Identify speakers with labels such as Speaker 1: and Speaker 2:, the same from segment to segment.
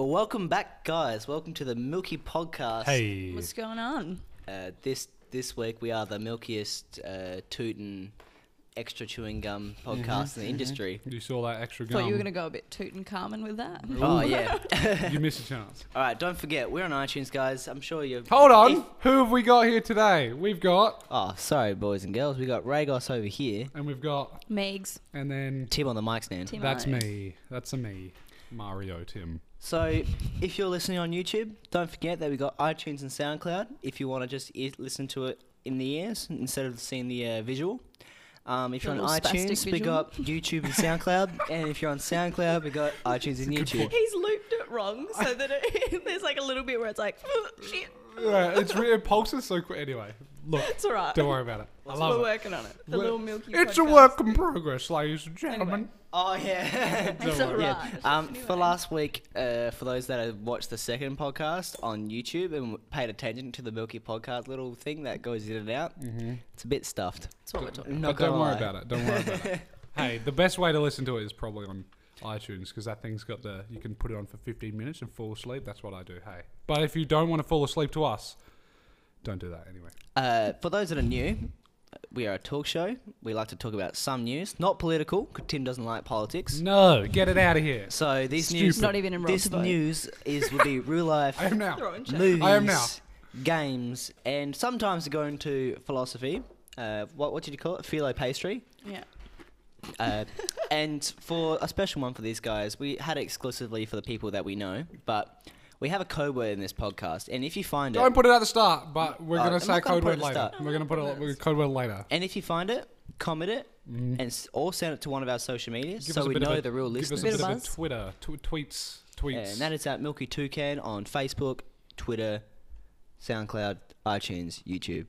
Speaker 1: Welcome back, guys. Welcome to the Milky Podcast.
Speaker 2: Hey.
Speaker 3: What's going on?
Speaker 1: Uh, this this week we are the milkiest uh, tootin' extra chewing gum
Speaker 2: Mm-hmm.
Speaker 1: podcast in the industry.
Speaker 2: You saw that extra
Speaker 3: Thought
Speaker 2: gum.
Speaker 3: you were going to go a bit Tutankhamun with that.
Speaker 2: Mm-hmm.
Speaker 1: Oh yeah.
Speaker 2: You missed a chance.
Speaker 1: All right. Don't forget we're on iTunes, guys. I'm sure you've.
Speaker 2: Hold on.
Speaker 1: If-
Speaker 2: Who have we got here today? We've got,
Speaker 1: oh, sorry, boys and girls. We got Ragos over here.
Speaker 2: and we've got,
Speaker 3: Megs.
Speaker 2: and then
Speaker 1: Tim on the mic stand.
Speaker 3: Tim.
Speaker 2: that's
Speaker 3: Nice.
Speaker 2: me. That's a me, Mario Tim.
Speaker 1: So, if you're listening on YouTube, don't forget that we got iTunes and SoundCloud. If you want to just e- listen to it in the ears instead of seeing the uh, visual. Um, if
Speaker 3: The
Speaker 1: you're on
Speaker 3: little spastic
Speaker 1: iTunes, we
Speaker 3: visual.
Speaker 1: got YouTube and SoundCloud, and if you're on SoundCloud, we got iTunes and YouTube.
Speaker 3: He's looped it wrong so that it, there's like a little bit where it's like, shit.
Speaker 2: Right, it's re- it pulses so quick. Anyway, look,
Speaker 3: It's all right.
Speaker 2: don't worry about it. I love
Speaker 3: We're
Speaker 2: it.
Speaker 3: working on it. The
Speaker 2: We're-
Speaker 3: little milky.
Speaker 2: It's a
Speaker 3: podcast.
Speaker 2: work in progress, ladies and gentlemen.
Speaker 1: Oh yeah.
Speaker 3: It's
Speaker 2: Don't
Speaker 3: all
Speaker 2: worry.
Speaker 3: right.
Speaker 1: Yeah. Um, For last week, uh, for those that have watched the second podcast on YouTube and w- paid attention to the Milky Podcast little thing that goes in and out, it's a bit stuffed.
Speaker 3: That's what we're talking
Speaker 1: Not
Speaker 2: Mm-hmm. but don't
Speaker 1: gonna
Speaker 2: worry
Speaker 1: lie.
Speaker 2: about it. Don't worry about it. Hey, the best way to listen to it is probably on iTunes because that thing's got the. You can put it on for 15 minutes and fall asleep. That's what I do. Hey, but if you don't want to fall asleep to us, don't do that anyway.
Speaker 1: Uh, for those that are new, we are a talk show. We like to talk about some news, not political, 'cause Tim doesn't like politics.
Speaker 2: No, get it out of here.
Speaker 1: So these
Speaker 2: Stupid.
Speaker 1: news,
Speaker 3: Not even in
Speaker 1: this
Speaker 3: Rock's
Speaker 1: news is will be real life
Speaker 2: I am now.
Speaker 3: Throw in check.
Speaker 1: movies,
Speaker 2: I am now.
Speaker 1: games, and sometimes we go into philosophy. Uh, what what did you call it? Philo pastry.
Speaker 3: Yeah.
Speaker 1: Uh, and for a special one for these guys, we had it exclusively for the people that we know, but we have a code word in this podcast, and if you find it,
Speaker 2: Don't put it at the start, but we're
Speaker 1: Uh, I'm
Speaker 2: gonna say
Speaker 1: not gonna
Speaker 2: code
Speaker 1: put it at
Speaker 2: word
Speaker 1: the
Speaker 2: later.
Speaker 1: start.
Speaker 2: We're gonna put a a code word later.
Speaker 1: and if you find it, comment it, and s- or send it to one of our social medias
Speaker 2: Mm. Give
Speaker 1: so
Speaker 2: us a
Speaker 1: we
Speaker 2: bit of
Speaker 1: know
Speaker 2: a-
Speaker 1: the real
Speaker 2: Give
Speaker 1: listeners.
Speaker 2: us a bit,
Speaker 3: Bit of
Speaker 2: of, a
Speaker 3: buzz.
Speaker 2: Twitter, tw- tweets, tweets.
Speaker 1: And that is at Milky Toucan on Facebook, Twitter, SoundCloud, iTunes, YouTube.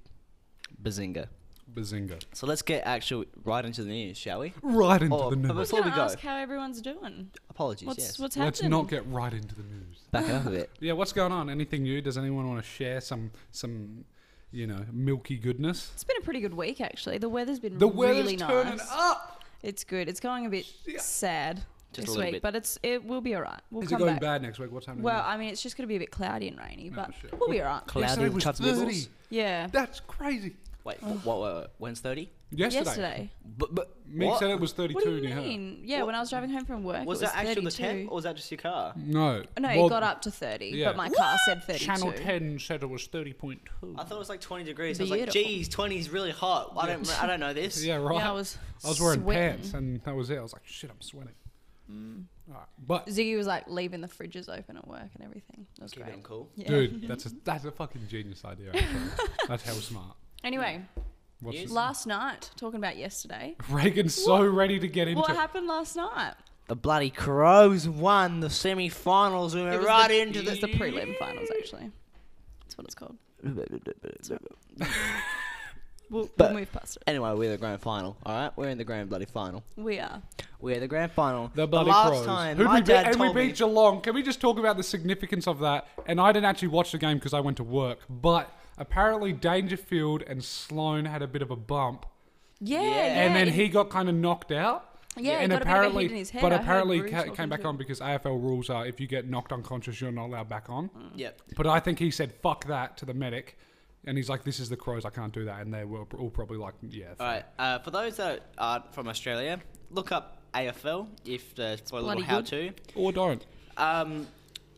Speaker 1: Bazinga.
Speaker 2: Bazinga.
Speaker 1: So let's get actual right into the news, shall we?
Speaker 2: Right into
Speaker 1: Oh,
Speaker 2: the
Speaker 1: but
Speaker 2: news.
Speaker 1: before we
Speaker 3: Gonna
Speaker 1: go,
Speaker 3: ask how everyone's doing.
Speaker 1: apologies,
Speaker 3: What's
Speaker 1: yes.
Speaker 3: what's
Speaker 2: Let's
Speaker 3: happening?
Speaker 2: not get right into the news.
Speaker 1: Back up a bit.
Speaker 2: Yeah, what's going on? Anything new? Does anyone want to share some some you know milky goodness?
Speaker 3: It's been a pretty good week actually. The weather's been
Speaker 2: The weather's
Speaker 3: Mm, really
Speaker 2: turning
Speaker 3: nice.
Speaker 2: up. It's
Speaker 3: It's good. It's going a bit
Speaker 2: Yeah.
Speaker 3: sad
Speaker 1: Just a
Speaker 3: this
Speaker 1: little
Speaker 3: week,
Speaker 1: bit.
Speaker 3: but it's it will be all right. We'll
Speaker 2: Is it
Speaker 3: come
Speaker 2: going
Speaker 3: back.
Speaker 2: bad next week? What's happening?
Speaker 3: Well, I mean, it's just going to be a bit cloudy and rainy,
Speaker 2: No,
Speaker 3: but
Speaker 2: shit.
Speaker 3: we'll be all right.
Speaker 1: Cloudy
Speaker 2: Yesterday
Speaker 1: with
Speaker 2: was
Speaker 1: chuds and giggles.
Speaker 2: 30.
Speaker 3: Yeah.
Speaker 2: That's crazy.
Speaker 1: Wait, wh- what, what, when's 30?
Speaker 2: Yesterday.
Speaker 3: Yesterday.
Speaker 1: But, but,
Speaker 2: Meg said it was 32
Speaker 3: What do you
Speaker 2: and a half.
Speaker 3: mean? Yeah, when I was driving home from work,
Speaker 1: was
Speaker 3: it was
Speaker 1: that actually the
Speaker 3: 32.
Speaker 1: 10 or was that just your car?
Speaker 2: No.
Speaker 3: Oh, No,
Speaker 2: well,
Speaker 3: it got up to 30,
Speaker 2: yeah.
Speaker 3: but my car said 32.
Speaker 2: Channel 10 said it was 30.2.
Speaker 1: I thought it was like 20 degrees. I was like,
Speaker 3: Beautiful.
Speaker 1: geez, 20 is really hot. I don't, I don't know this.
Speaker 2: Yeah, right.
Speaker 3: Yeah, I was.
Speaker 2: I was wearing
Speaker 3: sweating.
Speaker 2: pants, and that was it. I was like, shit, I'm sweating.
Speaker 1: Mm.
Speaker 2: Alright, But
Speaker 3: Ziggy was like leaving the fridges open at work and everything. That was
Speaker 1: Keep
Speaker 3: great.
Speaker 1: it cool.
Speaker 3: Yeah.
Speaker 2: dude, that's a that's a fucking genius idea. actually. that's how smart.
Speaker 3: Anyway,
Speaker 2: What's
Speaker 1: Yes.
Speaker 2: this?
Speaker 3: last night, talking about yesterday,
Speaker 2: Reagan's so ready to get into.
Speaker 3: what
Speaker 2: it.
Speaker 3: happened last night?
Speaker 1: The bloody Crows won the semi-finals. We
Speaker 3: It
Speaker 1: went
Speaker 3: was
Speaker 1: right
Speaker 3: the,
Speaker 1: into
Speaker 3: it was the
Speaker 1: the...
Speaker 3: prelim finals, actually. That's what it's called. We'll,
Speaker 1: But-
Speaker 3: we'll move past it.
Speaker 1: Anyway, we're the grand final. All right, we're in the grand bloody final.
Speaker 3: We are.
Speaker 1: We're the grand final.
Speaker 2: The bloody
Speaker 1: last
Speaker 2: crows.
Speaker 1: time
Speaker 2: Who'd
Speaker 1: my
Speaker 2: we beat?
Speaker 1: dad
Speaker 2: And we
Speaker 1: told
Speaker 2: beat
Speaker 1: me.
Speaker 2: Geelong. Can we just talk about the significance of that? And I didn't actually watch the game because I went to work. But apparently Dangerfield and Sloan had a bit of a bump,
Speaker 3: Yeah, yeah.
Speaker 2: and then
Speaker 3: it-
Speaker 2: he got kind of knocked out.
Speaker 3: Yeah, he
Speaker 2: and
Speaker 3: got a bit of a
Speaker 2: apparently,
Speaker 3: hit in his head.
Speaker 2: but
Speaker 3: I heard
Speaker 2: apparently
Speaker 3: Bruce
Speaker 2: ca-
Speaker 3: talking
Speaker 2: came back
Speaker 3: to
Speaker 2: on
Speaker 3: him.
Speaker 2: because AFL rules are if you get knocked unconscious, you're not allowed back on.
Speaker 3: Mm.
Speaker 1: Yep.
Speaker 2: But I think he said "fuck that" to the medic, and he's like, "This is the crows. I can't do that." And they were all probably like, "Yeah."
Speaker 1: All
Speaker 2: fine."
Speaker 1: right. Uh, for those that aren't from Australia, look up AFL if uh, for a little
Speaker 3: bloody
Speaker 1: how-to.
Speaker 2: Or don't.
Speaker 1: Um,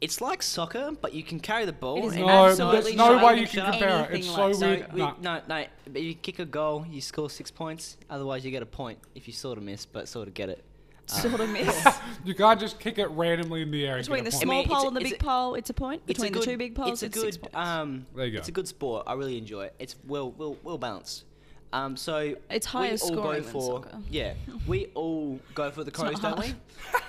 Speaker 1: it's like soccer, but you can carry the ball.
Speaker 3: It is
Speaker 1: and
Speaker 2: No,
Speaker 1: absolutely
Speaker 2: there's no
Speaker 1: shine
Speaker 2: way
Speaker 1: the
Speaker 2: you can
Speaker 1: shot.
Speaker 2: compare it. It's
Speaker 3: anything
Speaker 2: so
Speaker 3: like-
Speaker 1: So
Speaker 2: weird.
Speaker 1: we,
Speaker 2: Nah.
Speaker 1: no, no. But you kick a goal, you score six points. Otherwise, you get a point if you sort of miss, but sort of get it.
Speaker 3: sort of miss.
Speaker 2: You can't just kick it randomly in the air. and
Speaker 3: Between
Speaker 2: get a
Speaker 1: I
Speaker 2: point.
Speaker 3: the small
Speaker 1: mean, it's
Speaker 3: pole
Speaker 1: a-
Speaker 3: and the
Speaker 1: it's
Speaker 3: big
Speaker 1: a-
Speaker 3: pole, it's a point.
Speaker 1: It's
Speaker 3: Between
Speaker 1: a good,
Speaker 3: the two big
Speaker 1: it's
Speaker 3: poles, it's,
Speaker 1: a good.
Speaker 3: six points.
Speaker 1: um,
Speaker 2: There you go.
Speaker 1: It's a good sport. I really enjoy it. It's well, well, well balanced. Um, so
Speaker 3: It's
Speaker 1: we
Speaker 3: higher
Speaker 1: all go
Speaker 3: scoring than
Speaker 1: for
Speaker 3: soccer.
Speaker 1: yeah. We all go for the Crows,
Speaker 3: not
Speaker 1: don't we?
Speaker 3: hard.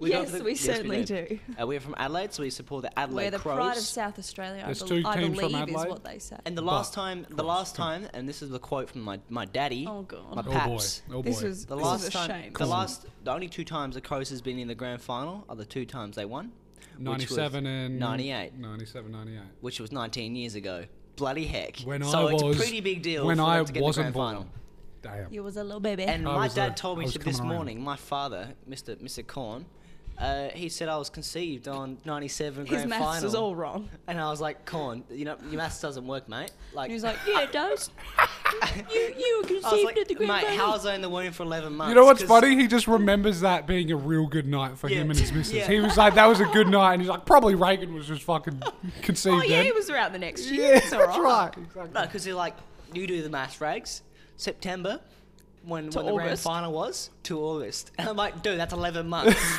Speaker 1: go
Speaker 3: Yes,
Speaker 1: for
Speaker 3: we certainly do.
Speaker 1: Uh, we're from Adelaide, so we support the Adelaide
Speaker 3: We're the
Speaker 1: Crows.
Speaker 3: pride of South Australia.
Speaker 2: There's
Speaker 3: I,
Speaker 2: two
Speaker 3: bel- I
Speaker 2: teams
Speaker 3: believe
Speaker 2: from
Speaker 3: is
Speaker 2: Adelaide.
Speaker 3: what they say.
Speaker 1: and the last
Speaker 2: But-
Speaker 1: time, the last time, and this is the quote from my, my daddy.
Speaker 3: oh god,
Speaker 1: my
Speaker 2: Oh
Speaker 1: paps.
Speaker 2: boy. Oh boy.
Speaker 3: this is
Speaker 1: The
Speaker 3: this
Speaker 1: last
Speaker 3: is a
Speaker 1: time,
Speaker 3: shame.
Speaker 1: the last, the only two times the Crows has been in the grand final are the two times they won, which was
Speaker 2: 97 and
Speaker 1: 98.
Speaker 2: 97, 98.
Speaker 1: which was 19 years ago. Bloody heck!
Speaker 2: When
Speaker 1: so
Speaker 2: I
Speaker 1: it's
Speaker 2: was
Speaker 1: a pretty big deal.
Speaker 2: When
Speaker 1: for them
Speaker 2: I
Speaker 1: to get
Speaker 2: wasn't
Speaker 1: the grand
Speaker 2: born.
Speaker 1: final.
Speaker 2: Damn.
Speaker 3: you was a little baby.
Speaker 1: And
Speaker 2: I
Speaker 1: my
Speaker 2: was, uh,
Speaker 1: dad told
Speaker 2: I
Speaker 1: me
Speaker 2: was
Speaker 1: to- this
Speaker 2: coming around.
Speaker 1: morning, my father, Mr. Mr. Corn, Uh, he said I was conceived on 97
Speaker 3: His
Speaker 1: grand
Speaker 3: maths
Speaker 1: final.
Speaker 3: was all wrong.
Speaker 1: and I was like, come on, you know, your maths doesn't work, mate. Like,
Speaker 3: And he was like, yeah, it does. you, you were conceived
Speaker 1: I was like,
Speaker 3: at the grand
Speaker 1: mate,
Speaker 3: final."
Speaker 1: how was I in the womb for 11 months?
Speaker 2: You know what's
Speaker 1: 'Cause
Speaker 2: funny? He just remembers that being a real good night for
Speaker 1: Yeah.
Speaker 2: him and his missus.
Speaker 1: Yeah.
Speaker 2: He was like, that was a good night. And he's like, probably Reagan was just fucking conceived
Speaker 3: Oh yeah,
Speaker 2: then.
Speaker 3: he was around the next year.
Speaker 2: yeah,
Speaker 3: it's all
Speaker 2: that's
Speaker 3: right.
Speaker 2: right. Exactly.
Speaker 1: No, because they're like, you do the maths rags, September, when, when the grand
Speaker 3: August.
Speaker 1: final was, to August. And I'm like, dude, that's 11 months.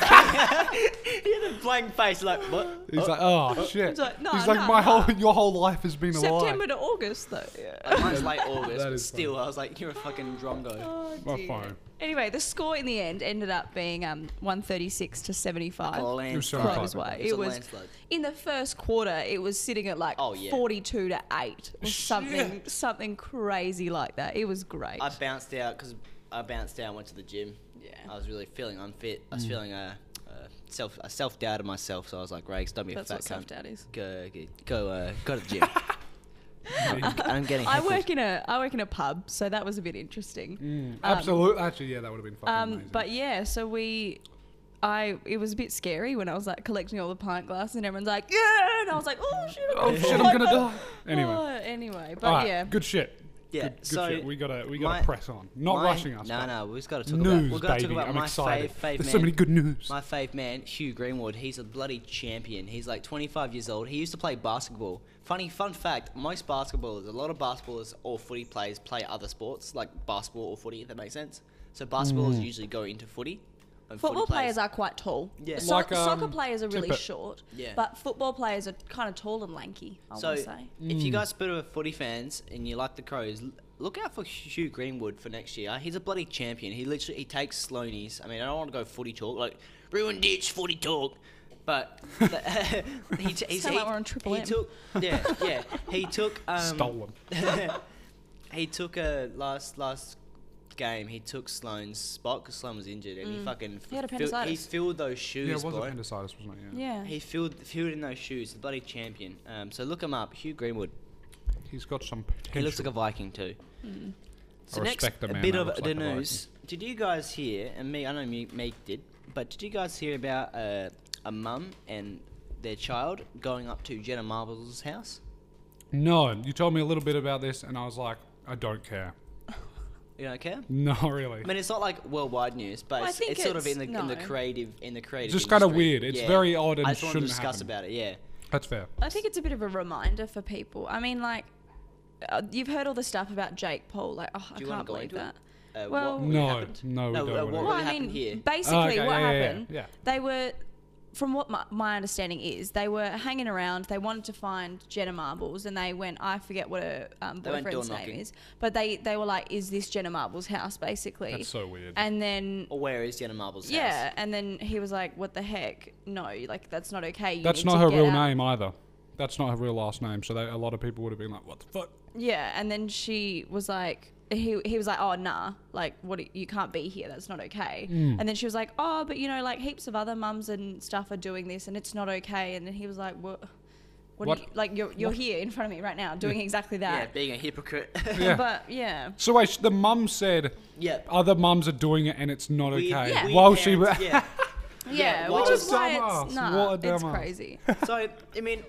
Speaker 1: he had a blank face, like, what?
Speaker 2: He's like, oh, shit.
Speaker 3: He's like, "No,
Speaker 2: He's like,
Speaker 3: no,
Speaker 2: my
Speaker 3: no."
Speaker 2: whole, your whole life has been a lie.
Speaker 3: September to August though.
Speaker 1: Like, mine's late August,
Speaker 2: That
Speaker 1: but
Speaker 2: is funny.
Speaker 1: still, I was like, you're a fucking drongo.
Speaker 3: Oh,
Speaker 2: My
Speaker 3: dear.
Speaker 2: phone.
Speaker 3: Anyway, the score in the end ended up being um, 136 to 75.
Speaker 1: Oh, landslide.
Speaker 2: sorry.
Speaker 3: Close way.
Speaker 1: It was
Speaker 3: It
Speaker 1: a
Speaker 3: was
Speaker 1: landslide.
Speaker 3: in the first quarter. It was sitting at like
Speaker 1: Oh, yeah.
Speaker 3: 42 to eight or something, something crazy like that. It was great.
Speaker 1: I bounced out because I bounced out, went to the gym.
Speaker 3: Yeah.
Speaker 1: I was really feeling unfit.
Speaker 2: Mm.
Speaker 1: I was feeling a, uh self, I self doubted myself, so I was like, Rags, don't be
Speaker 3: That's
Speaker 1: a
Speaker 3: what
Speaker 1: fat cunt.
Speaker 3: self-doubt is.
Speaker 1: Go, go, go, uh, go to the gym. I'm,
Speaker 3: Um,
Speaker 1: I'm getting.
Speaker 3: I
Speaker 1: heckled.
Speaker 3: work in a I work in a pub, so that was a bit interesting.
Speaker 2: Mm, Absolutely. Actually, yeah, that would have been fucking
Speaker 3: Um,
Speaker 2: amazing.
Speaker 3: but yeah, so we, I it was a bit scary when I was like collecting all the pint glasses and everyone's like, yeah, and I was like, oh shit, I'm
Speaker 2: oh,
Speaker 3: gonna
Speaker 2: shit,
Speaker 3: die."
Speaker 2: I'm going to die. Anyway.
Speaker 3: Oh, anyway, but
Speaker 2: All right,
Speaker 3: yeah,
Speaker 2: Good shit.
Speaker 1: Yeah,
Speaker 2: Good, good
Speaker 1: so
Speaker 2: shit. We gotta we gotta
Speaker 1: my-
Speaker 2: press on. Not
Speaker 1: My-
Speaker 2: rushing us.
Speaker 1: No,
Speaker 2: but
Speaker 1: no, we've just got to talk about.
Speaker 2: News,
Speaker 1: We've got to
Speaker 2: baby.
Speaker 1: talk about
Speaker 2: I'm
Speaker 1: my
Speaker 2: excited.
Speaker 1: fave, fave
Speaker 2: There's
Speaker 1: man.
Speaker 2: so many good news.
Speaker 1: My fave man, Hugh Greenwood. He's a bloody champion. He's like 25 years old. He used to play basketball. Funny fun fact: most basketballers, a lot of basketballers or footy players play other sports like basketball or footy. If that makes sense. So basketballers
Speaker 2: Mm.
Speaker 1: usually go into footy. and footy
Speaker 3: football players are quite tall.
Speaker 1: Yeah.
Speaker 3: So-
Speaker 2: Like,
Speaker 3: soccer
Speaker 2: um,
Speaker 3: players are really
Speaker 2: Tippett.
Speaker 3: short.
Speaker 1: Yeah.
Speaker 3: But football players are kind of tall and lanky. I
Speaker 1: So
Speaker 3: want to say.
Speaker 1: if
Speaker 2: Hmm.
Speaker 1: you guys bit of a footy fans and you like the Crows, l- look out for Hugh Greenwood for next year. He's a bloody champion. He literally he takes Sloanies. I mean, I don't want to go footy talk like ruin ditch footy talk, but the- he, t- he's,
Speaker 3: Sound
Speaker 1: he,
Speaker 3: like we're on Triple
Speaker 1: he
Speaker 3: M.
Speaker 1: took yeah yeah he took um,
Speaker 2: Stolen.
Speaker 1: he took a last last game. He took Sloane's spot because Sloane was injured and he fucking
Speaker 3: Mm. He had
Speaker 1: f- Filled, he
Speaker 3: appendicitis.
Speaker 1: filled those
Speaker 2: Yeah,
Speaker 1: shoes.
Speaker 2: it was
Speaker 1: boy.
Speaker 2: appendicitis, wasn't it? Yeah.
Speaker 3: Yeah.
Speaker 1: He filled filled in those shoes. The bloody champion. Um, so look him up, Hugh Greenwood.
Speaker 2: He's got some
Speaker 1: He looks
Speaker 2: potential.
Speaker 1: like a Viking too. Mm. So
Speaker 2: I
Speaker 1: next,
Speaker 2: respect a
Speaker 1: a
Speaker 2: man
Speaker 1: bit
Speaker 2: that
Speaker 1: of
Speaker 2: looks
Speaker 1: the
Speaker 2: like a Viking.
Speaker 1: news. Did you guys hear? And me, I know me, me did, but did you guys hear about uh, a mum and their child going up to Jenna Marbles' house?
Speaker 2: No, you told me a little bit about this, and I was like, I don't care.
Speaker 1: You don't care?
Speaker 2: No, really.
Speaker 1: I mean, it's not like worldwide news, but
Speaker 3: Well, I
Speaker 1: it's,
Speaker 3: think
Speaker 1: it's sort of
Speaker 3: it's-
Speaker 1: in the in the
Speaker 3: no.
Speaker 1: creative in the creative.
Speaker 2: Just kinda
Speaker 1: industry.
Speaker 2: weird. It's very odd and
Speaker 1: I just want to
Speaker 2: shouldn't
Speaker 1: discuss
Speaker 2: happen.
Speaker 1: about it. Yeah,
Speaker 2: That's fair.
Speaker 3: I think it's a bit of a reminder for people. I mean, like, uh, you've heard all the stuff about Jake Paul. Like, oh, I
Speaker 1: Do you wanna
Speaker 3: can't
Speaker 1: go
Speaker 3: believe
Speaker 1: into it?
Speaker 3: that.
Speaker 1: Uh,
Speaker 3: Well-
Speaker 1: what really
Speaker 2: No,
Speaker 1: happened?
Speaker 2: no, we don't
Speaker 1: uh,
Speaker 2: wanna
Speaker 1: what
Speaker 2: go
Speaker 3: Well,
Speaker 1: really
Speaker 3: I
Speaker 1: happened
Speaker 3: mean,
Speaker 1: here?
Speaker 3: basically,
Speaker 2: Oh, okay,
Speaker 3: what
Speaker 2: yeah, yeah, yeah,
Speaker 3: happened?
Speaker 2: yeah.
Speaker 3: They were, from what my, my understanding is, they were hanging around. They wanted to find Jenna Marbles, and they went. I forget what her um,
Speaker 1: They went
Speaker 3: boyfriend's
Speaker 1: door
Speaker 3: name
Speaker 1: knocking.
Speaker 3: is, but they they were like, "Is this Jenna Marbles' house?" Basically,
Speaker 2: That's so weird.
Speaker 3: and then.
Speaker 1: Or where is Jenna Marbles' house?
Speaker 3: Yeah, and then he was like, "What the heck? No, like that's not okay." You
Speaker 2: That's
Speaker 3: need
Speaker 2: not
Speaker 3: to
Speaker 2: her
Speaker 3: get
Speaker 2: real
Speaker 3: out."
Speaker 2: name either. That's not her real last name. So they, a lot of people would have been like, what the fuck?
Speaker 3: Yeah, and then she was like, he, he was like, oh nah, like what you can't be here, that's not okay.
Speaker 2: Mm.
Speaker 3: And then she was like, oh, but you know, like heaps of other mums and stuff are doing this, and it's not okay. And then he was like, what? What?
Speaker 2: What-
Speaker 3: Are you, like you're you're here in front of me right now doing exactly
Speaker 1: Yeah,
Speaker 3: that.
Speaker 1: being a hypocrite.
Speaker 2: Yeah.
Speaker 3: But yeah,
Speaker 2: So wait, sh- the mum said
Speaker 1: yeah.
Speaker 2: other mums are doing it and it's not okay.
Speaker 1: Weird-
Speaker 3: Yeah.
Speaker 1: weird
Speaker 2: While she was.
Speaker 1: parents, yeah.
Speaker 3: yeah,
Speaker 1: what
Speaker 3: which
Speaker 1: a
Speaker 3: is why
Speaker 2: dumbass,
Speaker 3: it's nah,
Speaker 2: what a
Speaker 3: it's
Speaker 2: dumbass.
Speaker 3: crazy.
Speaker 1: So, I mean,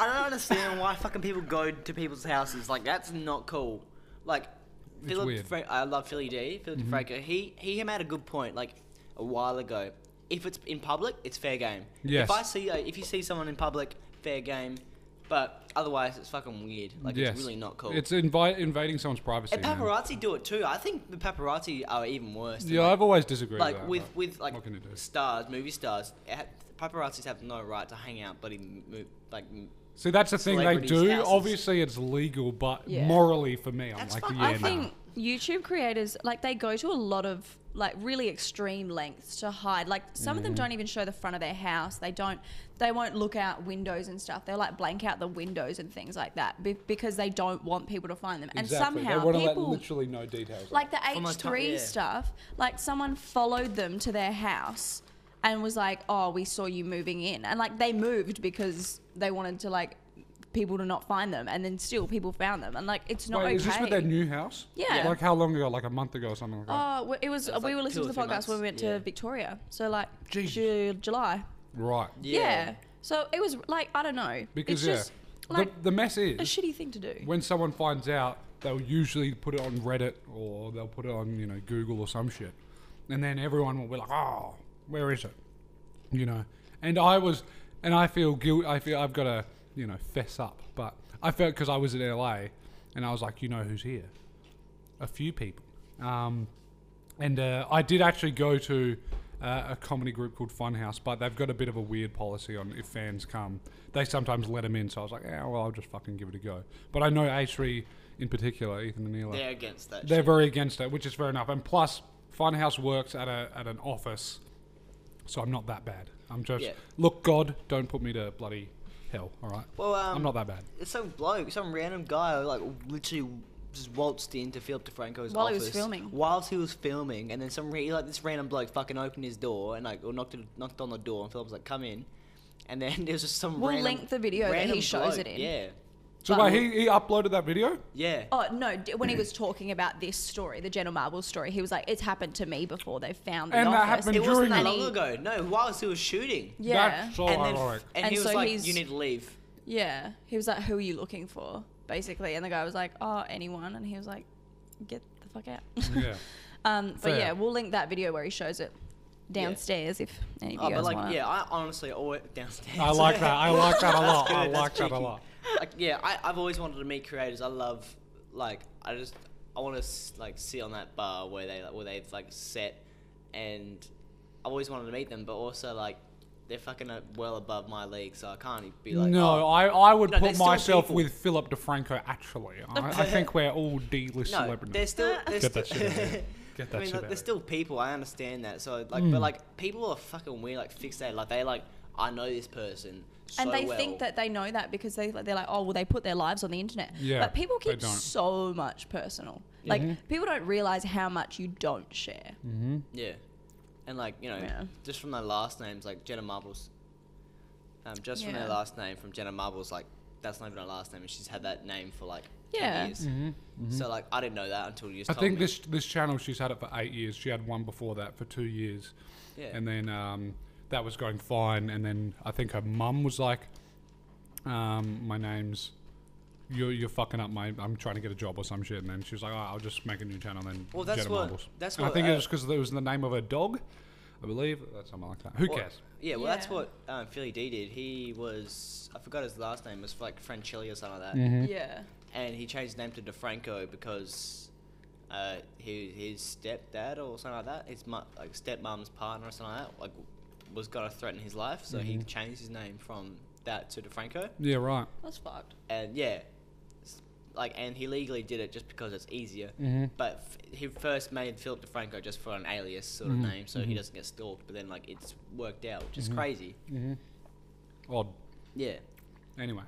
Speaker 1: I don't understand why fucking people go to people's houses. Like, that's not cool. Like, Philip,
Speaker 2: weird. Mm-hmm.
Speaker 1: Fra- I love Philly D. Philip DeFranco. He he made a good point like a while ago. If it's in public, it's fair game.
Speaker 2: Yes.
Speaker 1: If I see, uh, if you see someone in public, fair game. But otherwise, it's fucking weird. Like,
Speaker 2: yes.
Speaker 1: it's really not cool.
Speaker 2: It's invi- invading someone's privacy.
Speaker 1: and
Speaker 2: man.
Speaker 1: paparazzi do it too. I think the paparazzi are even worse. than,
Speaker 2: Yeah,
Speaker 1: like,
Speaker 2: I've always disagreed
Speaker 1: like
Speaker 2: with
Speaker 1: with
Speaker 2: that. but
Speaker 1: with like
Speaker 2: what can you do?
Speaker 1: stars, movie stars, it ha- paparazzis have no right to hang out bloody mo- like m-
Speaker 2: See, that's the thing they
Speaker 1: celebrities'
Speaker 2: do.
Speaker 1: houses.
Speaker 2: Obviously, it's legal, but
Speaker 3: Yeah.
Speaker 2: morally for me, I'm
Speaker 1: That's
Speaker 2: like,
Speaker 1: fuck-
Speaker 2: yeah,
Speaker 3: I
Speaker 2: nah.
Speaker 3: think YouTube creators like they go to a lot of like really extreme lengths to hide. Like some
Speaker 2: Mm.
Speaker 3: of them don't even show the front of their house. They don't. They won't look out windows and stuff. They'll like blank out the windows and things like that be- because they don't want people to find them.
Speaker 2: exactly.
Speaker 3: And somehow
Speaker 2: they want to let
Speaker 3: people
Speaker 2: literally no details.
Speaker 3: like the
Speaker 1: From
Speaker 3: H
Speaker 1: the top,
Speaker 3: three
Speaker 1: yeah.
Speaker 3: stuff. Like someone followed them to their house and was like, "Oh, we saw you moving in," and like they moved because they wanted to like people to not find them, and then still people found them, and like it's not
Speaker 2: Wait,
Speaker 3: okay.
Speaker 2: is this with their new house?
Speaker 3: Yeah.
Speaker 2: Like how long ago? Like a month ago or something like that.
Speaker 3: Oh, w- it was.
Speaker 1: That was, like,
Speaker 3: we were
Speaker 1: two or
Speaker 3: listening to the
Speaker 1: three
Speaker 3: podcast
Speaker 1: months.
Speaker 3: when we went
Speaker 1: Yeah.
Speaker 3: to Victoria. So like
Speaker 2: Jesus.
Speaker 3: Ju- July.
Speaker 2: right.
Speaker 3: Yeah. So it was like I don't know.
Speaker 2: Because
Speaker 3: it's just
Speaker 2: yeah,
Speaker 3: like
Speaker 2: the, the mess
Speaker 3: a
Speaker 2: is
Speaker 3: shitty thing to do.
Speaker 2: when someone finds out, they'll usually put it on Reddit or they'll put it on you know Google or some shit, and then everyone will be like, "Oh, where is it?" You know. And I was, and I feel guilt. I feel I've got to you know fess up, but I felt because I was in LA, and I was like, you know who's here? A few people. Um, and uh, I did actually go to uh, a comedy group called Funhouse, but they've got a bit of a weird policy on if fans come, they sometimes let them in. So I was like, yeah, well, I'll just fucking give it a go. But I know A3 in particular, Ethan and Neela,
Speaker 1: They're against that.
Speaker 2: they're
Speaker 1: shit.
Speaker 2: very against it, which is fair enough. And plus, Funhouse works at a at an office, so I'm not that bad. I'm just
Speaker 1: Yeah.
Speaker 2: look, God, don't put me to bloody hell. All right,
Speaker 1: Well, um,
Speaker 2: I'm not that bad.
Speaker 1: some bloke, some random guy, like literally just waltzed into Philip DeFranco's
Speaker 3: While he
Speaker 1: office
Speaker 3: was filming.
Speaker 1: Whilst he was filming, and then some re- like this random bloke fucking opened his door and like or knocked it, knocked on the door, and Philip was like, "Come in," and then there was just some.
Speaker 3: We'll
Speaker 1: random,
Speaker 3: link the video that he
Speaker 1: random
Speaker 3: shows
Speaker 1: bloke.
Speaker 3: it in.
Speaker 1: Yeah,
Speaker 2: So
Speaker 3: but-
Speaker 2: wait, he, he uploaded that video.
Speaker 1: yeah.
Speaker 3: Oh no! d- When he was talking about this story, the General Marbles story, he was like, "It's happened to me before. They found the
Speaker 2: And that
Speaker 3: office."
Speaker 2: happened
Speaker 1: it wasn't
Speaker 2: during
Speaker 1: that
Speaker 2: the-
Speaker 1: long ago. No, whilst he was shooting.
Speaker 3: Yeah.
Speaker 2: That's so
Speaker 1: and then,
Speaker 2: ironic.
Speaker 1: and,
Speaker 3: And
Speaker 1: he was
Speaker 3: so
Speaker 1: like,
Speaker 3: he's-
Speaker 1: "You need to leave."
Speaker 3: Yeah. He was like, Who are you looking for? Basically. And the guy was like, Oh, anyone. And he was like, Get the fuck out.
Speaker 2: yeah.
Speaker 3: um, but
Speaker 2: Fair.
Speaker 3: yeah, we'll link that video where he shows it downstairs if any of
Speaker 1: Oh,
Speaker 3: you guys
Speaker 1: but like,
Speaker 3: want
Speaker 1: yeah, I honestly always downstairs.
Speaker 2: I like that. I like that a lot.
Speaker 1: good,
Speaker 2: I
Speaker 1: that's
Speaker 2: like that a
Speaker 1: cheeky.
Speaker 2: lot.
Speaker 1: like yeah I, i've always wanted to meet creators i love like i just i want to like sit on that bar where they where they've like set and i've always wanted to meet them but also like they're fucking uh, well above my league so i can't be like
Speaker 2: no,
Speaker 1: oh,
Speaker 2: I, I would
Speaker 1: No, they're
Speaker 2: put
Speaker 1: still
Speaker 2: myself
Speaker 1: people.
Speaker 2: with Philip DeFranco, actually. I, I think we're all D list
Speaker 1: no they're
Speaker 2: celebrities.
Speaker 1: still they're
Speaker 2: Get that
Speaker 1: still-
Speaker 2: shit out of here. Get that
Speaker 1: I mean, like,
Speaker 2: shit out
Speaker 1: they're
Speaker 2: of Hmm.
Speaker 1: still people. I understand that. So, like, but like, people are fucking weird, like fixated. Like, they like, I know this person. So
Speaker 3: and they
Speaker 1: well.
Speaker 3: think that they know that because they they're like, oh, well, they put their lives on the internet.
Speaker 2: Yeah,
Speaker 3: but people
Speaker 2: they
Speaker 3: keep
Speaker 2: don't.
Speaker 3: so much personal.
Speaker 1: Mm-hmm.
Speaker 3: Like people don't realize how much you don't share.
Speaker 2: Mm-hmm.
Speaker 1: Yeah. And like, you know,
Speaker 3: Yeah.
Speaker 1: just from their last names, like Jenna Marbles. Um, just from
Speaker 3: Yeah.
Speaker 1: her last name, from Jenna Marbles, like that's not even her last name, and she's had that name for like 10
Speaker 3: Yeah.
Speaker 1: years. So like, I didn't know that until you just
Speaker 2: Mm-hmm. I
Speaker 1: told
Speaker 2: think
Speaker 1: me.
Speaker 2: this this channel she's had it for eight years. She had one before that for two years,
Speaker 1: Yeah.
Speaker 2: and then um, that was going fine. And then I think her mum was like, um, "My name's you're you're fucking up. My I'm trying to get a job or some shit." And then she was like, oh, "I'll just make a new channel." And then
Speaker 1: Well, that's
Speaker 2: Jenna
Speaker 1: what-
Speaker 2: Marbles.
Speaker 1: that's
Speaker 2: And I
Speaker 1: what,
Speaker 2: think
Speaker 1: uh,
Speaker 2: it was because it was the name of her dog, I believe, or something like that. Who
Speaker 1: Well,
Speaker 2: cares?
Speaker 1: Yeah, well, that's
Speaker 3: Yeah.
Speaker 1: what um, Philly D did. He was, I forgot his last name, it was like Franchilli or something
Speaker 2: Mm-hmm.
Speaker 1: like that.
Speaker 3: Yeah.
Speaker 1: And he changed his name to DeFranco because uh, his, his stepdad or something like that, his mu- like stepmom's partner or something like that, like, was going to threaten his life. So he changed his name from that to DeFranco.
Speaker 2: Yeah, right.
Speaker 3: That's fucked.
Speaker 1: and yeah, s- like, and he legally did it just because it's easier.
Speaker 2: Mm-hmm.
Speaker 1: But f- he first made Philip DeFranco just for an alias sort of name, so he doesn't get stalked. But then, like, it's worked out, which is crazy.
Speaker 2: Odd.
Speaker 1: Yeah.
Speaker 2: Anyway.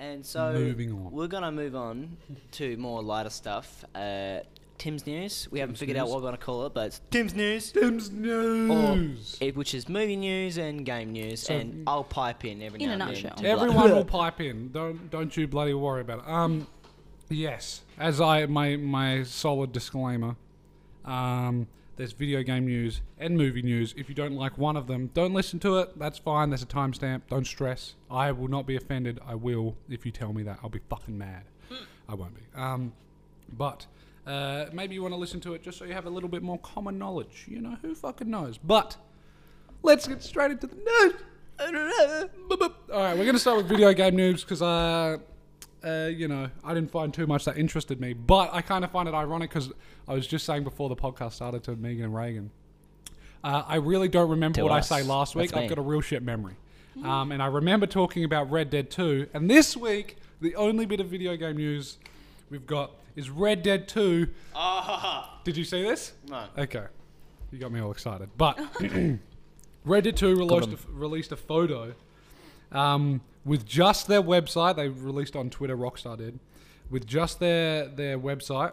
Speaker 1: And so
Speaker 2: Moving on.
Speaker 1: we're gonna move on to more lighter stuff. Uh, Tim's news. We haven't
Speaker 2: Tim's
Speaker 1: figured out
Speaker 2: news.
Speaker 1: what we're gonna call it, but it's Tim's news,
Speaker 2: Tim's
Speaker 1: or
Speaker 2: news.
Speaker 1: it, which is movie news and game news.
Speaker 2: So-
Speaker 1: and I'll pipe in every
Speaker 3: In
Speaker 1: now
Speaker 3: a
Speaker 1: and then
Speaker 3: nutshell.
Speaker 1: to be like-
Speaker 2: Everyone will pipe in. Don't don't you bloody worry about it. Um, yes, as I my my solid disclaimer. Um, there's video game news and movie news. If you don't like one of them, don't listen to it. That's fine. There's a timestamp. Don't stress. I will not be offended. I will if you tell me that. I'll be fucking mad. I won't be. Um, but uh, maybe you want to listen to it just so you have a little bit more common knowledge. You know who fucking knows. But let's get straight into the news. All right, we're going to start with video game news because, uh, uh, you know, I didn't find too much that interested me. But I kind of find it ironic because I was just saying before the podcast started to Megan and Reagan, uh, I really don't remember
Speaker 1: To
Speaker 2: what
Speaker 1: us.
Speaker 2: I say last week.
Speaker 1: That's
Speaker 2: I've
Speaker 1: me. Mm-hmm.
Speaker 2: got a real shit memory. Um, and I remember talking about Red Dead 2. And this week, the only bit of video game news we've got is Red Dead 2
Speaker 1: Ah,
Speaker 2: did you see this?
Speaker 1: No.
Speaker 2: Okay. You got me all excited. But Red Dead 2 released a, released a photo um, with just their website. They released on Twitter, Rockstar did, with just their, their website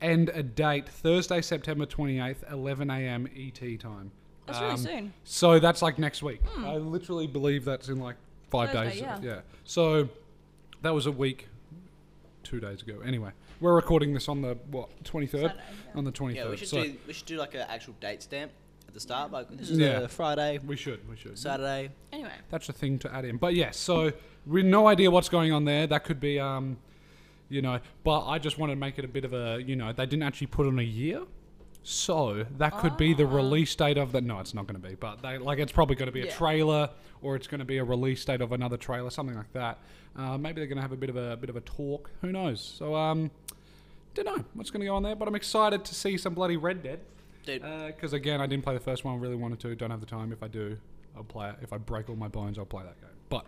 Speaker 2: and a date Thursday, September 28th, 11 a.m. ET E time.
Speaker 3: That's really
Speaker 2: Um,
Speaker 3: soon.
Speaker 2: So that's like next week. I literally believe that's in like five
Speaker 3: Hmm. Thursday,
Speaker 2: days.
Speaker 3: yeah.
Speaker 2: So that was a week, two days ago. Anyway, we're recording this on the what twenty third,
Speaker 3: Saturday, yeah.
Speaker 2: on the twenty
Speaker 1: Yeah,
Speaker 2: third.
Speaker 1: we should
Speaker 2: so
Speaker 1: do we should do like an actual date stamp at the start. Like this is
Speaker 2: Yeah.
Speaker 1: a Friday,
Speaker 2: we should. We should.
Speaker 1: Saturday.
Speaker 3: Anyway,
Speaker 2: That's a thing to add in. But yeah, so we no idea what's going on there. That could be, um, you know. But I just wanted to make it a bit of a, you know, they didn't actually put on a year, so that could be the release date of that. No, it's not going to be. But they like it's probably going to be a
Speaker 3: Yeah.
Speaker 2: trailer, or it's going to be a release date of another trailer, something like that. Uh, maybe they're going to have a bit of a bit of a talk. Who knows? So um, don't know what's going to go on there. But I'm excited to see some bloody Red Dead.
Speaker 1: Dude,
Speaker 2: Because again, I didn't play the first one. Really wanted to. Don't have the time. If I do, I'll play it. If I break all my bones, I'll play that game. But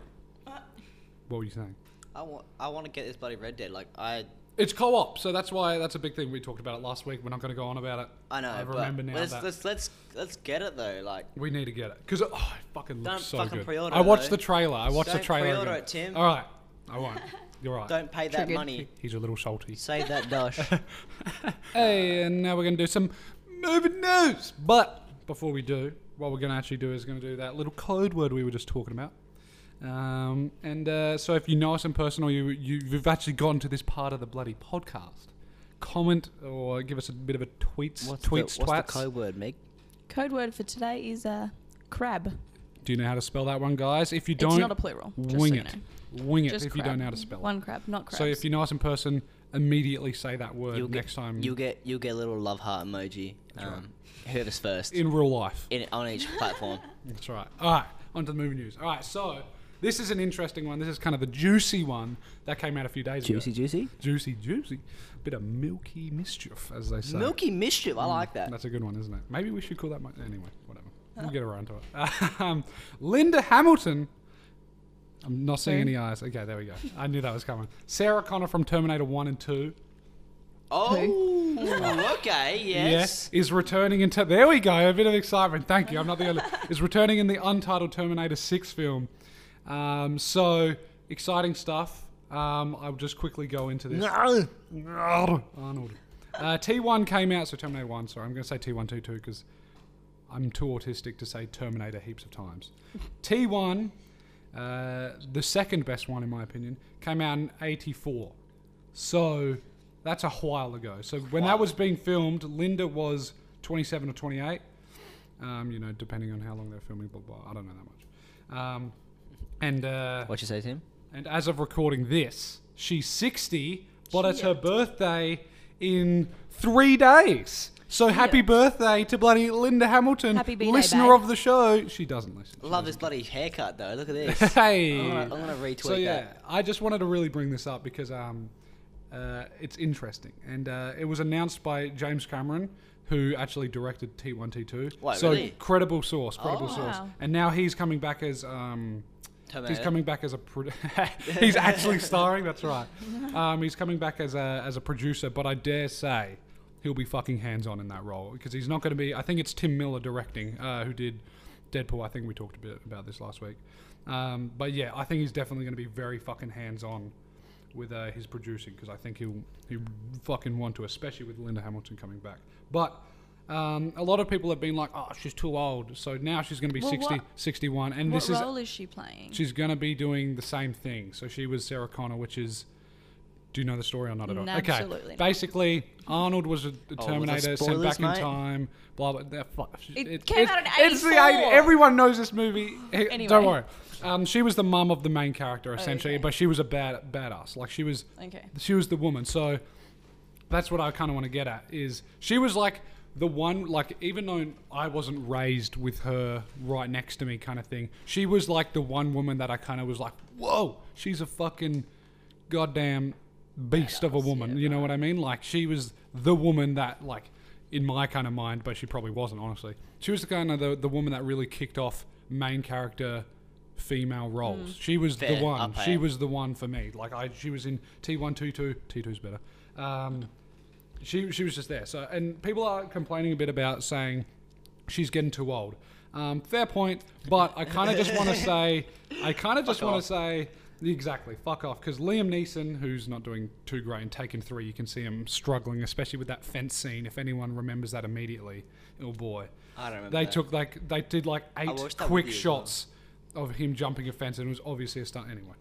Speaker 2: what were you saying?
Speaker 1: I want I want to get this bloody Red Dead. Like I
Speaker 2: It's co-op, so that's why that's a big thing. We talked about it last week. We're not going to go on about it.
Speaker 1: I know.
Speaker 2: I
Speaker 1: but
Speaker 2: remember now
Speaker 1: let's,
Speaker 2: that
Speaker 1: let's let's let's get it though. Like
Speaker 2: we need to get it because oh, it fucking looks
Speaker 1: Don't
Speaker 2: so
Speaker 1: fucking
Speaker 2: good.
Speaker 1: pre-order
Speaker 2: I watched
Speaker 1: though.
Speaker 2: the trailer. I watched the
Speaker 1: Don't
Speaker 2: trailer.
Speaker 1: pre-order
Speaker 2: again.
Speaker 1: it, Tim.
Speaker 2: All right, I won't. You're right.
Speaker 1: don't pay that
Speaker 3: Triggered.
Speaker 1: money.
Speaker 2: He's a little salty.
Speaker 1: Save that dosh.
Speaker 2: Hey, and now we're going to do some movie news. But before we do, what we're going to actually do is going to do that little code word we were just talking about. Um, and uh, so if you know us in person or you, you, you've actually gotten to this part of the bloody podcast, comment or give us a bit of a tweets, tweets, twats.
Speaker 1: word, Meg?
Speaker 3: code word for today is uh, crab.
Speaker 2: Do you know how to spell that one, guys? If you don't,
Speaker 3: it's not a plural. Just
Speaker 2: wing
Speaker 3: so you
Speaker 2: it.
Speaker 3: know.
Speaker 2: Wing it
Speaker 3: Just
Speaker 2: if
Speaker 3: crab.
Speaker 2: you don't know how to spell
Speaker 3: One crab, not
Speaker 2: it.
Speaker 3: crabs.
Speaker 2: So if you know us in person, immediately say that word
Speaker 1: You'll
Speaker 2: next
Speaker 1: get,
Speaker 2: time
Speaker 1: you get you get a little love heart emoji. Um, Whoever's first in,
Speaker 2: in real life.
Speaker 1: on each platform.
Speaker 2: That's right. All right, on to the movie news. All right, so this is an interesting one. This is kind of a juicy one that came out a few days ago.
Speaker 1: juicy.
Speaker 2: Juicy, juicy. Bit of milky mischief, as they say.
Speaker 1: Milky mischief. I like that.
Speaker 2: That's a good one, isn't it? Maybe we should call that. My, anyway, whatever. We'll get around to it. Um, Linda Hamilton. I'm not seeing any eyes. Okay, there we go. I knew that was coming. Sarah Connor from Terminator 1 and 2.
Speaker 1: Oh, okay. Yes.
Speaker 2: Yeah, is returning in. Ter- there we go. A bit of excitement. Thank you. I'm not the only. is returning in the untitled Terminator Six film. Um, so exciting stuff. Um, I'll just quickly go into this. Arnold. Uh, T1 came out, so Terminator 1. Sorry, I'm going to say T1 T2 because I'm too autistic to say Terminator heaps of times. T1, uh, the second best one in my opinion, came out in 84. So that's a while ago. So when that was being filmed, Linda was 27 or 28. Um, you know, depending on how long they're filming, blah, blah. I don't know that much. Um, and uh,
Speaker 1: What you say, Tim?
Speaker 2: and as of recording this, she's 60, but it's her birthday in three days. So happy birthday to bloody Linda Hamilton,
Speaker 3: Happy birthday,
Speaker 2: listener
Speaker 3: babe.
Speaker 2: of the show. She doesn't listen.
Speaker 1: Love this bloody haircut though. Look at this.
Speaker 2: Hey.
Speaker 1: I'm, gonna, I'm gonna retweet
Speaker 2: So yeah,
Speaker 1: that.
Speaker 2: I just wanted to really bring this up because um, uh, it's interesting, and uh, it was announced by James Cameron, who actually directed T1 T2.
Speaker 1: Wait,
Speaker 2: so
Speaker 1: really?
Speaker 2: credible source, credible
Speaker 1: Oh.
Speaker 2: source,
Speaker 3: Wow.
Speaker 2: and now he's coming back as um, he's
Speaker 1: Terminator.
Speaker 2: coming back as a pro- he's actually starring. That's right. Um, he's coming back as a as a producer, but I dare say he'll be fucking hands on in that role because he's not going to be. I think it's Tim Miller directing, uh, who did Deadpool. I think we talked a bit about this last week. Um, but yeah, I think he's definitely going to be very fucking hands on with uh, his producing because I think he'll he fucking want to, especially with Linda Hamilton coming back. But um, a lot of people have been like, "Oh, she's too old," so now she's going to be
Speaker 3: Well,
Speaker 2: 60,
Speaker 3: what-
Speaker 2: 61, and
Speaker 3: what
Speaker 2: this is
Speaker 3: role is she playing?
Speaker 2: She's going to be doing the same thing. So she was Sarah Connor, which is. Do you know the story or not at all?
Speaker 3: No,
Speaker 2: okay.
Speaker 3: absolutely not.
Speaker 2: Basically, Arnold was a, a
Speaker 1: Oh,
Speaker 2: Terminator sent
Speaker 1: spoilers,
Speaker 2: back
Speaker 1: mate?
Speaker 2: in time. Blah blah. blah fu-
Speaker 3: It came out in
Speaker 2: It's the
Speaker 3: 84.
Speaker 2: Everyone knows this movie. Hey,
Speaker 3: Anyway.
Speaker 2: Don't worry. Um, she was the mum of the main character essentially,
Speaker 3: Okay.
Speaker 2: but she was a bad badass. Like she was.
Speaker 3: Okay.
Speaker 2: She was the woman. So that's what I kind of want to get at is she was like the one like even though I wasn't raised with her right next to me kind of thing she was like the one woman that I kind of was like whoa she's a fucking goddamn beast of a woman you know what I mean like she was the woman that like in my kind of mind but she probably wasn't honestly she was the kind of the, the woman that really kicked off main character female roles she was the
Speaker 1: Fair.
Speaker 2: one
Speaker 1: I'll pay
Speaker 2: she
Speaker 1: it.
Speaker 2: was the one for me like I she was in T1 T2 T2's better um she she was just there. So and people are complaining a bit about saying she's getting too old. Um, fair point, but I kind of just want to say I kind of just want to say exactly fuck off because Liam Neeson, who's not doing too great in Taken Three, you can see him struggling, especially with that fence scene. If anyone remembers that immediately, oh boy,
Speaker 1: I don't remember.
Speaker 2: they
Speaker 1: that.
Speaker 2: took like they did like eight
Speaker 1: watched that
Speaker 2: quick
Speaker 1: with you as well.
Speaker 2: shots of him jumping a fence, and it was obviously a stunt anyway.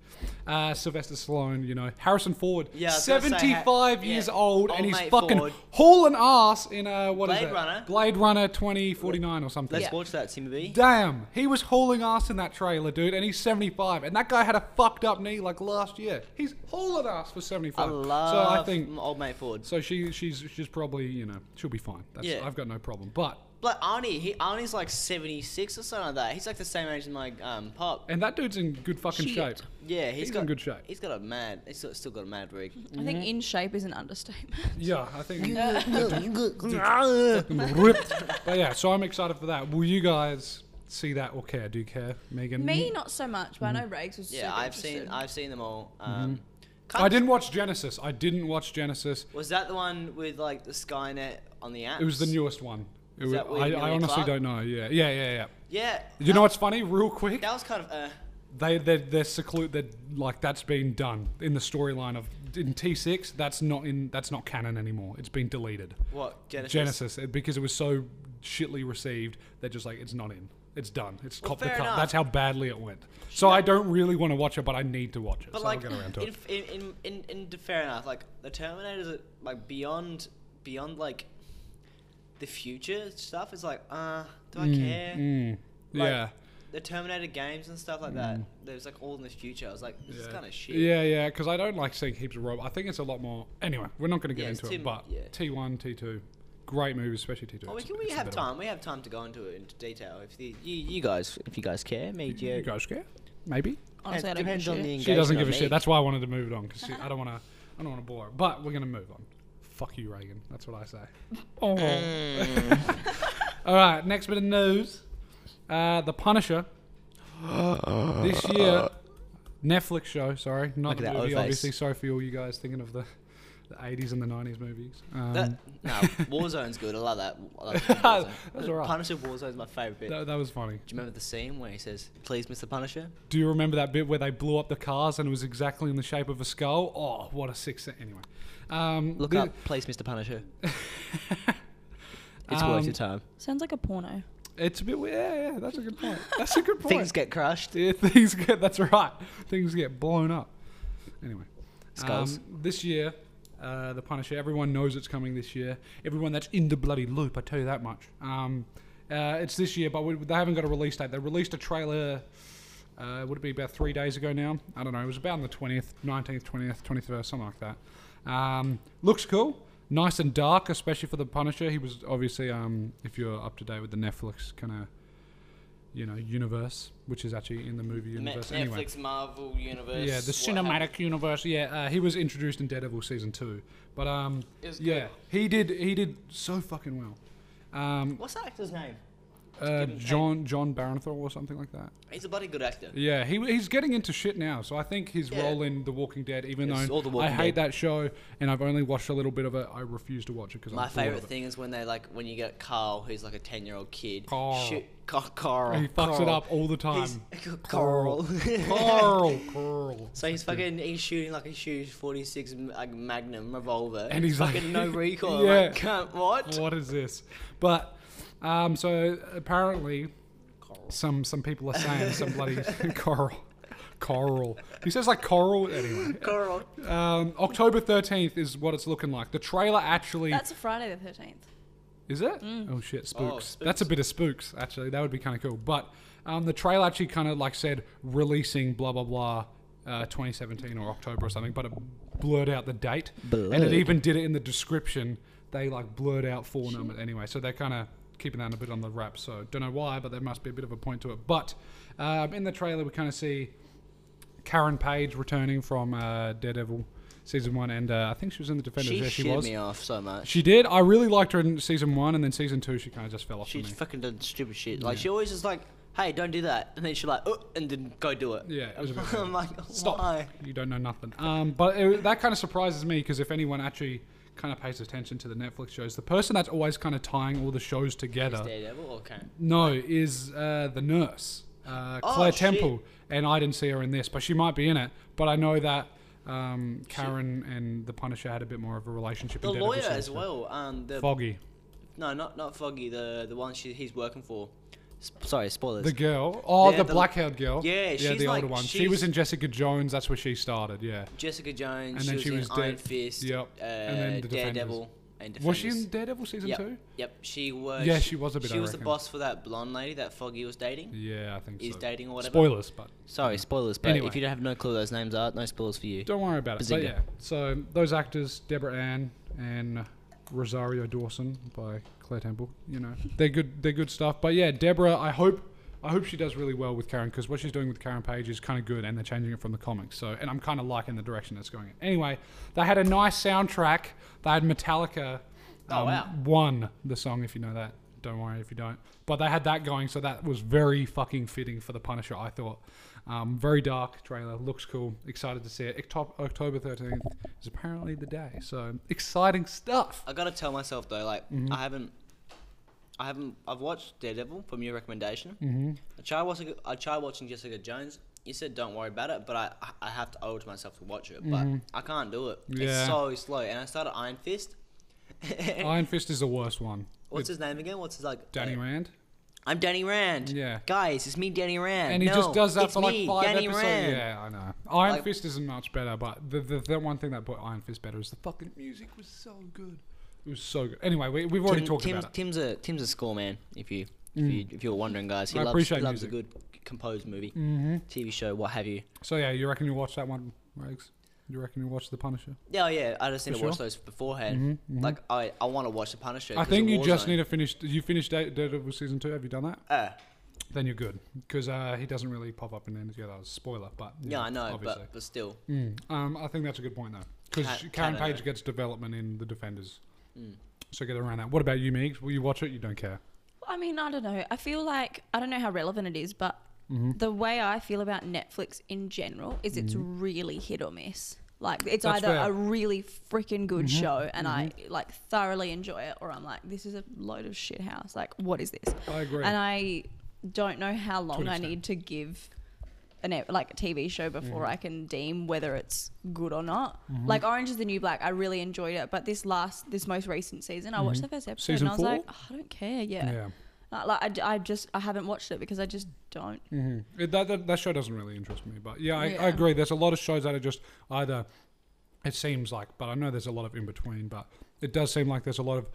Speaker 2: Uh, Sylvester Stallone, you know, Harrison Ford,
Speaker 1: Yeah, I was gonna say, ha-
Speaker 2: 75 years
Speaker 1: yeah,
Speaker 2: old,
Speaker 1: old
Speaker 2: and he's
Speaker 1: mate
Speaker 2: fucking
Speaker 1: Ford.
Speaker 2: hauling ass in uh, what is
Speaker 1: Blade
Speaker 2: that?
Speaker 1: Runner.
Speaker 2: Blade Runner 2049 or something.
Speaker 1: Let's watch that, Timothy.
Speaker 2: Damn, he was hauling ass in that trailer, dude, and he's 75, and that guy had a fucked up knee like last year. He's hauling ass for 75.
Speaker 1: I love
Speaker 2: so I think
Speaker 1: m- old mate Ford.
Speaker 2: so. She she's she's probably you know she'll be fine. That's,
Speaker 1: Yeah.
Speaker 2: I've got no problem. But
Speaker 1: But Arnie, he Arnie's like seventy six or something like that. He's like the same age as my um pop.
Speaker 2: and that dude's in good fucking
Speaker 3: Shit.
Speaker 2: shape.
Speaker 1: Yeah,
Speaker 2: He's in
Speaker 1: got
Speaker 2: good shape.
Speaker 1: He's got a mad. He's got, still got a mad rig.
Speaker 3: I think
Speaker 2: Mm-hmm.
Speaker 3: in shape is an understatement.
Speaker 2: Yeah, I think. fucking ripped. But yeah, so I'm excited for that. Will you guys see that or care? Do you care, Megan?
Speaker 3: Me, not so much, but I
Speaker 2: Mm-hmm.
Speaker 3: know Rags was.
Speaker 1: Yeah,
Speaker 3: super
Speaker 1: I've seen
Speaker 3: interested.
Speaker 1: I've seen them all. Um, kind
Speaker 2: I
Speaker 1: of-
Speaker 2: didn't watch Genesis. I didn't watch Genesis.
Speaker 1: Was that the one with like the Skynet on the apps?
Speaker 2: It was the newest one. It
Speaker 1: Is
Speaker 2: was,
Speaker 1: that with
Speaker 2: I, I
Speaker 1: Emilia
Speaker 2: honestly
Speaker 1: Clarke?
Speaker 2: don't know. Yeah, yeah, yeah, yeah.
Speaker 1: Yeah.
Speaker 2: You
Speaker 1: that-
Speaker 2: know what's funny? Real quick,
Speaker 1: That was kind of uh,
Speaker 2: they they're, they're secluded. They're, like that's been done in the storyline of in T six. That's not in. That's not canon anymore. It's been deleted.
Speaker 1: what Genesis.
Speaker 2: Genesis, it- because it was so shitly received. They're just like it's not in. It's done. It's
Speaker 1: Well,
Speaker 2: copped the
Speaker 1: fair
Speaker 2: cut.
Speaker 1: enough.
Speaker 2: That's how badly it went. So I don't really want to watch it, but I need to watch it.
Speaker 1: But
Speaker 2: so
Speaker 1: like,
Speaker 2: I'll get around to
Speaker 1: in,
Speaker 2: it.
Speaker 1: in, in, in, in fair enough. Like the Terminators, are, like beyond beyond like the future stuff is like, uh, do I care?
Speaker 2: Mm,
Speaker 1: like,
Speaker 2: yeah.
Speaker 1: The Terminator games and stuff like that. There's like all in the future. I was like, this is
Speaker 2: Mm. Yeah.
Speaker 1: kind of shit.
Speaker 2: Yeah, yeah, because I don't like seeing heaps of robots. I think it's a lot more. Anyway, we're not going to get
Speaker 1: Yeah, it's
Speaker 2: into
Speaker 1: too-
Speaker 2: it, but
Speaker 1: yeah.
Speaker 2: T1, T2, great movies, especially T2.
Speaker 1: Oh, we,
Speaker 2: It's-
Speaker 1: can, we
Speaker 2: it's a
Speaker 1: have
Speaker 2: better one.
Speaker 1: time. We have time to go into it into detail. If the, you, you guys, if you guys care, me,
Speaker 2: You,
Speaker 1: Gio-
Speaker 2: guys care? Maybe.
Speaker 3: Honestly, I
Speaker 1: it
Speaker 3: don't give a
Speaker 1: depends on
Speaker 3: shit.
Speaker 1: the
Speaker 2: She doesn't
Speaker 1: engagement
Speaker 2: give a
Speaker 1: of me.
Speaker 2: shit. That's why I wanted to move it on because I don't want to. I don't want to bore. her. But we're going to move on. Fuck you, Reagan. That's what I say. Oh.
Speaker 1: Mm.
Speaker 2: All right. Next bit of news. Uh, the Punisher. this year, Netflix show. Sorry, not
Speaker 1: Look at
Speaker 2: the
Speaker 1: that
Speaker 2: movie.
Speaker 1: O face.
Speaker 2: Obviously, sorry for all you guys thinking of the, the 80s and the 90s movies. Um,
Speaker 1: That, no, Warzone's good. I love that. I love Warzone.
Speaker 2: That's alright.
Speaker 1: Punisher Warzone's my favorite bit.
Speaker 2: that, that was funny.
Speaker 1: Do you remember the scene where he says, "Please, Mr. Punisher"?
Speaker 2: Do you remember that bit where they blew up the cars and it was exactly in the shape of a skull? Oh, what a six! se- Anyway, um,
Speaker 1: Look
Speaker 2: thi-
Speaker 1: up, "Please, Mr. Punisher." it's
Speaker 2: Um,
Speaker 1: worth your time.
Speaker 3: Sounds like a porno.
Speaker 2: It's a bit weird. Yeah, yeah, that's a good point. That's a good point.
Speaker 1: Things get crushed.
Speaker 2: Yeah, things get. That's right. Things get blown up. Anyway,
Speaker 1: Skulls.
Speaker 2: um, this year, uh, the Punisher. Everyone knows it's coming this year. Everyone that's in the bloody loop. I tell you that much. Um, uh, it's this year, but we, they haven't got a release date. They released a trailer. Uh, would it be about three days ago now? I don't know. It was about on the twentieth, nineteenth, twentieth, twenty-third, something like that. Um, looks cool. Nice and dark, especially for the Punisher. He was obviously, um, if you're up to date with the Netflix kind of you know, universe, which is actually in the movie universe anyway.
Speaker 1: Marvel universe.
Speaker 2: Yeah, the cinematic universe. Yeah, uh, he was introduced in Daredevil season two, but um,
Speaker 1: It was
Speaker 2: yeah, he did he did so fucking well. Um,
Speaker 1: What's that actor's name?
Speaker 2: uh,
Speaker 1: him
Speaker 2: John John Barenthal or something like that.
Speaker 1: He's a bloody good actor.
Speaker 2: Yeah, he, he's getting into shit now, so I think his
Speaker 1: Yeah.
Speaker 2: role in The Walking Dead, even
Speaker 1: It's all The
Speaker 2: though I
Speaker 1: Walking
Speaker 2: hate
Speaker 1: Dead.
Speaker 2: that show and I've only watched a little bit of it, I refuse to watch it because
Speaker 1: My
Speaker 2: I'm bored
Speaker 1: favorite
Speaker 2: of it.
Speaker 1: thing is when they like when you get Carl, who's like a ten year old kid.
Speaker 2: Carl.
Speaker 1: Shoot, Ca- Carl.
Speaker 2: He fucks it
Speaker 1: Carl.
Speaker 2: up all the time.
Speaker 1: He's- Carl.
Speaker 2: Carl, Carl.
Speaker 1: So he's fucking he's shooting like a huge 46 m- like Magnum revolver,
Speaker 2: And he's like-
Speaker 1: fucking no recoil.
Speaker 2: Yeah.
Speaker 1: like, can't what?
Speaker 2: what is this? But um, so apparently, some some people are saying some bloody coral, coral. He says like coral anyway.
Speaker 1: Carl.
Speaker 2: Um, October thirteenth is what it's looking like. The trailer actually
Speaker 3: That's a Friday the 13th.
Speaker 2: is it?
Speaker 1: Mm.
Speaker 2: Oh shit, spooks. That's
Speaker 1: spooks.
Speaker 2: a bit of spooks actually. That would be kind of cool. But um, the trailer actually kind of like said releasing blah blah blah. Uh, 2017 or October or something, but it blurred out the date, and it
Speaker 1: Blurred.
Speaker 2: even did it in the description. They like blurred out four numbers anyway, so they're kind of keeping that a bit on the wrap. So don't know why, but there must be a bit of a point to it. But um, in the trailer, we kind of see Karen Page returning from uh, Daredevil season one, and uh, I think she was in the Defenders.
Speaker 1: She
Speaker 2: yeah,
Speaker 1: shit
Speaker 2: she was.
Speaker 1: me off so much.
Speaker 2: She did. I really liked her in season one, and then season two, she kind of just fell off
Speaker 1: She
Speaker 2: for me.
Speaker 1: fucking done stupid shit. Like she always is like, hey, don't do that, and then she like, oh, and then go do it.
Speaker 2: Yeah, it was a bit
Speaker 1: I'm like,
Speaker 2: Stop.
Speaker 1: why?
Speaker 2: You don't know nothing. Um, but it, that kind of surprises me because if anyone actually kind of pays attention to the Netflix shows, the person that's always kind of tying all the shows together,
Speaker 1: Daredevil or Karen?
Speaker 2: no, is uh, the nurse, uh,
Speaker 1: Oh,
Speaker 2: Claire
Speaker 1: shit.
Speaker 2: Temple. And I didn't see her in this, but she might be in it. But I know that um, Karen and the Punisher had a bit more of a relationship.
Speaker 1: The
Speaker 2: in Daredevil
Speaker 1: lawyer
Speaker 2: season
Speaker 1: as
Speaker 2: two.
Speaker 1: well. Um, the
Speaker 2: Foggy.
Speaker 1: no, not not Foggy. The the one she he's working for. S- sorry, spoilers.
Speaker 2: The girl, oh,
Speaker 1: Yeah,
Speaker 2: the,
Speaker 1: the-
Speaker 2: black-haired girl.
Speaker 1: Yeah,
Speaker 2: yeah,
Speaker 1: she's
Speaker 2: the older
Speaker 1: like-
Speaker 2: one. She
Speaker 1: she's-
Speaker 2: was in Jessica Jones. That's where she started. Yeah.
Speaker 1: Jessica Jones.
Speaker 2: And then
Speaker 1: she,
Speaker 2: she
Speaker 1: was,
Speaker 2: was
Speaker 1: in Iron
Speaker 2: Dead-
Speaker 1: Fist.
Speaker 2: yep,
Speaker 1: Uh,
Speaker 2: and then The Defenders.
Speaker 1: Daredevil. And Defenders.
Speaker 2: Was she in Daredevil season
Speaker 1: yep.
Speaker 2: two?
Speaker 1: Yep. She was.
Speaker 2: Yeah, she was a bit,
Speaker 1: She
Speaker 2: I
Speaker 1: was the
Speaker 2: reckon.
Speaker 1: boss for that blonde lady that Foggy was dating.
Speaker 2: Yeah, I think
Speaker 1: Is
Speaker 2: so.
Speaker 1: dating or whatever.
Speaker 2: Spoilers, but
Speaker 1: Sorry, spoilers. But
Speaker 2: Anyway.
Speaker 1: if you don't have no clue what those names are, no spoilers for you.
Speaker 2: Don't worry about it. But
Speaker 1: Bazinga.
Speaker 2: yeah, so those actors, Deborah Ann and Rosario Dawson by Claire Temple, you know, they're good. They're good stuff. But yeah, Deborah, I hope, I hope she does really well with Karen because what she's doing with Karen Page is kind of good, and they're changing it from the comics. So, and I'm kind of liking the direction it's going. in. Anyway, they had a nice soundtrack. They had Metallica. um,
Speaker 1: Oh, wow.
Speaker 2: One the song, if you know that. Don't worry if you don't. But they had that going, so that was very fucking fitting for the Punisher. I thought. Um, very dark trailer. Looks cool. Excited to see it. Octo- October thirteenth is apparently the day. So exciting stuff.
Speaker 1: I gotta tell myself though, like
Speaker 2: Mm-hmm.
Speaker 1: I haven't, I haven't, I've watched Daredevil from your recommendation. Mm-hmm. I tried watching, I tried watching Jessica Jones. You said don't worry about it, but I, I- I have to owe it to myself to watch it, but I can't do it.
Speaker 2: Mm-hmm. Yeah.
Speaker 1: It's so slow. And I started Iron Fist.
Speaker 2: Iron Fist is the worst one.
Speaker 1: What's his name again? What's his like?
Speaker 2: Danny
Speaker 1: uh,
Speaker 2: Rand.
Speaker 1: I'm Danny Rand.
Speaker 2: Yeah.
Speaker 1: Guys, it's me, Danny Rand.
Speaker 2: And he just
Speaker 1: No,
Speaker 2: does that
Speaker 1: it's
Speaker 2: for like
Speaker 1: me,
Speaker 2: five
Speaker 1: Danny
Speaker 2: episodes.
Speaker 1: Rand.
Speaker 2: Yeah, I know. Iron
Speaker 1: Like-
Speaker 2: Fist isn't much better, but the, the the one thing that put Iron Fist better is the fucking music was so good. It was so good. Anyway, we, we've already
Speaker 1: Tim,
Speaker 2: talked
Speaker 1: Tim's,
Speaker 2: about it. Mm.
Speaker 1: Tim's a Tim's a score man. If you if, you, if you're wondering, guys, he
Speaker 2: I
Speaker 1: loves
Speaker 2: appreciate
Speaker 1: loves a
Speaker 2: music. Mm.
Speaker 1: good composed movie,
Speaker 2: Mm-hmm.
Speaker 1: TV show, what have you.
Speaker 2: So yeah, you reckon you'll watch that one, Regs? You reckon you'll watch The Punisher?
Speaker 1: Yeah, oh, yeah. I just need
Speaker 2: For
Speaker 1: to watch
Speaker 2: sure. Mm-hmm,
Speaker 1: those beforehand. Like I, I want to watch the Punisher.
Speaker 2: I
Speaker 1: 'cause
Speaker 2: think
Speaker 1: of
Speaker 2: you just
Speaker 1: Warzone.
Speaker 2: need to finish. Did you finish Da- Daredevil season two? Have you done that?
Speaker 1: Uh,
Speaker 2: Then you're good, because uh, he doesn't really pop up in any of the others. Spoiler, but you
Speaker 1: yeah, I know,
Speaker 2: obviously.
Speaker 1: but, but still,
Speaker 2: Mm. Um, I think that's a good point though, because
Speaker 1: Ca-
Speaker 2: Karen
Speaker 1: canon, Mm.
Speaker 2: Page
Speaker 1: though.
Speaker 2: gets development in the Defenders, so get around that. What about you, Meeks? Will you watch it? You don't care.
Speaker 3: I mean, I don't know. I feel like I don't know how relevant it is, but
Speaker 2: Mm-hmm.
Speaker 3: the way I feel about Netflix in general is it's really hit or miss. Like it's
Speaker 2: Mm-hmm. That's
Speaker 3: either
Speaker 2: fair. Mm-hmm.
Speaker 3: a really freaking good show and I like thoroughly enjoy it, or I'm like, this is a load of shit house. Like, what is this?
Speaker 2: I agree.
Speaker 3: And I don't know how long I
Speaker 2: extent.
Speaker 3: need to give an ep- like a TV show before
Speaker 2: Mm-hmm.
Speaker 3: I can deem whether it's good or not. Like Orange is the New Black, I really enjoyed it, but this last, this most recent season, I watched the first
Speaker 2: Mm-hmm.
Speaker 3: episode
Speaker 2: Season
Speaker 3: and I was
Speaker 2: four?
Speaker 3: like, "Oh, I don't care.
Speaker 2: yeah.
Speaker 3: Uh, Like I d- I, just I haven't watched it because I just don't.
Speaker 2: hmm It, that, that that show doesn't really interest me, but yeah I, I
Speaker 3: Mm-hmm. Yeah.
Speaker 2: agree. There's a lot of shows that are just either it seems like, but I know there's a lot of in between. But it does seem like there's a lot of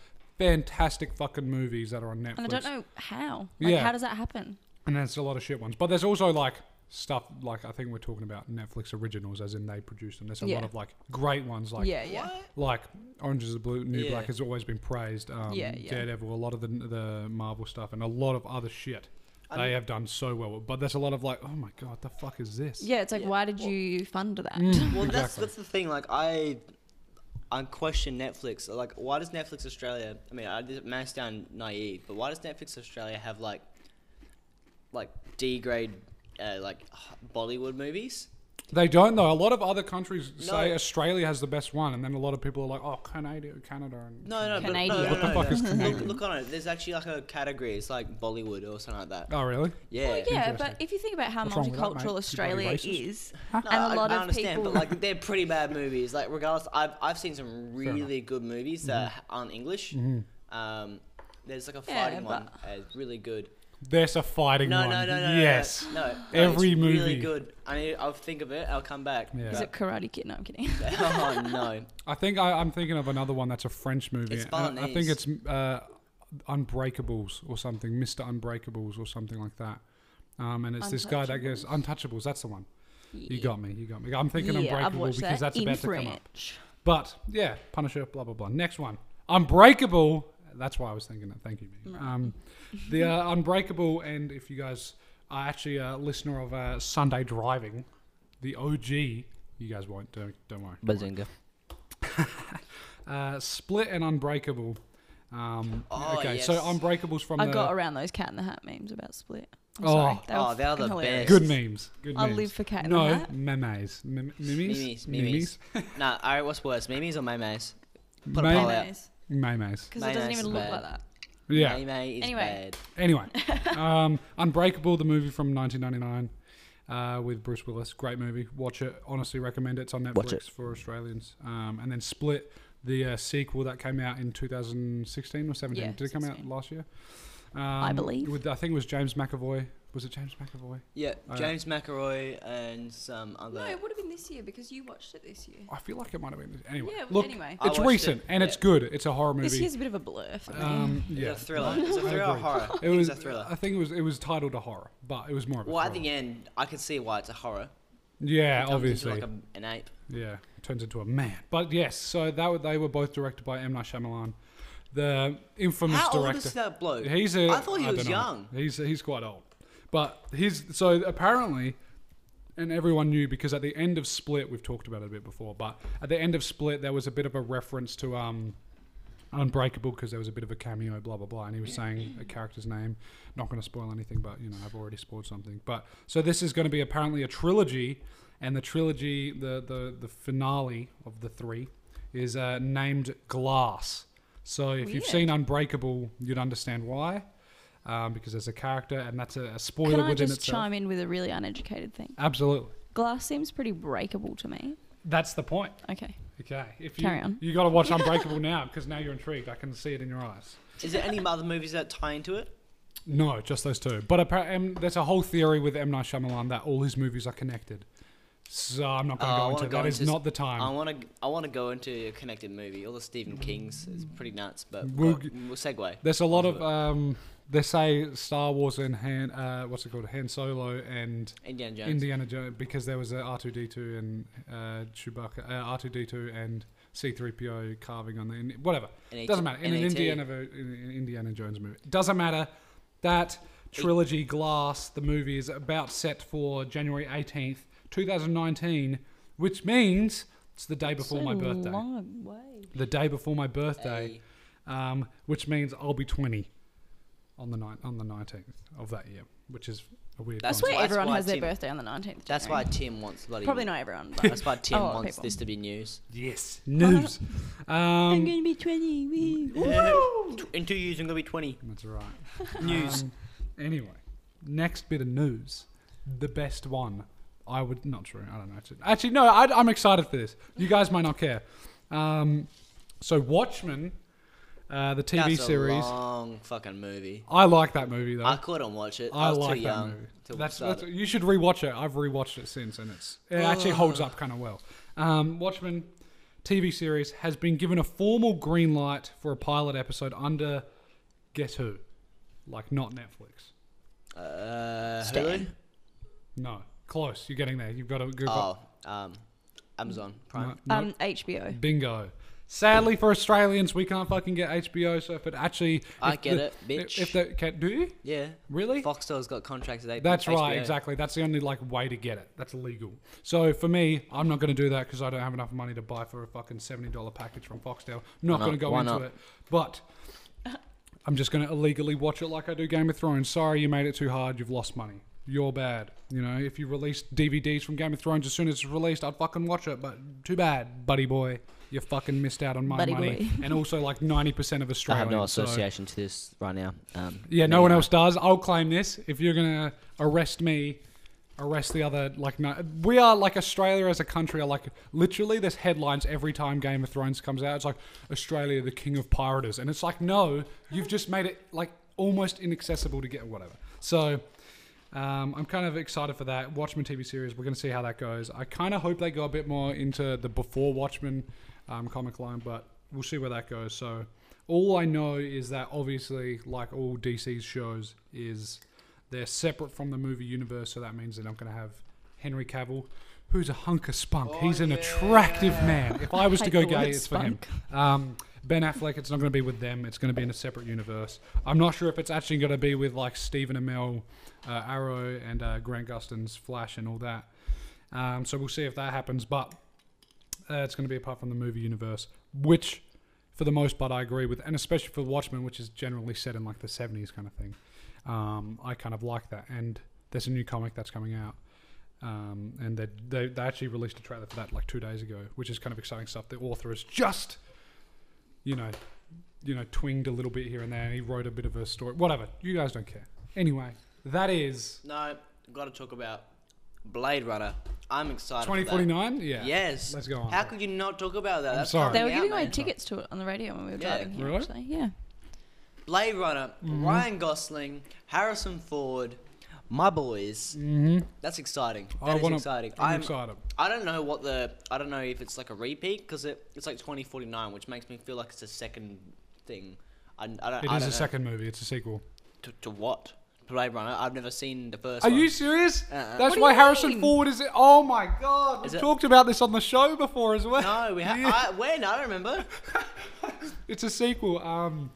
Speaker 2: fantastic fucking movies that are on Netflix.
Speaker 3: And I don't know how. Like
Speaker 2: Yeah.
Speaker 3: how does that happen?
Speaker 2: And there's a lot of shit ones. But there's also like stuff like I think we're talking about Netflix originals as in they produced them. There's a lot
Speaker 3: Yeah.
Speaker 2: of like great ones like
Speaker 3: yeah, yeah.
Speaker 2: like Orange is the Blue New
Speaker 1: Yeah.
Speaker 2: Black has always been praised. Um,
Speaker 3: Yeah, yeah.
Speaker 2: Daredevil, a lot of the the Marvel stuff, and a lot of other shit.
Speaker 1: I
Speaker 2: they
Speaker 1: mean-
Speaker 2: have done so well, with. but there's a lot of like, oh my god, the fuck is this?
Speaker 3: Yeah, it's like
Speaker 1: Yeah.
Speaker 3: why did you fund that?
Speaker 2: Mm.
Speaker 1: well, that's
Speaker 2: Exactly.
Speaker 1: that's the thing. Like I, I question Netflix. Like, why does Netflix Australia? I mean, I this may sound naive, but why does Netflix Australia have like, like D grade, uh, like Bollywood movies?
Speaker 2: They don't though. A lot of other countries say
Speaker 1: No.
Speaker 2: Australia has the best one, and then a lot of people are like, oh, Canada, Canada, and
Speaker 1: No, no, but, no,
Speaker 3: Canadian.
Speaker 1: no,
Speaker 3: What
Speaker 2: the
Speaker 1: no,
Speaker 2: fuck
Speaker 1: no.
Speaker 2: is Canadian?
Speaker 1: Look, look on it. There's actually like a category. It's like Bollywood or something like that.
Speaker 2: oh really?
Speaker 1: Yeah.
Speaker 3: Well, yeah, but
Speaker 2: Interesting.
Speaker 3: if you think about how
Speaker 2: What's wrong with that, mate? You
Speaker 3: multicultural
Speaker 2: bloody
Speaker 3: Australia
Speaker 2: racist.
Speaker 3: is,
Speaker 1: No,
Speaker 3: and a lot
Speaker 1: I, I
Speaker 3: of
Speaker 1: understand,
Speaker 3: people
Speaker 1: but like they're pretty bad movies. Like regardless, I've I've seen some
Speaker 2: enough. Mm-hmm.
Speaker 1: really good movies that aren't English. Um, there's like a
Speaker 3: Yeah,
Speaker 1: fighting one,
Speaker 3: but-
Speaker 1: uh, really good.
Speaker 2: There's a fighting
Speaker 1: No,
Speaker 2: one.
Speaker 1: no, no, no, no,
Speaker 2: yes.
Speaker 1: no, no, no,
Speaker 2: Every
Speaker 1: it's
Speaker 2: movie.
Speaker 1: really good. I need, I'll think of it. I'll come back.
Speaker 2: Yeah.
Speaker 3: is
Speaker 2: But-
Speaker 3: it Karate Kid? No, I'm kidding.
Speaker 1: oh no,
Speaker 2: I think I, I'm thinking of another one that's a French movie.
Speaker 1: It's
Speaker 2: and I- I think
Speaker 1: Balinese.
Speaker 2: it's uh, Unbreakables or something, Mr. Unbreakables or something like that. Um, and it's this guy that goes Untouchables. That's the one. You got me. You got me. I'm thinking
Speaker 3: yeah, I've
Speaker 2: Unbreakable
Speaker 3: watched
Speaker 2: because
Speaker 3: that
Speaker 2: that's
Speaker 3: in
Speaker 2: about to come up.
Speaker 3: French.
Speaker 2: But yeah, Punisher. Blah blah blah. Next one, Unbreakable. That's why I was thinking it. Thank you. Mimi. Um, the uh, Unbreakable, and if you guys are actually a listener of uh, Sunday Driving, the OG. You guys won't. Don't don't worry.
Speaker 1: Bazinga.
Speaker 2: Uh, Split and Unbreakable. Um,
Speaker 1: Oh,
Speaker 2: okay, so
Speaker 1: yes.
Speaker 2: Unbreakable's from
Speaker 3: I
Speaker 2: the
Speaker 3: got around those Cat in the Hat memes about Split. I'm
Speaker 2: Oh.
Speaker 3: sorry. They were
Speaker 1: Oh, they are the
Speaker 3: fucking hilarious.
Speaker 1: best.
Speaker 2: good memes. Good
Speaker 3: I
Speaker 2: memes.
Speaker 3: live for Cat in the
Speaker 2: no
Speaker 3: Hat.
Speaker 2: memes, Mem- mimes,
Speaker 1: Memes, memes. nah, all right. What's worse, memes or memes? Put a
Speaker 2: Meme-
Speaker 1: poll out.
Speaker 2: memes.
Speaker 3: Because it doesn't
Speaker 1: Mayonnaise
Speaker 3: even
Speaker 1: is
Speaker 3: look
Speaker 1: bad.
Speaker 3: like that.
Speaker 2: Yeah.
Speaker 1: Meme is
Speaker 3: Anyway.
Speaker 1: bad.
Speaker 2: Anyway, um, Unbreakable, the movie from 1999 uh, with Bruce Willis. Great movie. Watch it. Honestly, recommend it. It's on Netflix
Speaker 1: Watch it.
Speaker 2: for Australians. Um, and then Split, the uh, sequel that came out in 2016 or 17.
Speaker 3: Yeah,
Speaker 2: Did it come out
Speaker 3: 16.
Speaker 2: last year? Um,
Speaker 3: believe.
Speaker 2: With, I think it was James McAvoy. Was it James McAvoy?
Speaker 1: Yeah,
Speaker 2: Oh, yeah.
Speaker 1: James McElroy and some other.
Speaker 3: No, it would have been this year because you watched it this year.
Speaker 2: I feel like it might have been. Anyway,
Speaker 3: Yeah,
Speaker 2: look,
Speaker 3: anyway.
Speaker 1: I
Speaker 2: it's
Speaker 1: watched
Speaker 2: recent
Speaker 1: it,
Speaker 2: and
Speaker 1: yeah.
Speaker 2: it's good. It's a horror
Speaker 3: This
Speaker 2: movie.
Speaker 3: year's a bit of a blur for me.
Speaker 2: Um, yeah,
Speaker 1: It's a thriller. It's a thriller or
Speaker 2: agree.
Speaker 1: horror.
Speaker 2: It was.
Speaker 1: it's a thriller.
Speaker 2: I think it was. It was titled a horror, but it was more of a.
Speaker 1: well, at
Speaker 2: thriller.
Speaker 1: the end, I can see why it's a horror.
Speaker 2: Yeah,
Speaker 1: It turns into,
Speaker 2: obviously.
Speaker 1: like a, an ape.
Speaker 2: Yeah, turns into a man. But yes, so that wa- they were both directed by M Night Shyamalan, the infamous
Speaker 1: How
Speaker 2: director.
Speaker 1: old is that bloke?
Speaker 2: He's a.
Speaker 1: I thought he
Speaker 2: don't
Speaker 1: was
Speaker 2: know.
Speaker 1: young.
Speaker 2: He's he's quite old, but he's so apparently, and everyone knew because at the end of Split, we've talked about it a bit before, but at the end of Split, there was a bit of a reference to um, Unbreakable because there was a bit of a cameo, blah blah blah, and he was saying a character's name. Not going to spoil anything, but you know I've already spoiled something. But so this is going to be apparently a trilogy, and the trilogy, the the the finale of the three, is uh, named Glass. So if you've
Speaker 3: Weird.
Speaker 2: seen Unbreakable, you'd understand why, um, because there's a character, and that's a, a spoiler
Speaker 3: Can I
Speaker 2: within
Speaker 3: just
Speaker 2: itself.
Speaker 3: chime in with a really uneducated thing?
Speaker 2: Absolutely,
Speaker 3: Glass seems pretty breakable to me.
Speaker 2: that's the point.
Speaker 3: Okay.
Speaker 2: Okay, if you
Speaker 3: Carry on.
Speaker 2: you got to watch Unbreakable now because now you're intrigued. I can see it in your eyes.
Speaker 1: Is there any other movies that tie into it?
Speaker 2: No, just those two. But appar- um, there's a whole theory with M Night Shyamalan that all his movies are connected. So I'm not going
Speaker 1: Oh, I
Speaker 2: to go
Speaker 1: wanna
Speaker 2: into it.
Speaker 1: go
Speaker 2: That is
Speaker 1: into s-
Speaker 2: not the
Speaker 1: I
Speaker 2: time.
Speaker 1: want to. I want to go into a connected movie. All the Stephen Kings is pretty nuts, but
Speaker 2: We'll
Speaker 1: we'll,
Speaker 2: g-
Speaker 1: we'll segue.
Speaker 2: There's a lot
Speaker 1: I'll do
Speaker 2: of um, they say Star Wars and Han, uh, what's it called, Han Solo and
Speaker 1: Indiana Jones.
Speaker 2: Indiana Jones because there was a R2D2 and uh, Chewbacca, uh, R2D2 and C3PO carving on the Indi- whatever.
Speaker 1: NET.
Speaker 2: Doesn't matter. In an
Speaker 1: NET.
Speaker 2: Indiana vo- in an Indiana Jones movie, doesn't matter. That trilogy, Glass, the movie is about set for January eighteenth, two thousand nineteen, which means it's the day before
Speaker 3: so
Speaker 2: my birthday.
Speaker 3: Long way.
Speaker 2: The day before my birthday,
Speaker 1: Hey.
Speaker 2: um, which means I'll be twenty on the ni- on the nineteenth of that year, which is a weird.
Speaker 1: That's
Speaker 2: concept.
Speaker 3: I swear
Speaker 1: why-
Speaker 3: everyone
Speaker 1: why
Speaker 3: has their
Speaker 1: Tim-
Speaker 3: birthday on the 19th.
Speaker 1: That's why
Speaker 3: January.
Speaker 1: Tim wants bloody.
Speaker 3: Probably not everyone, but
Speaker 1: That's why Tim
Speaker 3: lot of
Speaker 1: wants
Speaker 3: people.
Speaker 1: this to be news.
Speaker 2: Yes. News.
Speaker 3: I'm
Speaker 2: Um,
Speaker 3: going to be 20. wee.
Speaker 1: In two years, I'm gonna be twenty.
Speaker 2: that's right.
Speaker 1: News.
Speaker 2: Um, anyway, next bit of news. The best one. I would not true. I don't know. Actually, actually no. I, I'm excited for this. You guys might not care. Um, so Watchmen, uh, the TV
Speaker 1: That's a
Speaker 2: series.
Speaker 1: long fucking movie.
Speaker 2: I like that movie though.
Speaker 1: I
Speaker 2: I,
Speaker 1: couldn't watch it. I, was
Speaker 2: like
Speaker 1: too
Speaker 2: that
Speaker 1: young.
Speaker 2: movie.
Speaker 1: To
Speaker 2: That's,
Speaker 1: start
Speaker 2: that's
Speaker 1: it.
Speaker 2: you should rewatch it. I've rewatched it since, and it's it
Speaker 1: Oh.
Speaker 2: actually holds up kind of well. Um, Watchmen TV series has been given a formal green light for a pilot episode under guess who? Like not Netflix.
Speaker 1: Uh, Hulu.
Speaker 3: Stan.
Speaker 2: No, close. You're getting there. You've got to Google.
Speaker 1: Oh, um, Amazon Prime.
Speaker 2: No, no.
Speaker 3: Um, HBO.
Speaker 2: Bingo. Sadly for Australians, we can't fucking get HBO. So if it actually,
Speaker 1: I
Speaker 2: if
Speaker 1: get
Speaker 2: the-
Speaker 1: it, bitch.
Speaker 2: If the can, do you
Speaker 1: Yeah.
Speaker 2: really?
Speaker 1: Foxtel's got contracts with
Speaker 2: That's right,
Speaker 1: HBO.
Speaker 2: exactly. That's the only like way to get it. That's legal. So for me, I'm not going to do that because I don't have enough money to buy for a fucking seventy dollar package from Foxtel. I'm not
Speaker 1: Why
Speaker 2: going to
Speaker 1: not?
Speaker 2: go
Speaker 1: Why
Speaker 2: into
Speaker 1: not?
Speaker 2: it, but I'm just going to illegally watch it like I do Game of Thrones. Sorry, you made it too hard. You've lost money. You're bad. You know, if you released DVDs from Game of Thrones as soon as it's released, I'd fucking watch it. But too bad, buddy boy. You fucking missed out on my
Speaker 3: Buddy
Speaker 2: money, and also like ninety percent of
Speaker 1: I
Speaker 2: Australians.
Speaker 1: have no
Speaker 2: so-
Speaker 1: association to this right now. Um,
Speaker 2: yeah, no
Speaker 1: me
Speaker 2: one
Speaker 1: neither.
Speaker 2: else does. I'll claim this. If you're gonna arrest me, arrest the other. Like, no, we are like Australia as a country. Are like literally, there's headlines every time Game of Thrones comes out. It's like Australia, the king of pirates, and it's like, no, you've just made it like almost inaccessible to get whatever. So. Um, I'm kind of excited for that Watchmen TV series. We're going to see how that goes. I kind of hope they go a bit more into the before Watchmen um, comic line, but we'll see where that goes. So, all I know is that obviously, like all DC's shows, is they're separate from the movie universe. So that means that I'm going to have Henry Cavill, who's a hunk of spunk. He's an attractive man. If I was to
Speaker 3: Hate
Speaker 2: go
Speaker 3: the word
Speaker 2: gay, it's for him. Um, ben Affleck, it's not going to be with them. It's going to be in a separate universe. I'm not sure if it's actually going to be with like Stephen Amell, uh, Arrow, and uh, Grant Gustin's Flash and all that. Um, so we'll see if that happens. But uh, it's going to be apart from the movie universe, which, for the most part, I agree with, and especially for Watchmen, which is generally set in like the '70s kind of thing. Um, I kind of like that, and there's a new comic that's coming out, um, and they, they they actually released a trailer for that like two days ago, which is kind of exciting stuff. The author has just, you know, you know, twinged a little bit here and there, and he wrote a bit of a story. Whatever, you guys don't care. Anyway, that is
Speaker 1: No, got to talk about Blade Runner. I'm excited. for that.
Speaker 2: 2049. Yeah.
Speaker 1: Yes.
Speaker 2: Let's go on.
Speaker 1: How could you not talk about that?
Speaker 2: sorry.
Speaker 3: They were
Speaker 1: coming out,
Speaker 3: giving away
Speaker 1: man.
Speaker 3: tickets to it on the radio when we were
Speaker 1: Yeah.
Speaker 3: driving here,
Speaker 2: Really?
Speaker 3: actually. Yeah.
Speaker 1: Blade Runner,
Speaker 2: Mm-hmm.
Speaker 1: Ryan Gosling, Harrison Ford, my boys.
Speaker 2: Mm-hmm.
Speaker 1: That's exciting. That
Speaker 2: I
Speaker 1: is
Speaker 2: wanna-
Speaker 1: exciting.
Speaker 2: I'm,
Speaker 1: I'm-
Speaker 2: excited.
Speaker 1: I don't know what the I don't know if it's like a repeat because it, it's like 2049, which makes me feel like it's a second thing. I, I don't. I
Speaker 2: It
Speaker 1: don't
Speaker 2: is a
Speaker 1: know.
Speaker 2: second movie. It's a sequel.
Speaker 1: To, to what? Blade Runner. I've never seen the first.
Speaker 2: Are
Speaker 1: one.
Speaker 2: you serious?
Speaker 1: Uh-uh.
Speaker 2: That's
Speaker 3: What do
Speaker 2: why
Speaker 3: you
Speaker 2: Harrison
Speaker 3: mean?
Speaker 2: Ford is. Oh my god!
Speaker 1: Is
Speaker 2: We've
Speaker 1: it-
Speaker 2: talked about this on the show before as well.
Speaker 1: No, we ha-
Speaker 2: Yeah.
Speaker 1: I, when I don't remember.
Speaker 2: It's a sequel. Um,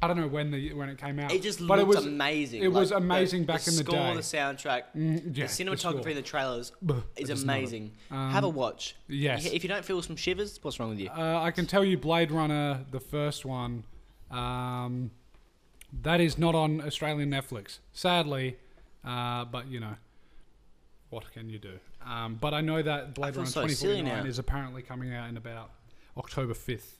Speaker 2: I don't know when the when it came out.
Speaker 1: It just looked
Speaker 2: but it was
Speaker 1: amazing.
Speaker 2: it was
Speaker 1: Like, the-
Speaker 2: amazing back in the
Speaker 1: score,
Speaker 2: day.
Speaker 1: The soundtrack,
Speaker 2: Mm, yeah,
Speaker 1: the cinematography,
Speaker 2: score.
Speaker 1: the trailers
Speaker 2: Buh, I
Speaker 1: is
Speaker 2: just know it.
Speaker 1: amazing. Have a
Speaker 2: Um,
Speaker 1: watch.
Speaker 2: Yes.
Speaker 1: If you don't feel some shivers, what's wrong with you?
Speaker 2: Uh, I can tell you, Blade Runner, the first one, um, that is not on Australian Netflix, sadly. Uh, but you know, what can you do? Um, but I know that Blade
Speaker 1: feel
Speaker 2: Runner
Speaker 1: so silly
Speaker 2: 2049
Speaker 1: now.
Speaker 2: is apparently coming out in about October 5th,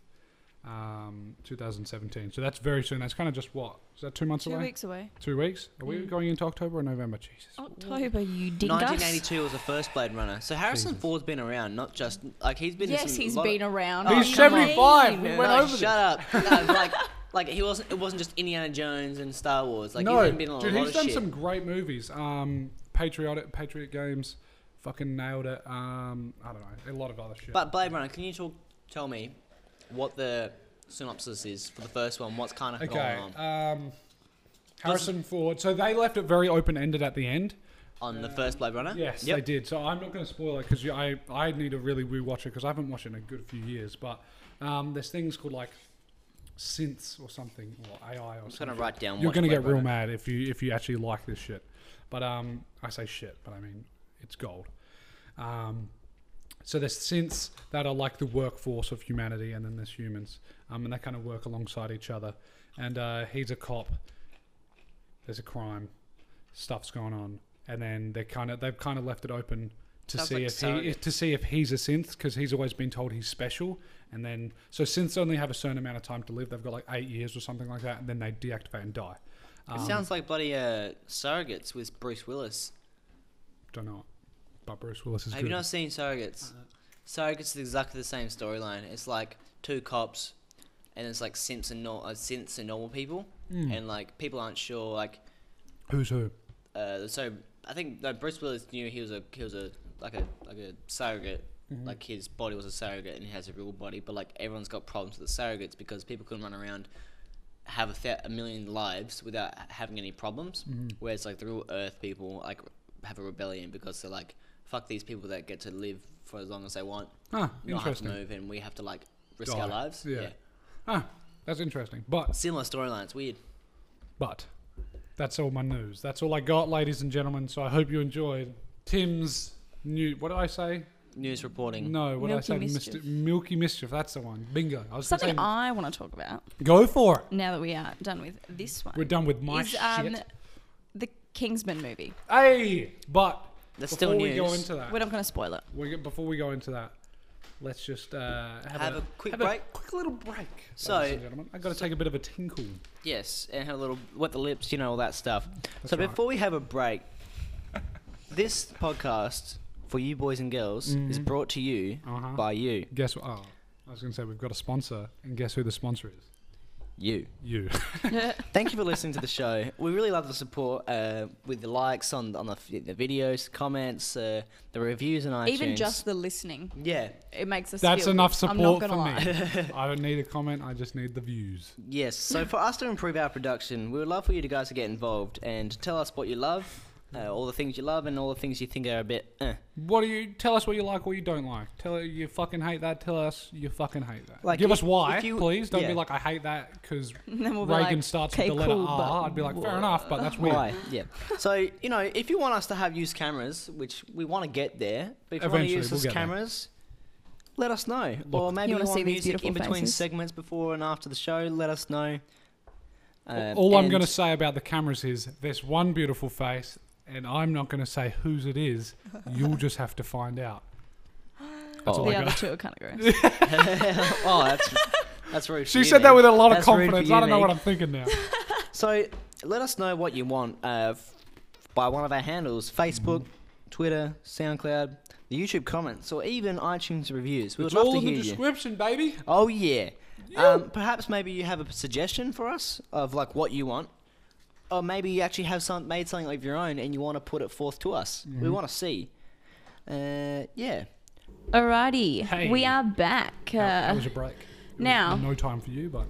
Speaker 2: um, 2017. So that's very soon. That's kind of just what? Is that two months
Speaker 3: Two
Speaker 2: away?
Speaker 3: weeks Mm. away.
Speaker 2: Two weeks? Are we going into October or November? Jesus.
Speaker 3: October, you dingus.
Speaker 1: 1982 was the first Blade Runner. So Harrison
Speaker 2: Jesus.
Speaker 1: Ford's been around, not just like he's been. in
Speaker 3: Yes,
Speaker 1: some
Speaker 3: he's
Speaker 1: lot of-
Speaker 3: been around.
Speaker 1: Oh,
Speaker 2: He's
Speaker 1: come on.
Speaker 2: 75. We
Speaker 3: No,
Speaker 2: went
Speaker 1: No,
Speaker 2: over this.
Speaker 1: shut up. No, like, like he wasn't. It wasn't just Indiana Jones and Star Wars. Like he's been in a
Speaker 2: dude,
Speaker 1: lot
Speaker 2: he's
Speaker 1: of
Speaker 2: done
Speaker 1: shit.
Speaker 2: some great movies. Um, Patriotic, Patriot Games, fucking nailed it. Um, I don't know, a lot of other shit.
Speaker 1: But Blade Runner, can you talk, tell me what the synopsis is for the first one? What's kind of
Speaker 2: okay,
Speaker 1: going on
Speaker 2: um, Harrison Ford. So they left it very open ended at the end.
Speaker 1: on the first Blade Runner?
Speaker 2: Yes,
Speaker 1: Yep.
Speaker 2: they did. So I'm not going to spoil it because I I need to really rewatch it because I haven't watched it in a good few years. But um, there's things called like synths or something or AI or
Speaker 1: I'm just gonna
Speaker 2: something.
Speaker 1: write down.
Speaker 2: You're
Speaker 1: what
Speaker 2: gonna
Speaker 1: Blade
Speaker 2: get real
Speaker 1: Runner-
Speaker 2: mad if you if you actually like this shit. But um, I say shit, but I mean it's gold. Um, so there's synths that are like the workforce of humanity, and then there's humans, um, and they kind of work alongside each other. And uh, he's a cop. There's a crime, stuff's going on, and then they kind of they've kind of left it open to
Speaker 1: Sounds
Speaker 2: see
Speaker 1: like
Speaker 2: if he
Speaker 1: surrogate.
Speaker 2: to see if he's a synth because he's always been told he's special. And then so synths only have a certain amount of time to live. They've got like eight years or something like that, and then they deactivate and die.
Speaker 1: It sounds like bloody uh, surrogates with Bruce Willis.
Speaker 2: Don't know, but Bruce Willis is
Speaker 1: Have
Speaker 2: good.
Speaker 1: you not seen Surrogates? Surrogates is exactly the same storyline. It's like two cops, and it's like simps and nor- uh, simps and normal people,
Speaker 2: Hmm.
Speaker 1: and like people aren't sure. Like
Speaker 2: Who's who?
Speaker 1: uh, so, I think no, Bruce Willis knew he was a he was a like a like a surrogate.
Speaker 2: Mm-hmm.
Speaker 1: Like his body was a surrogate, and he has a real body. But like everyone's got problems with the surrogates because people can run around, have a, th- a million lives without having any problems.
Speaker 2: Mm-hmm.
Speaker 1: Whereas like the real Earth people like have a rebellion because they're like fuck these people that get to live for as long as they want
Speaker 2: Ah,
Speaker 1: not have to
Speaker 2: interesting.
Speaker 1: move and we have to like risk
Speaker 2: Die.
Speaker 1: our lives.
Speaker 2: Yeah. Ah, that's interesting. But
Speaker 1: Similar storyline, it's weird.
Speaker 2: but that's all my news. That's all I got, ladies and gentlemen. So I hope you enjoyed Tim's new. What did I say?
Speaker 1: News reporting.
Speaker 2: No, what did I
Speaker 3: Milky
Speaker 2: say?
Speaker 3: Mischief.
Speaker 2: Mr. Milky mischief. That's the one. Bingo. I was gonna
Speaker 3: Something
Speaker 2: say-
Speaker 3: I want to talk about
Speaker 2: Go for it.
Speaker 3: now that we are done with this one
Speaker 2: We're done with my
Speaker 3: is um,
Speaker 2: shit.
Speaker 3: the Kingsman movie.
Speaker 2: Hey, but
Speaker 1: That's
Speaker 2: before
Speaker 1: still
Speaker 2: we go
Speaker 1: news.
Speaker 2: into that,
Speaker 3: We're not going to spoil it.
Speaker 2: we go- before we go into that, let's just uh, have,
Speaker 1: Have a quick
Speaker 2: have
Speaker 1: break.
Speaker 2: quick little break.
Speaker 1: So-
Speaker 2: ladies and gentlemen, I got to take a bit of a tinkle.
Speaker 1: Yes, and have a little wet the lips, you know, all that stuff. so
Speaker 2: right.
Speaker 1: before we have a break, this podcast for you boys and girls is brought to you
Speaker 2: Mm-hmm. Uh-huh.
Speaker 1: by you.
Speaker 2: Guess what? Oh, I was going to say we've got a sponsor, and guess who the sponsor is?
Speaker 1: You.
Speaker 2: You.
Speaker 1: Thank you for listening to the show. We really love the support uh, with the likes on on the, f- the videos, comments, uh, the reviews, and iTunes.
Speaker 3: Even just the listening,
Speaker 1: yeah,
Speaker 3: it makes us.
Speaker 2: That's
Speaker 3: feel
Speaker 2: enough
Speaker 3: good. I'm not
Speaker 2: support for
Speaker 3: gonna
Speaker 2: me.
Speaker 3: lie.
Speaker 2: I don't need a comment. I just need the views.
Speaker 1: Yes. So for us to improve our production, we would love for you to guys to get involved and tell us what you love, uh, all the things you love, and all the things you think are a bit. Eh.
Speaker 2: What do you tell us? What you like? What you don't like? Tell you fucking hate that. Tell us you fucking hate that.
Speaker 1: Like,
Speaker 2: Give
Speaker 1: if-
Speaker 2: us why,
Speaker 1: if you-
Speaker 2: please. Don't be
Speaker 1: yeah.
Speaker 2: like I hate that because
Speaker 3: And then we'll be
Speaker 2: Reagan
Speaker 3: like,
Speaker 2: starts
Speaker 3: "Okay,
Speaker 2: with the letter
Speaker 3: cool,
Speaker 2: R.
Speaker 3: but
Speaker 2: I'd be like, fair enough, but that's weird.
Speaker 1: Why? Yeah. So you know, if you want us to have used cameras, which we want to get there, but if you want to
Speaker 2: Eventually,
Speaker 1: use
Speaker 2: we'll
Speaker 1: those
Speaker 2: get there.
Speaker 1: cameras, let us know. or maybe
Speaker 3: You
Speaker 1: you
Speaker 3: wanna
Speaker 1: want
Speaker 3: see these
Speaker 1: music in
Speaker 3: beautiful
Speaker 1: between
Speaker 3: faces?
Speaker 1: segments before and after the show. Let us know. Um,
Speaker 2: All I'm going
Speaker 1: and
Speaker 2: to say about the cameras is there's one beautiful face, and I'm not going to say whose it is. You'll just have to find out.
Speaker 1: Oh.
Speaker 2: all I
Speaker 3: the other
Speaker 2: got.
Speaker 3: two are kind of gross.
Speaker 1: oh, that's that's rude.
Speaker 2: She said that with a lot of
Speaker 1: That's rude for
Speaker 2: confidence.
Speaker 1: you,
Speaker 2: I don't know
Speaker 1: Nick.
Speaker 2: what I'm thinking now.
Speaker 1: So let us know what you want uh, f- by one of our handles Facebook,
Speaker 2: Mm-hmm.
Speaker 1: Twitter, SoundCloud, the YouTube comments, or even iTunes reviews. We would
Speaker 2: it's
Speaker 1: love
Speaker 2: all
Speaker 1: to
Speaker 2: in the
Speaker 1: hear you.
Speaker 2: description, baby.
Speaker 1: Oh, yeah. Um, perhaps maybe you have a suggestion for us of like what you want, or maybe you actually have some made something of your own and you want to put it forth to us.
Speaker 2: Mm-hmm.
Speaker 1: We want to see. Uh, yeah.
Speaker 3: Alrighty,
Speaker 2: Hey.
Speaker 3: we are back.
Speaker 2: That- that
Speaker 3: Uh,
Speaker 2: was a break. It was
Speaker 3: now-
Speaker 2: no time for you, but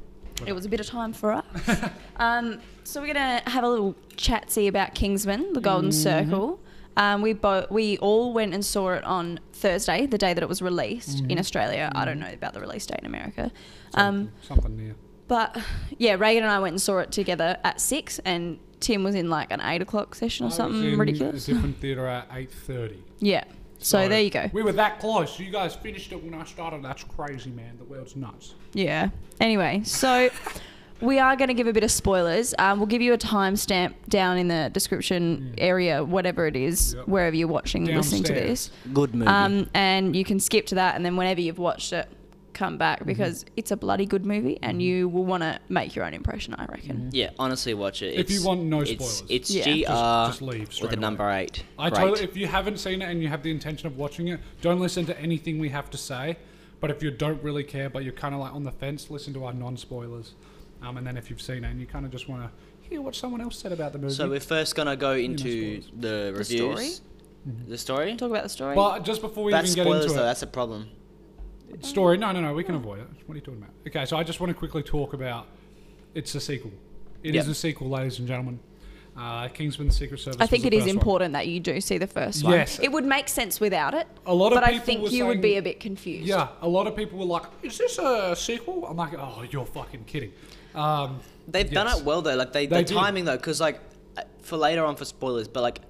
Speaker 3: it was a bit of time for us. um, so we're gonna have a little chatsy about Kingsman: The Golden
Speaker 2: Mm-hmm.
Speaker 3: Circle. Um, we both we all went and saw it on Thursday, the day that it was released
Speaker 2: Mm-hmm.
Speaker 3: in Australia. I don't know about the release date in America. Um,
Speaker 2: something near.
Speaker 3: But yeah, Reagan and I went and saw it together at six, and Tim was in like an eight o'clock session or
Speaker 2: I was
Speaker 3: something
Speaker 2: Oh, in
Speaker 3: ridiculous.
Speaker 2: A different theater at eight thirty.
Speaker 3: Yeah. So, there you go.
Speaker 2: We were that close. You guys finished it when I started. That's crazy, man. The world's nuts.
Speaker 3: Yeah. Anyway, so we are going to give a bit of spoilers. Um, we'll give you a timestamp down in the description area, whatever it is,
Speaker 2: Yep.
Speaker 3: wherever you're watching, and listening to
Speaker 2: Downstairs.
Speaker 3: this.
Speaker 1: Good movie.
Speaker 3: Um, and you can skip to that, and then whenever you've watched it, come
Speaker 2: Mm-hmm.
Speaker 3: back because it's a bloody good movie, and you will want to make your own impression. I
Speaker 2: Mm-hmm.
Speaker 3: reckon.
Speaker 1: yeah. Honestly, watch it.
Speaker 2: If you
Speaker 1: It's-
Speaker 2: want no
Speaker 1: it's,
Speaker 2: spoilers,
Speaker 1: it's
Speaker 3: Yeah.
Speaker 1: GR
Speaker 2: just leave straight
Speaker 1: with the
Speaker 2: away.
Speaker 1: number eight.
Speaker 2: I
Speaker 1: Great.
Speaker 2: totally. If you haven't seen it and you have the intention of watching it, don't listen to anything we have to say. But if you don't really care, but you're kind of like on the fence, listen to our non-spoilers. Um, and then if you've seen it and you kind of just want to hear what someone else said about the movie.
Speaker 1: So we're first gonna go into
Speaker 2: spoilers.
Speaker 1: the
Speaker 3: The story?
Speaker 1: reviews. The story.
Speaker 3: Talk about the story.
Speaker 2: but just before we
Speaker 1: That's
Speaker 2: even get
Speaker 1: spoilers
Speaker 2: into
Speaker 1: though.
Speaker 2: it,
Speaker 1: That's a problem.
Speaker 2: story. No, no, no. We can avoid it. What are you talking about? Okay, so I just want to quickly talk about. It's a sequel. It is
Speaker 1: Yep.
Speaker 2: a sequel, ladies and gentlemen. Uh, Kingsman: The Secret Service.
Speaker 3: I
Speaker 2: was
Speaker 3: think
Speaker 2: the
Speaker 3: it is
Speaker 2: first one.
Speaker 3: important that you do see the first one.
Speaker 2: Yes.
Speaker 3: It would make sense without it.
Speaker 2: A lot of
Speaker 3: but I
Speaker 2: people
Speaker 3: think
Speaker 2: were
Speaker 3: you would
Speaker 2: saying-
Speaker 3: be a bit confused.
Speaker 2: Yeah, a lot of people were like, "Is this a sequel?" I'm like, "Oh, you're fucking kidding." Um,
Speaker 1: They've done
Speaker 2: Yes.
Speaker 1: it well though. Like they,
Speaker 2: They
Speaker 1: the
Speaker 2: did.
Speaker 1: timing though, because like uh, for later on for spoilers, but like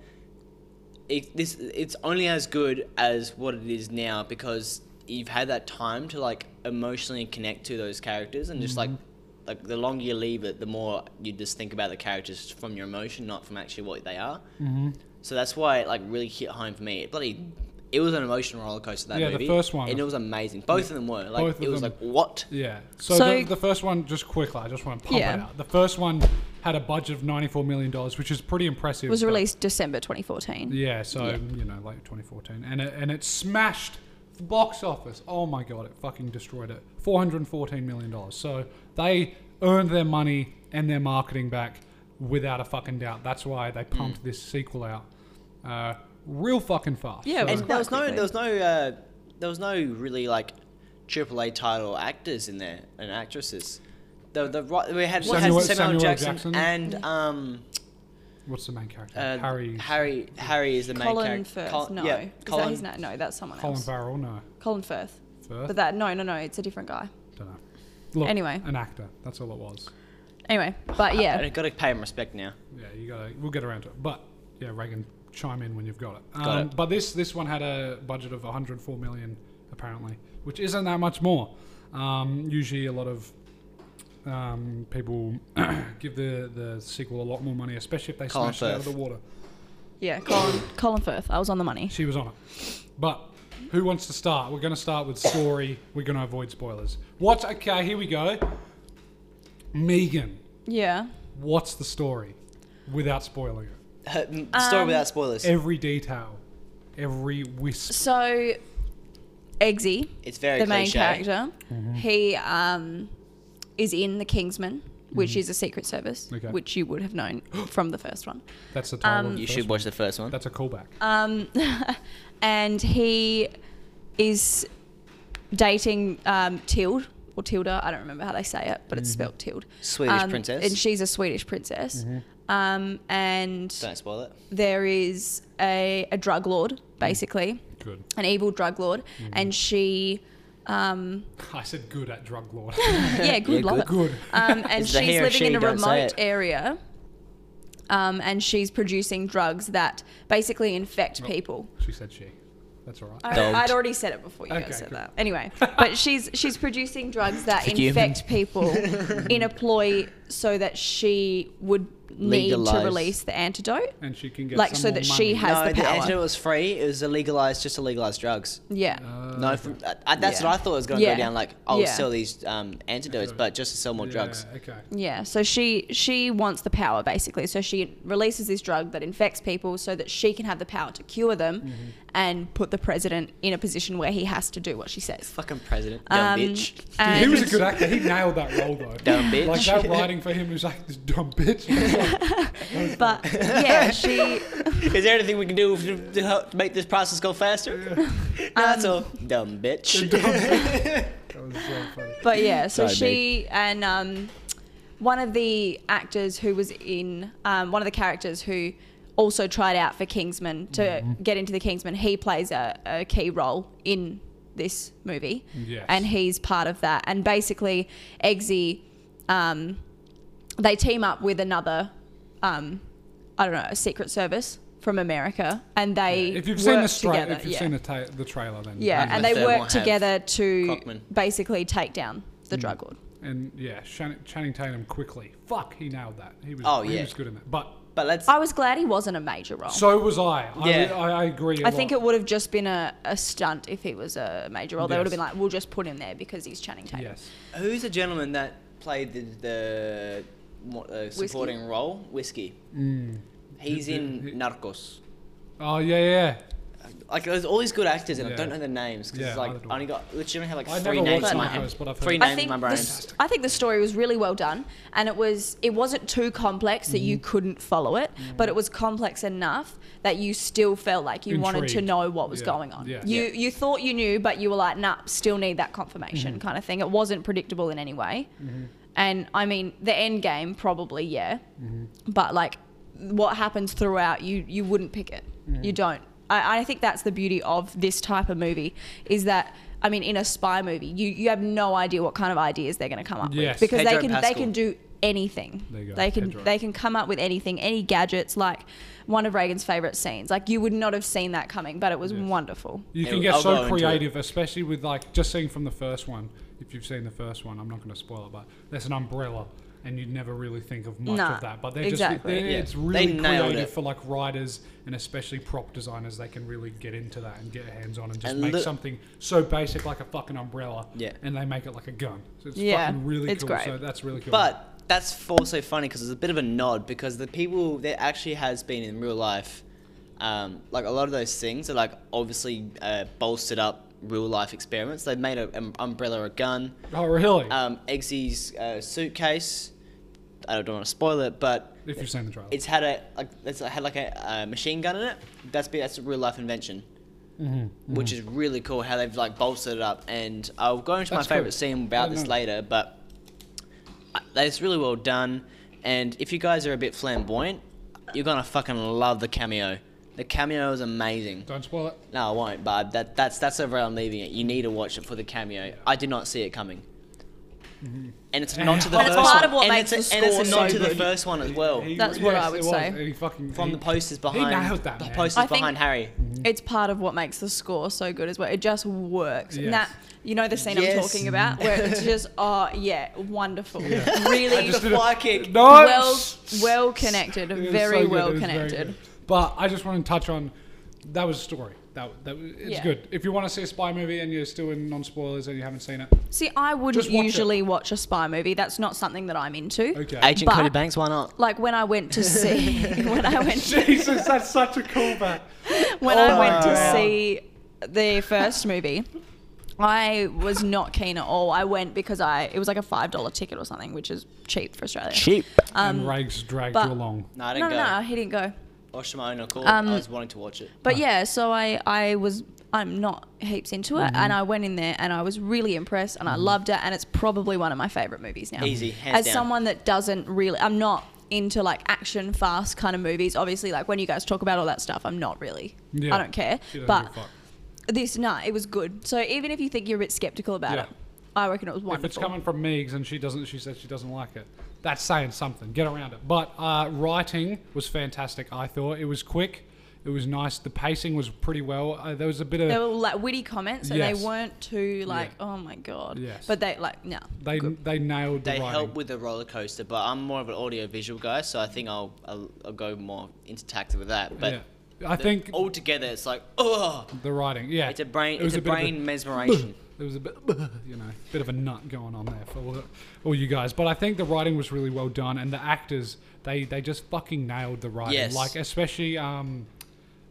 Speaker 1: it, this, it's only as good as what it is now because you've had that time to like emotionally connect to those characters and just like
Speaker 2: Mm-hmm.
Speaker 1: like the longer you leave it, the more you just think about the characters from your emotion, not from actually what they are. Mm-hmm. So that's why it like really hit home for me. It bloody. It was an emotional roller coaster that
Speaker 2: Yeah, the
Speaker 1: movie.
Speaker 2: first one.
Speaker 1: and it was amazing. Both of them were like
Speaker 2: Both of
Speaker 1: it was
Speaker 2: them.
Speaker 1: like what
Speaker 2: Yeah. So,
Speaker 3: So-
Speaker 2: the, the first one, just quickly, I just want to pump it
Speaker 3: Yeah.
Speaker 2: out. The first one had a budget of ninety-four million dollars, which is pretty impressive.
Speaker 3: It was
Speaker 2: but-
Speaker 3: released December 2014.
Speaker 2: Yeah. So
Speaker 1: Yeah.
Speaker 2: you know, late twenty fourteen, and it, and it smashed the box office. Oh my god, it fucking destroyed it. Four hundred fourteen million dollars. So they earned their money and their marketing back without a fucking doubt. That's why they pumped this sequel out uh, real fucking fast.
Speaker 3: Yeah, it
Speaker 2: So-
Speaker 1: And there was no,
Speaker 3: Quite
Speaker 1: there was no, uh, there was no really like AAA title actors in there and actresses. The the ri- we had
Speaker 2: Samuel-
Speaker 1: we had
Speaker 2: Samuel
Speaker 1: Samuel
Speaker 2: L.
Speaker 1: L. Jackson,
Speaker 2: Jackson.
Speaker 1: and um
Speaker 2: what's the main character?
Speaker 1: uh,
Speaker 2: Harry.
Speaker 1: Harry Harry is the main
Speaker 3: Colin
Speaker 1: character.
Speaker 3: Firth.
Speaker 1: Col-
Speaker 3: no.
Speaker 1: yeah,
Speaker 3: Is
Speaker 1: Colin.
Speaker 3: that his name? No, that's someone
Speaker 2: Colin
Speaker 3: else.
Speaker 2: Farrell. No.
Speaker 3: Colin Firth.
Speaker 2: Firth.
Speaker 3: But that, no, no, no, it's a different guy.
Speaker 2: Dunno. Look,
Speaker 3: Anyway.
Speaker 2: an actor. That's all it was.
Speaker 3: Anyway, but
Speaker 1: I,
Speaker 3: yeah.
Speaker 1: got to pay him respect now.
Speaker 2: Yeah, you gotta. We'll get around to it. But yeah, Reagan, chime in when you've got it. Um,
Speaker 1: Got it.
Speaker 2: But this this one had a budget of 104 million apparently, which isn't that much more. Um, usually, a lot of um, people give the the sequel a lot more money, especially if they
Speaker 1: Colin
Speaker 2: smash it out of the
Speaker 1: Firth.
Speaker 2: water.
Speaker 3: Yeah, Colin, Colin Firth. I was on the money.
Speaker 2: She was on it. But who wants to start? We're going to start with story. We're going to avoid spoilers. What's okay? Here we go. Megan,
Speaker 3: Yeah.
Speaker 2: what's the story? Without spoiling it.
Speaker 3: Um,
Speaker 1: Story without spoilers.
Speaker 2: every detail, every wisp.
Speaker 3: So, Eggsy,
Speaker 1: it's very
Speaker 3: the main
Speaker 1: cliche.
Speaker 3: character,
Speaker 2: Mm-hmm.
Speaker 3: he um, is in The Kingsman, which is a secret service,
Speaker 2: Mm-hmm. Okay.
Speaker 3: which you would have known from the first one.
Speaker 2: That's the title. of the
Speaker 1: You
Speaker 2: first
Speaker 1: should
Speaker 2: one.
Speaker 1: watch the first one.
Speaker 2: That's a callback.
Speaker 3: Um, and he is dating um, Tild or Tilda. I don't remember how they say it, but it's spelled Tild.
Speaker 1: Mm-hmm. Swedish
Speaker 3: Um,
Speaker 1: princess. Mm-hmm.
Speaker 3: And she's a Swedish princess. Um, and
Speaker 1: Don't spoil it.
Speaker 3: there is a, a drug lord,
Speaker 1: Mm.
Speaker 3: basically,
Speaker 2: good.
Speaker 3: an evil drug lord.
Speaker 1: Mm-hmm.
Speaker 3: And she. Um,
Speaker 2: I said good at drug lord.
Speaker 3: yeah, good
Speaker 1: Yeah,
Speaker 3: love
Speaker 1: good.
Speaker 3: it.
Speaker 2: good.
Speaker 3: Um, and
Speaker 1: It's the he
Speaker 3: she's
Speaker 1: or
Speaker 3: living in
Speaker 1: she,
Speaker 3: a
Speaker 1: don't say
Speaker 3: remote
Speaker 1: it.
Speaker 3: area. Um, and she's producing drugs that basically infect people.
Speaker 2: she said she. That's all right.
Speaker 3: I,
Speaker 1: Dogs.
Speaker 3: I'd already said it before you
Speaker 2: Okay,
Speaker 3: guys said
Speaker 2: cool.
Speaker 3: that. Anyway, but she's she's producing drugs that
Speaker 1: For
Speaker 3: infect people in a ploy so that she would need to
Speaker 1: Legalised.
Speaker 3: release the antidote.
Speaker 2: and she can get
Speaker 3: Like,
Speaker 2: some
Speaker 3: so
Speaker 2: more
Speaker 3: that
Speaker 2: money.
Speaker 3: she has- the
Speaker 1: the
Speaker 3: power.
Speaker 1: antidote was free. It was illegalized just to legalize drugs.
Speaker 3: Yeah.
Speaker 2: Uh,
Speaker 1: no, from, uh, uh, that's
Speaker 3: Yeah.
Speaker 1: what I thought it was going to
Speaker 3: Yeah.
Speaker 1: go down. Like, I'll
Speaker 3: Yeah.
Speaker 1: sell these um, antidotes, but just to sell more
Speaker 2: yeah,
Speaker 1: drugs.
Speaker 2: Okay.
Speaker 3: yeah. So she she wants the power basically. So she releases this drug that infects people so that she can have the power to cure them
Speaker 2: Mm-hmm.
Speaker 3: and put the president in a position where he has to do what she says.
Speaker 1: Fucking president, dumb
Speaker 3: Um,
Speaker 1: bitch,
Speaker 3: and-
Speaker 2: he was a good actor. He nailed that role though.
Speaker 1: dumb bitch.
Speaker 2: Like that writing for him was like this dumb bitch.
Speaker 3: But yeah, she
Speaker 1: Is there anything we can do to, to help make this process go faster? no, that's
Speaker 3: Um,
Speaker 1: all. Dumb bitch.
Speaker 2: That was so funny.
Speaker 3: But yeah, so
Speaker 1: Sorry,
Speaker 3: she and um, one of the actors who was in um, one of the characters who also tried out for Kingsman to
Speaker 2: Mm-hmm.
Speaker 3: get into the Kingsman, he plays a, a key role in this movie,
Speaker 2: Yes.
Speaker 3: and he's part of that. And basically, Eggsy, um, they team up with another, um, I don't know, a Secret Service from America, and they
Speaker 2: if you've seen the
Speaker 3: work
Speaker 2: stra-
Speaker 3: together.
Speaker 2: if you've
Speaker 3: yeah.
Speaker 2: seen the, ta- the trailer, then
Speaker 3: yeah,
Speaker 2: you
Speaker 3: and
Speaker 2: know.
Speaker 3: they
Speaker 1: The third one
Speaker 3: work
Speaker 1: have
Speaker 3: togetman to
Speaker 1: Cockman.
Speaker 3: basically take down the
Speaker 2: Mm.
Speaker 3: drug lord.
Speaker 2: and yeah, Shan- Channing Tatum quickly. Fuck, he nailed that. He was.
Speaker 1: Oh,
Speaker 2: he
Speaker 1: yeah.
Speaker 2: was good in that. But
Speaker 1: But let's.
Speaker 3: I was glad he wasn't a major role.
Speaker 2: so was I. I,
Speaker 1: Oh. Yeah.
Speaker 2: I, I agree.
Speaker 3: I think
Speaker 2: it.
Speaker 3: it would have just been a, a stunt if he was a major role. They would have
Speaker 2: Yes.
Speaker 3: been like, we'll just put him there because he's Channing Tatum.
Speaker 2: Yes.
Speaker 1: Who's the gentleman that played the, the mo- uh, supporting role? Whiskey.
Speaker 2: Hmm.
Speaker 1: He's in Narcos.
Speaker 2: Oh yeah, yeah.
Speaker 1: Like there's all these good actors, and
Speaker 2: Yeah.
Speaker 1: I don't know their names because
Speaker 2: Yeah,
Speaker 1: it's like
Speaker 2: neither do
Speaker 1: I only got legitimately have like
Speaker 2: I
Speaker 1: three
Speaker 2: never
Speaker 1: names
Speaker 2: watched
Speaker 1: in my
Speaker 2: Narcos,
Speaker 1: head.
Speaker 2: but I've heard
Speaker 1: Three
Speaker 2: of it.
Speaker 3: I
Speaker 1: names in
Speaker 3: think,
Speaker 1: my
Speaker 3: the
Speaker 1: brain.
Speaker 3: s- I think the story was really well done and it was it wasn't too complex that
Speaker 2: Mm.
Speaker 3: you couldn't follow it but it was complex enough that you still felt like you wanted to
Speaker 2: Intrigued.
Speaker 3: know what was
Speaker 2: Yeah.
Speaker 3: going on
Speaker 2: Yeah.
Speaker 3: you
Speaker 1: Yeah.
Speaker 3: you thought you knew but you were like nah still need that confirmation
Speaker 2: Mm-hmm.
Speaker 3: kind of thing it wasn't predictable in any way and I mean the end game probably yeah but like what happens throughout you you wouldn't pick it
Speaker 2: Mm.
Speaker 3: you don't I, I think that's the beauty of this type of movie is that i mean in a spy movie you, you have no idea what kind of ideas they're going to come up
Speaker 2: Yes.
Speaker 3: with because
Speaker 1: Pedro
Speaker 3: they can they
Speaker 1: Pascal.
Speaker 3: can do anything
Speaker 2: There you go,
Speaker 3: they can
Speaker 2: Pedro.
Speaker 3: they can come up with anything any gadgets like one of reagan's favorite scenes like you would not have seen that coming but it was
Speaker 2: Yes.
Speaker 3: wonderful
Speaker 2: You
Speaker 1: Yeah,
Speaker 2: can get
Speaker 1: I'll go
Speaker 2: so
Speaker 1: into it.
Speaker 2: creative, especially with like just seeing from the first one. If you've seen the first one, I'm not going to spoil it, but there's an umbrella, and you'd never really think of much
Speaker 3: Nah,
Speaker 2: of that. But they're
Speaker 3: exactly.
Speaker 2: just they're,
Speaker 1: Yeah.
Speaker 2: it's
Speaker 1: They
Speaker 2: really
Speaker 1: nailed
Speaker 2: creative
Speaker 1: it.
Speaker 2: for like writers and especially prop designers. They can really get into that and get their hands on and just
Speaker 1: And
Speaker 2: make
Speaker 1: look-
Speaker 2: something so basic like a fucking umbrella.
Speaker 1: Yeah.
Speaker 2: and they make it like a gun. So it's
Speaker 3: Yeah,
Speaker 2: fucking really
Speaker 3: it's
Speaker 2: cool.
Speaker 3: great.
Speaker 2: So that's really cool.
Speaker 1: But that's f- also funny because it's a bit of a nod because the people that actually has been in real life, um, like a lot of those things are like obviously uh, bolstered up real life experiments. They've made an um, umbrella, a gun,
Speaker 2: oh really?
Speaker 1: um, Eggsy's uh, suitcase. I don't want to spoil it, but
Speaker 2: if you've seen the trailer,
Speaker 1: it's had a like it's had like a, uh machine gun in it. That's be that's a real life invention,
Speaker 2: Mm-hmm.
Speaker 1: which is really cool how they've like bolstered it up. And I'll go into
Speaker 2: That's
Speaker 1: my
Speaker 2: cool.
Speaker 1: favorite scene about
Speaker 2: Yeah,
Speaker 1: this
Speaker 2: no.
Speaker 1: later, but uh, that's really well done. And if you guys are a bit flamboyant, you're gonna fucking love the cameo. The cameo is amazing.
Speaker 2: don't spoil it.
Speaker 1: No, I won't. But that that's that's over. I'm leaving it. You need to watch it for the cameo. I did not see it coming.
Speaker 2: Mm-hmm.
Speaker 1: And it's not to the
Speaker 3: And
Speaker 1: first
Speaker 3: it's part
Speaker 1: one.
Speaker 3: of what
Speaker 1: and
Speaker 3: makes
Speaker 1: it's a,
Speaker 3: the
Speaker 1: and it's a
Speaker 3: score
Speaker 1: nod
Speaker 3: so
Speaker 1: to the
Speaker 3: good.
Speaker 1: first one as well.
Speaker 2: He-
Speaker 3: That's what I would
Speaker 2: it was.
Speaker 3: say.
Speaker 2: And he fucking-
Speaker 1: From
Speaker 2: he-
Speaker 1: the posters
Speaker 2: He
Speaker 1: behind
Speaker 2: nailed that.
Speaker 1: the
Speaker 2: man.
Speaker 1: posters
Speaker 3: I think-
Speaker 1: behind Harry.
Speaker 3: it's part of what makes the score so good as well. It just works.
Speaker 2: Yes.
Speaker 3: And that you know the scene I'm
Speaker 1: Yes.
Speaker 3: talking about where it's just oh yeah, wonderful. Really
Speaker 1: The fly kick.
Speaker 2: No.
Speaker 3: well well connected,
Speaker 2: It was
Speaker 3: very
Speaker 2: so good.
Speaker 3: well
Speaker 2: It was very
Speaker 3: connected.
Speaker 2: good. but I just want to touch on that was a story. That, that it's
Speaker 3: Yeah.
Speaker 2: good. If you want to see a spy movie and you're still in non spoilers and you haven't seen it,
Speaker 3: See, I wouldn't
Speaker 2: Just watch it.
Speaker 3: usually watch a spy movie. That's not something that I'm into.
Speaker 2: okay.
Speaker 1: Agent
Speaker 3: But-
Speaker 1: Cody Banks, why not?
Speaker 3: Like when I went to see when I went to
Speaker 2: Jesus, that's such a callback.
Speaker 3: when
Speaker 2: Oh
Speaker 3: I
Speaker 2: my
Speaker 3: went to
Speaker 2: God.
Speaker 3: see the first movie, I was not keen at all. I went because I it was like a five dollar ticket or something, which is cheap for Australia.
Speaker 2: and Rags dragged
Speaker 3: Um, but-
Speaker 2: you along.
Speaker 1: No, I
Speaker 3: No,
Speaker 1: didn't
Speaker 3: no,
Speaker 1: go.
Speaker 3: no, he didn't go.
Speaker 1: Watched my own accord.
Speaker 3: Um,
Speaker 1: I was wanting to watch it.
Speaker 3: But yeah, so I I was I'm not heaps into it,
Speaker 2: Mm-hmm.
Speaker 3: and I went in there and I was really impressed, and I loved it, and it's probably one of my favorite movies now.
Speaker 1: Easy, hands
Speaker 3: As
Speaker 1: down.
Speaker 3: someone that doesn't really, I'm not into like action fast kind of movies. Obviously, like when you guys talk about all that stuff, I'm not really.
Speaker 2: Yeah.
Speaker 3: I don't care.
Speaker 2: She doesn't
Speaker 3: But
Speaker 2: give a fuck.
Speaker 3: this, nah, it was good. So even if you think you're a bit skeptical about
Speaker 2: Yeah.
Speaker 3: it, I reckon it was
Speaker 2: if it's
Speaker 3: wonderful.
Speaker 2: coming from Meigs and she doesn't, she says she doesn't like it. That's saying something. Get around it. But uh, writing was fantastic. I thought it was quick. It was nice. The pacing was pretty well. Uh, there was a bit of
Speaker 3: They were like witty comments, and
Speaker 2: Yes.
Speaker 3: they weren't too like,
Speaker 2: Yeah.
Speaker 3: oh my god.
Speaker 2: Yes.
Speaker 3: But they like no.
Speaker 2: they they nailed the
Speaker 1: They
Speaker 2: writing.
Speaker 1: help with the roller coaster, but I'm more of an audio visual guy, so I think I'll I'll, I'll go more into tactic with that. But
Speaker 2: yeah. I
Speaker 1: the-
Speaker 2: think
Speaker 1: altogether, it's like oh,
Speaker 2: the writing. Yeah,
Speaker 1: it's a brain,
Speaker 2: It was
Speaker 1: it's a,
Speaker 2: a bit of a-
Speaker 1: brain mesmeration.
Speaker 2: there was a bit, you know, bit of a nut going on there for all, all you guys. But I think the writing was really well done, and the actors they they just fucking nailed the writing.
Speaker 1: Yes.
Speaker 2: Like especially um,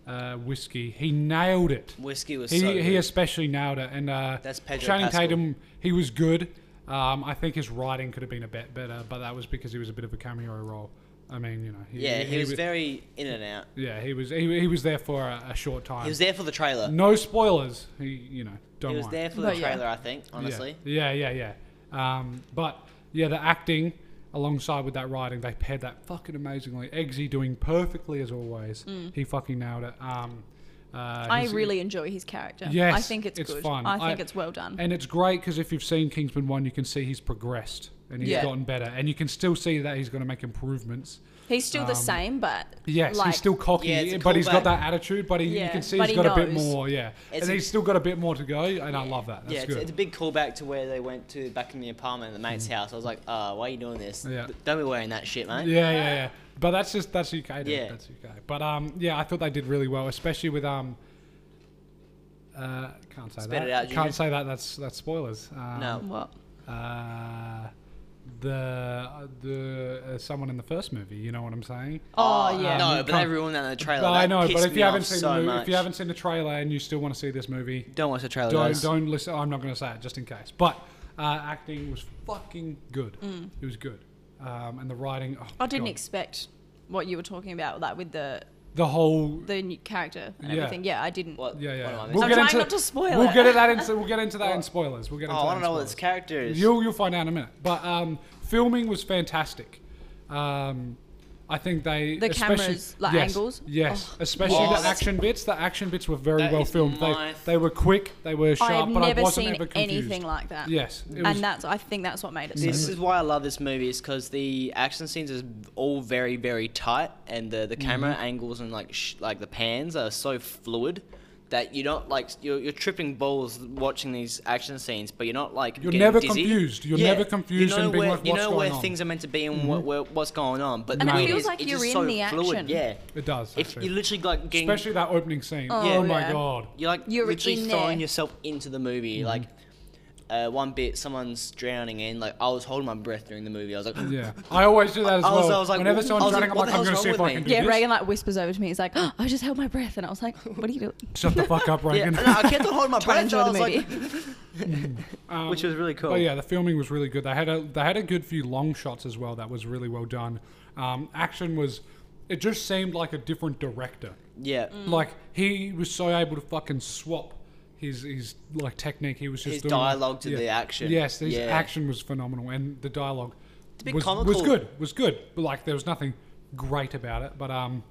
Speaker 2: uh, whiskey, he nailed it.
Speaker 1: Whiskey was
Speaker 2: He
Speaker 1: so
Speaker 2: he
Speaker 1: good.
Speaker 2: especially nailed it, and uh,
Speaker 1: That's Pedro
Speaker 2: Channing
Speaker 1: Pascal.
Speaker 2: Tatum. He was good. Um, I think his writing could have been a bit better, but that was because he was a bit of a cameo role. I mean, you know, he,
Speaker 1: yeah, he, was
Speaker 2: wa-
Speaker 1: very in and out.
Speaker 2: yeah, he was he, he was there for a, a short time.
Speaker 1: He was there for the trailer.
Speaker 2: no spoilers. He you know don't
Speaker 1: he was
Speaker 2: worry.
Speaker 1: there for the
Speaker 3: But yeah.
Speaker 1: trailer, I think. Honestly,
Speaker 2: Yeah, yeah, yeah. yeah. Um, but yeah, the acting alongside with that writing, they paired that fucking amazingly. Eggsy doing perfectly as always.
Speaker 1: Mm.
Speaker 2: He fucking nailed it. Um, uh,
Speaker 3: I
Speaker 2: he's-
Speaker 3: really enjoy his character. I
Speaker 2: Yes,
Speaker 3: think it's,
Speaker 2: it's
Speaker 3: good.
Speaker 2: fun.
Speaker 3: I
Speaker 2: I-
Speaker 3: think it's well done.
Speaker 2: And it's great because if you've seen Kingsman one, you can see he's progressed and he's
Speaker 3: Yeah.
Speaker 2: gotten better, and you can still see that he's going to make improvements.
Speaker 3: He's still the
Speaker 2: um,
Speaker 3: same, but
Speaker 2: Yes,
Speaker 3: like,
Speaker 2: he's still cocky,
Speaker 1: Yeah, it's a
Speaker 2: but he's got
Speaker 1: callback.
Speaker 2: that attitude. But he, you
Speaker 3: Yeah,
Speaker 2: can see
Speaker 3: but
Speaker 2: he's
Speaker 3: he
Speaker 2: got a bit
Speaker 3: knows.
Speaker 2: more. Yeah,
Speaker 1: It's
Speaker 2: and
Speaker 1: a-
Speaker 2: he's still got a bit more to go, and I love that. That's
Speaker 1: yeah, it's,
Speaker 2: good. Mm.
Speaker 1: it's a big callback to where they went to back in the apartment at the mate's house. I was like, uh, why are you doing this?
Speaker 2: Yeah.
Speaker 1: Th- Don't be wearing that shit, mate.
Speaker 2: Yeah, yeah, yeah. But that's just that's UK. Dude.
Speaker 1: Yeah.
Speaker 2: that's UK. But um, yeah, I thought they did really well, especially with um. Uh, can't say
Speaker 1: Spit
Speaker 2: that.
Speaker 1: it out, Junior.
Speaker 2: can't say that. That's that's spoilers. Um,
Speaker 1: No.
Speaker 3: What?
Speaker 2: Uh, the the uh, someone in the first movie. You know what I'm saying?
Speaker 3: Oh yeah.
Speaker 1: No,
Speaker 2: you
Speaker 1: but they
Speaker 2: can't-
Speaker 1: ruined that in the trailer.
Speaker 2: But
Speaker 1: that
Speaker 2: I know. But
Speaker 1: pissed
Speaker 2: if
Speaker 1: me
Speaker 2: you haven't
Speaker 1: off
Speaker 2: seen
Speaker 1: so
Speaker 2: the movie,
Speaker 1: much.
Speaker 2: if you haven't seen the trailer and you still want to see this movie,
Speaker 1: don't watch the trailer.
Speaker 2: don't
Speaker 1: guys.
Speaker 2: don't listen. I'm not going to say it just in case. But uh, acting was fucking good. It was good. Um, and the writing. Oh,
Speaker 3: Mm. I didn't
Speaker 2: God.
Speaker 3: expect what you were talking about, like with the
Speaker 2: the whole
Speaker 3: the new character and
Speaker 2: Yeah.
Speaker 3: everything. Yeah, I didn't.
Speaker 1: What?
Speaker 2: Yeah, yeah.
Speaker 1: What am I
Speaker 2: We'll
Speaker 1: missing?
Speaker 3: I'm
Speaker 2: get
Speaker 3: trying
Speaker 2: into-
Speaker 3: not to spoil
Speaker 2: We'll
Speaker 3: it.
Speaker 2: get into that. In, we'll get into that in spoilers. We'll get into
Speaker 1: Oh, I
Speaker 2: that
Speaker 1: want
Speaker 2: in
Speaker 1: to know what
Speaker 2: spoilers.
Speaker 1: its character is.
Speaker 2: You'll you'll find out in a minute. But um, filming was fantastic. Um, I think they
Speaker 3: The
Speaker 2: especially-
Speaker 3: cameras, like,
Speaker 2: yes,
Speaker 3: angles?
Speaker 2: Yes, especially
Speaker 1: Oh,
Speaker 2: the
Speaker 1: that's-
Speaker 2: action bits. The action bits were very
Speaker 1: That
Speaker 2: well
Speaker 1: is
Speaker 2: filmed. They,
Speaker 1: my-
Speaker 2: they were quick. They were sharp.
Speaker 3: I have
Speaker 2: but I
Speaker 3: never
Speaker 2: wasn't
Speaker 3: seen
Speaker 2: ever confused.
Speaker 3: anything like that.
Speaker 2: Yes, it was,
Speaker 3: and that's I think that's what made it. so
Speaker 1: This
Speaker 3: good.
Speaker 1: is why I love this movie is because the action scenes is all very very tight and the, the camera
Speaker 2: Mm-hmm.
Speaker 1: angles and like sh- like the pans are so fluid that you're not like you're, you're tripping balls watching these action scenes but you're not like
Speaker 2: You're
Speaker 1: getting
Speaker 2: never
Speaker 1: dizzy.
Speaker 2: confused. You're never confused
Speaker 1: you know
Speaker 2: and being
Speaker 1: where,
Speaker 2: like,
Speaker 1: you
Speaker 2: "What's
Speaker 1: know
Speaker 2: going
Speaker 1: where
Speaker 2: on?" Mm-hmm.
Speaker 1: things are meant to be and what, where, what's going on but
Speaker 3: And
Speaker 1: the
Speaker 2: it
Speaker 1: movie
Speaker 3: feels
Speaker 1: is,
Speaker 3: like
Speaker 1: it's
Speaker 3: you're
Speaker 1: just
Speaker 3: in
Speaker 1: so
Speaker 3: the
Speaker 1: fluid
Speaker 3: action.
Speaker 1: yeah
Speaker 2: it does.
Speaker 1: if
Speaker 2: actually.
Speaker 1: you literally like getting
Speaker 2: especially that opening scene. Oh,
Speaker 3: Oh,
Speaker 2: my
Speaker 3: yeah.
Speaker 2: god.
Speaker 1: you're like
Speaker 3: You're
Speaker 1: literally
Speaker 3: in
Speaker 1: throwing
Speaker 3: there.
Speaker 1: yourself into the
Speaker 2: Mm-hmm.
Speaker 1: movie. Like uh, one bit, someone's drowning, and like I was holding my breath during the movie. I was like,
Speaker 2: Yeah, I always do that as
Speaker 1: I was-
Speaker 2: well.
Speaker 1: I was like,
Speaker 2: Whenever
Speaker 1: what-
Speaker 2: someone's
Speaker 1: I was like,
Speaker 2: running, I'm
Speaker 1: what
Speaker 2: like, I'm
Speaker 1: the
Speaker 2: going to
Speaker 1: hell's
Speaker 2: see if
Speaker 1: wrong
Speaker 2: I can
Speaker 1: with
Speaker 2: do
Speaker 3: yeah,
Speaker 2: this.
Speaker 3: Reagan like whispers over to me. He's like, oh, "I just held my breath," and I was like, "What are you doing?"
Speaker 2: Shut the fuck up,
Speaker 1: yeah,
Speaker 2: Reagan.
Speaker 1: no, I kept on holding my
Speaker 3: Trying
Speaker 1: breath.
Speaker 3: to
Speaker 1: I
Speaker 3: enjoy
Speaker 1: was
Speaker 3: the
Speaker 1: like,
Speaker 3: movie.
Speaker 1: which was really cool.
Speaker 2: Um, But yeah, the filming was really good. They had a they had a good few long shots as well. That was really well done. Um, action was, it just seemed like a different director.
Speaker 1: Yeah.
Speaker 3: Mm.
Speaker 2: Like he was so able to fucking swap his his like technique. He was just
Speaker 1: His
Speaker 2: doing, like-
Speaker 1: dialogue to the action.
Speaker 2: Yes, his
Speaker 1: Yeah.
Speaker 2: action was phenomenal, and the dialogue
Speaker 1: a bit
Speaker 2: was, was
Speaker 1: comical.
Speaker 2: good. Was good. But like there was nothing great about it, but um.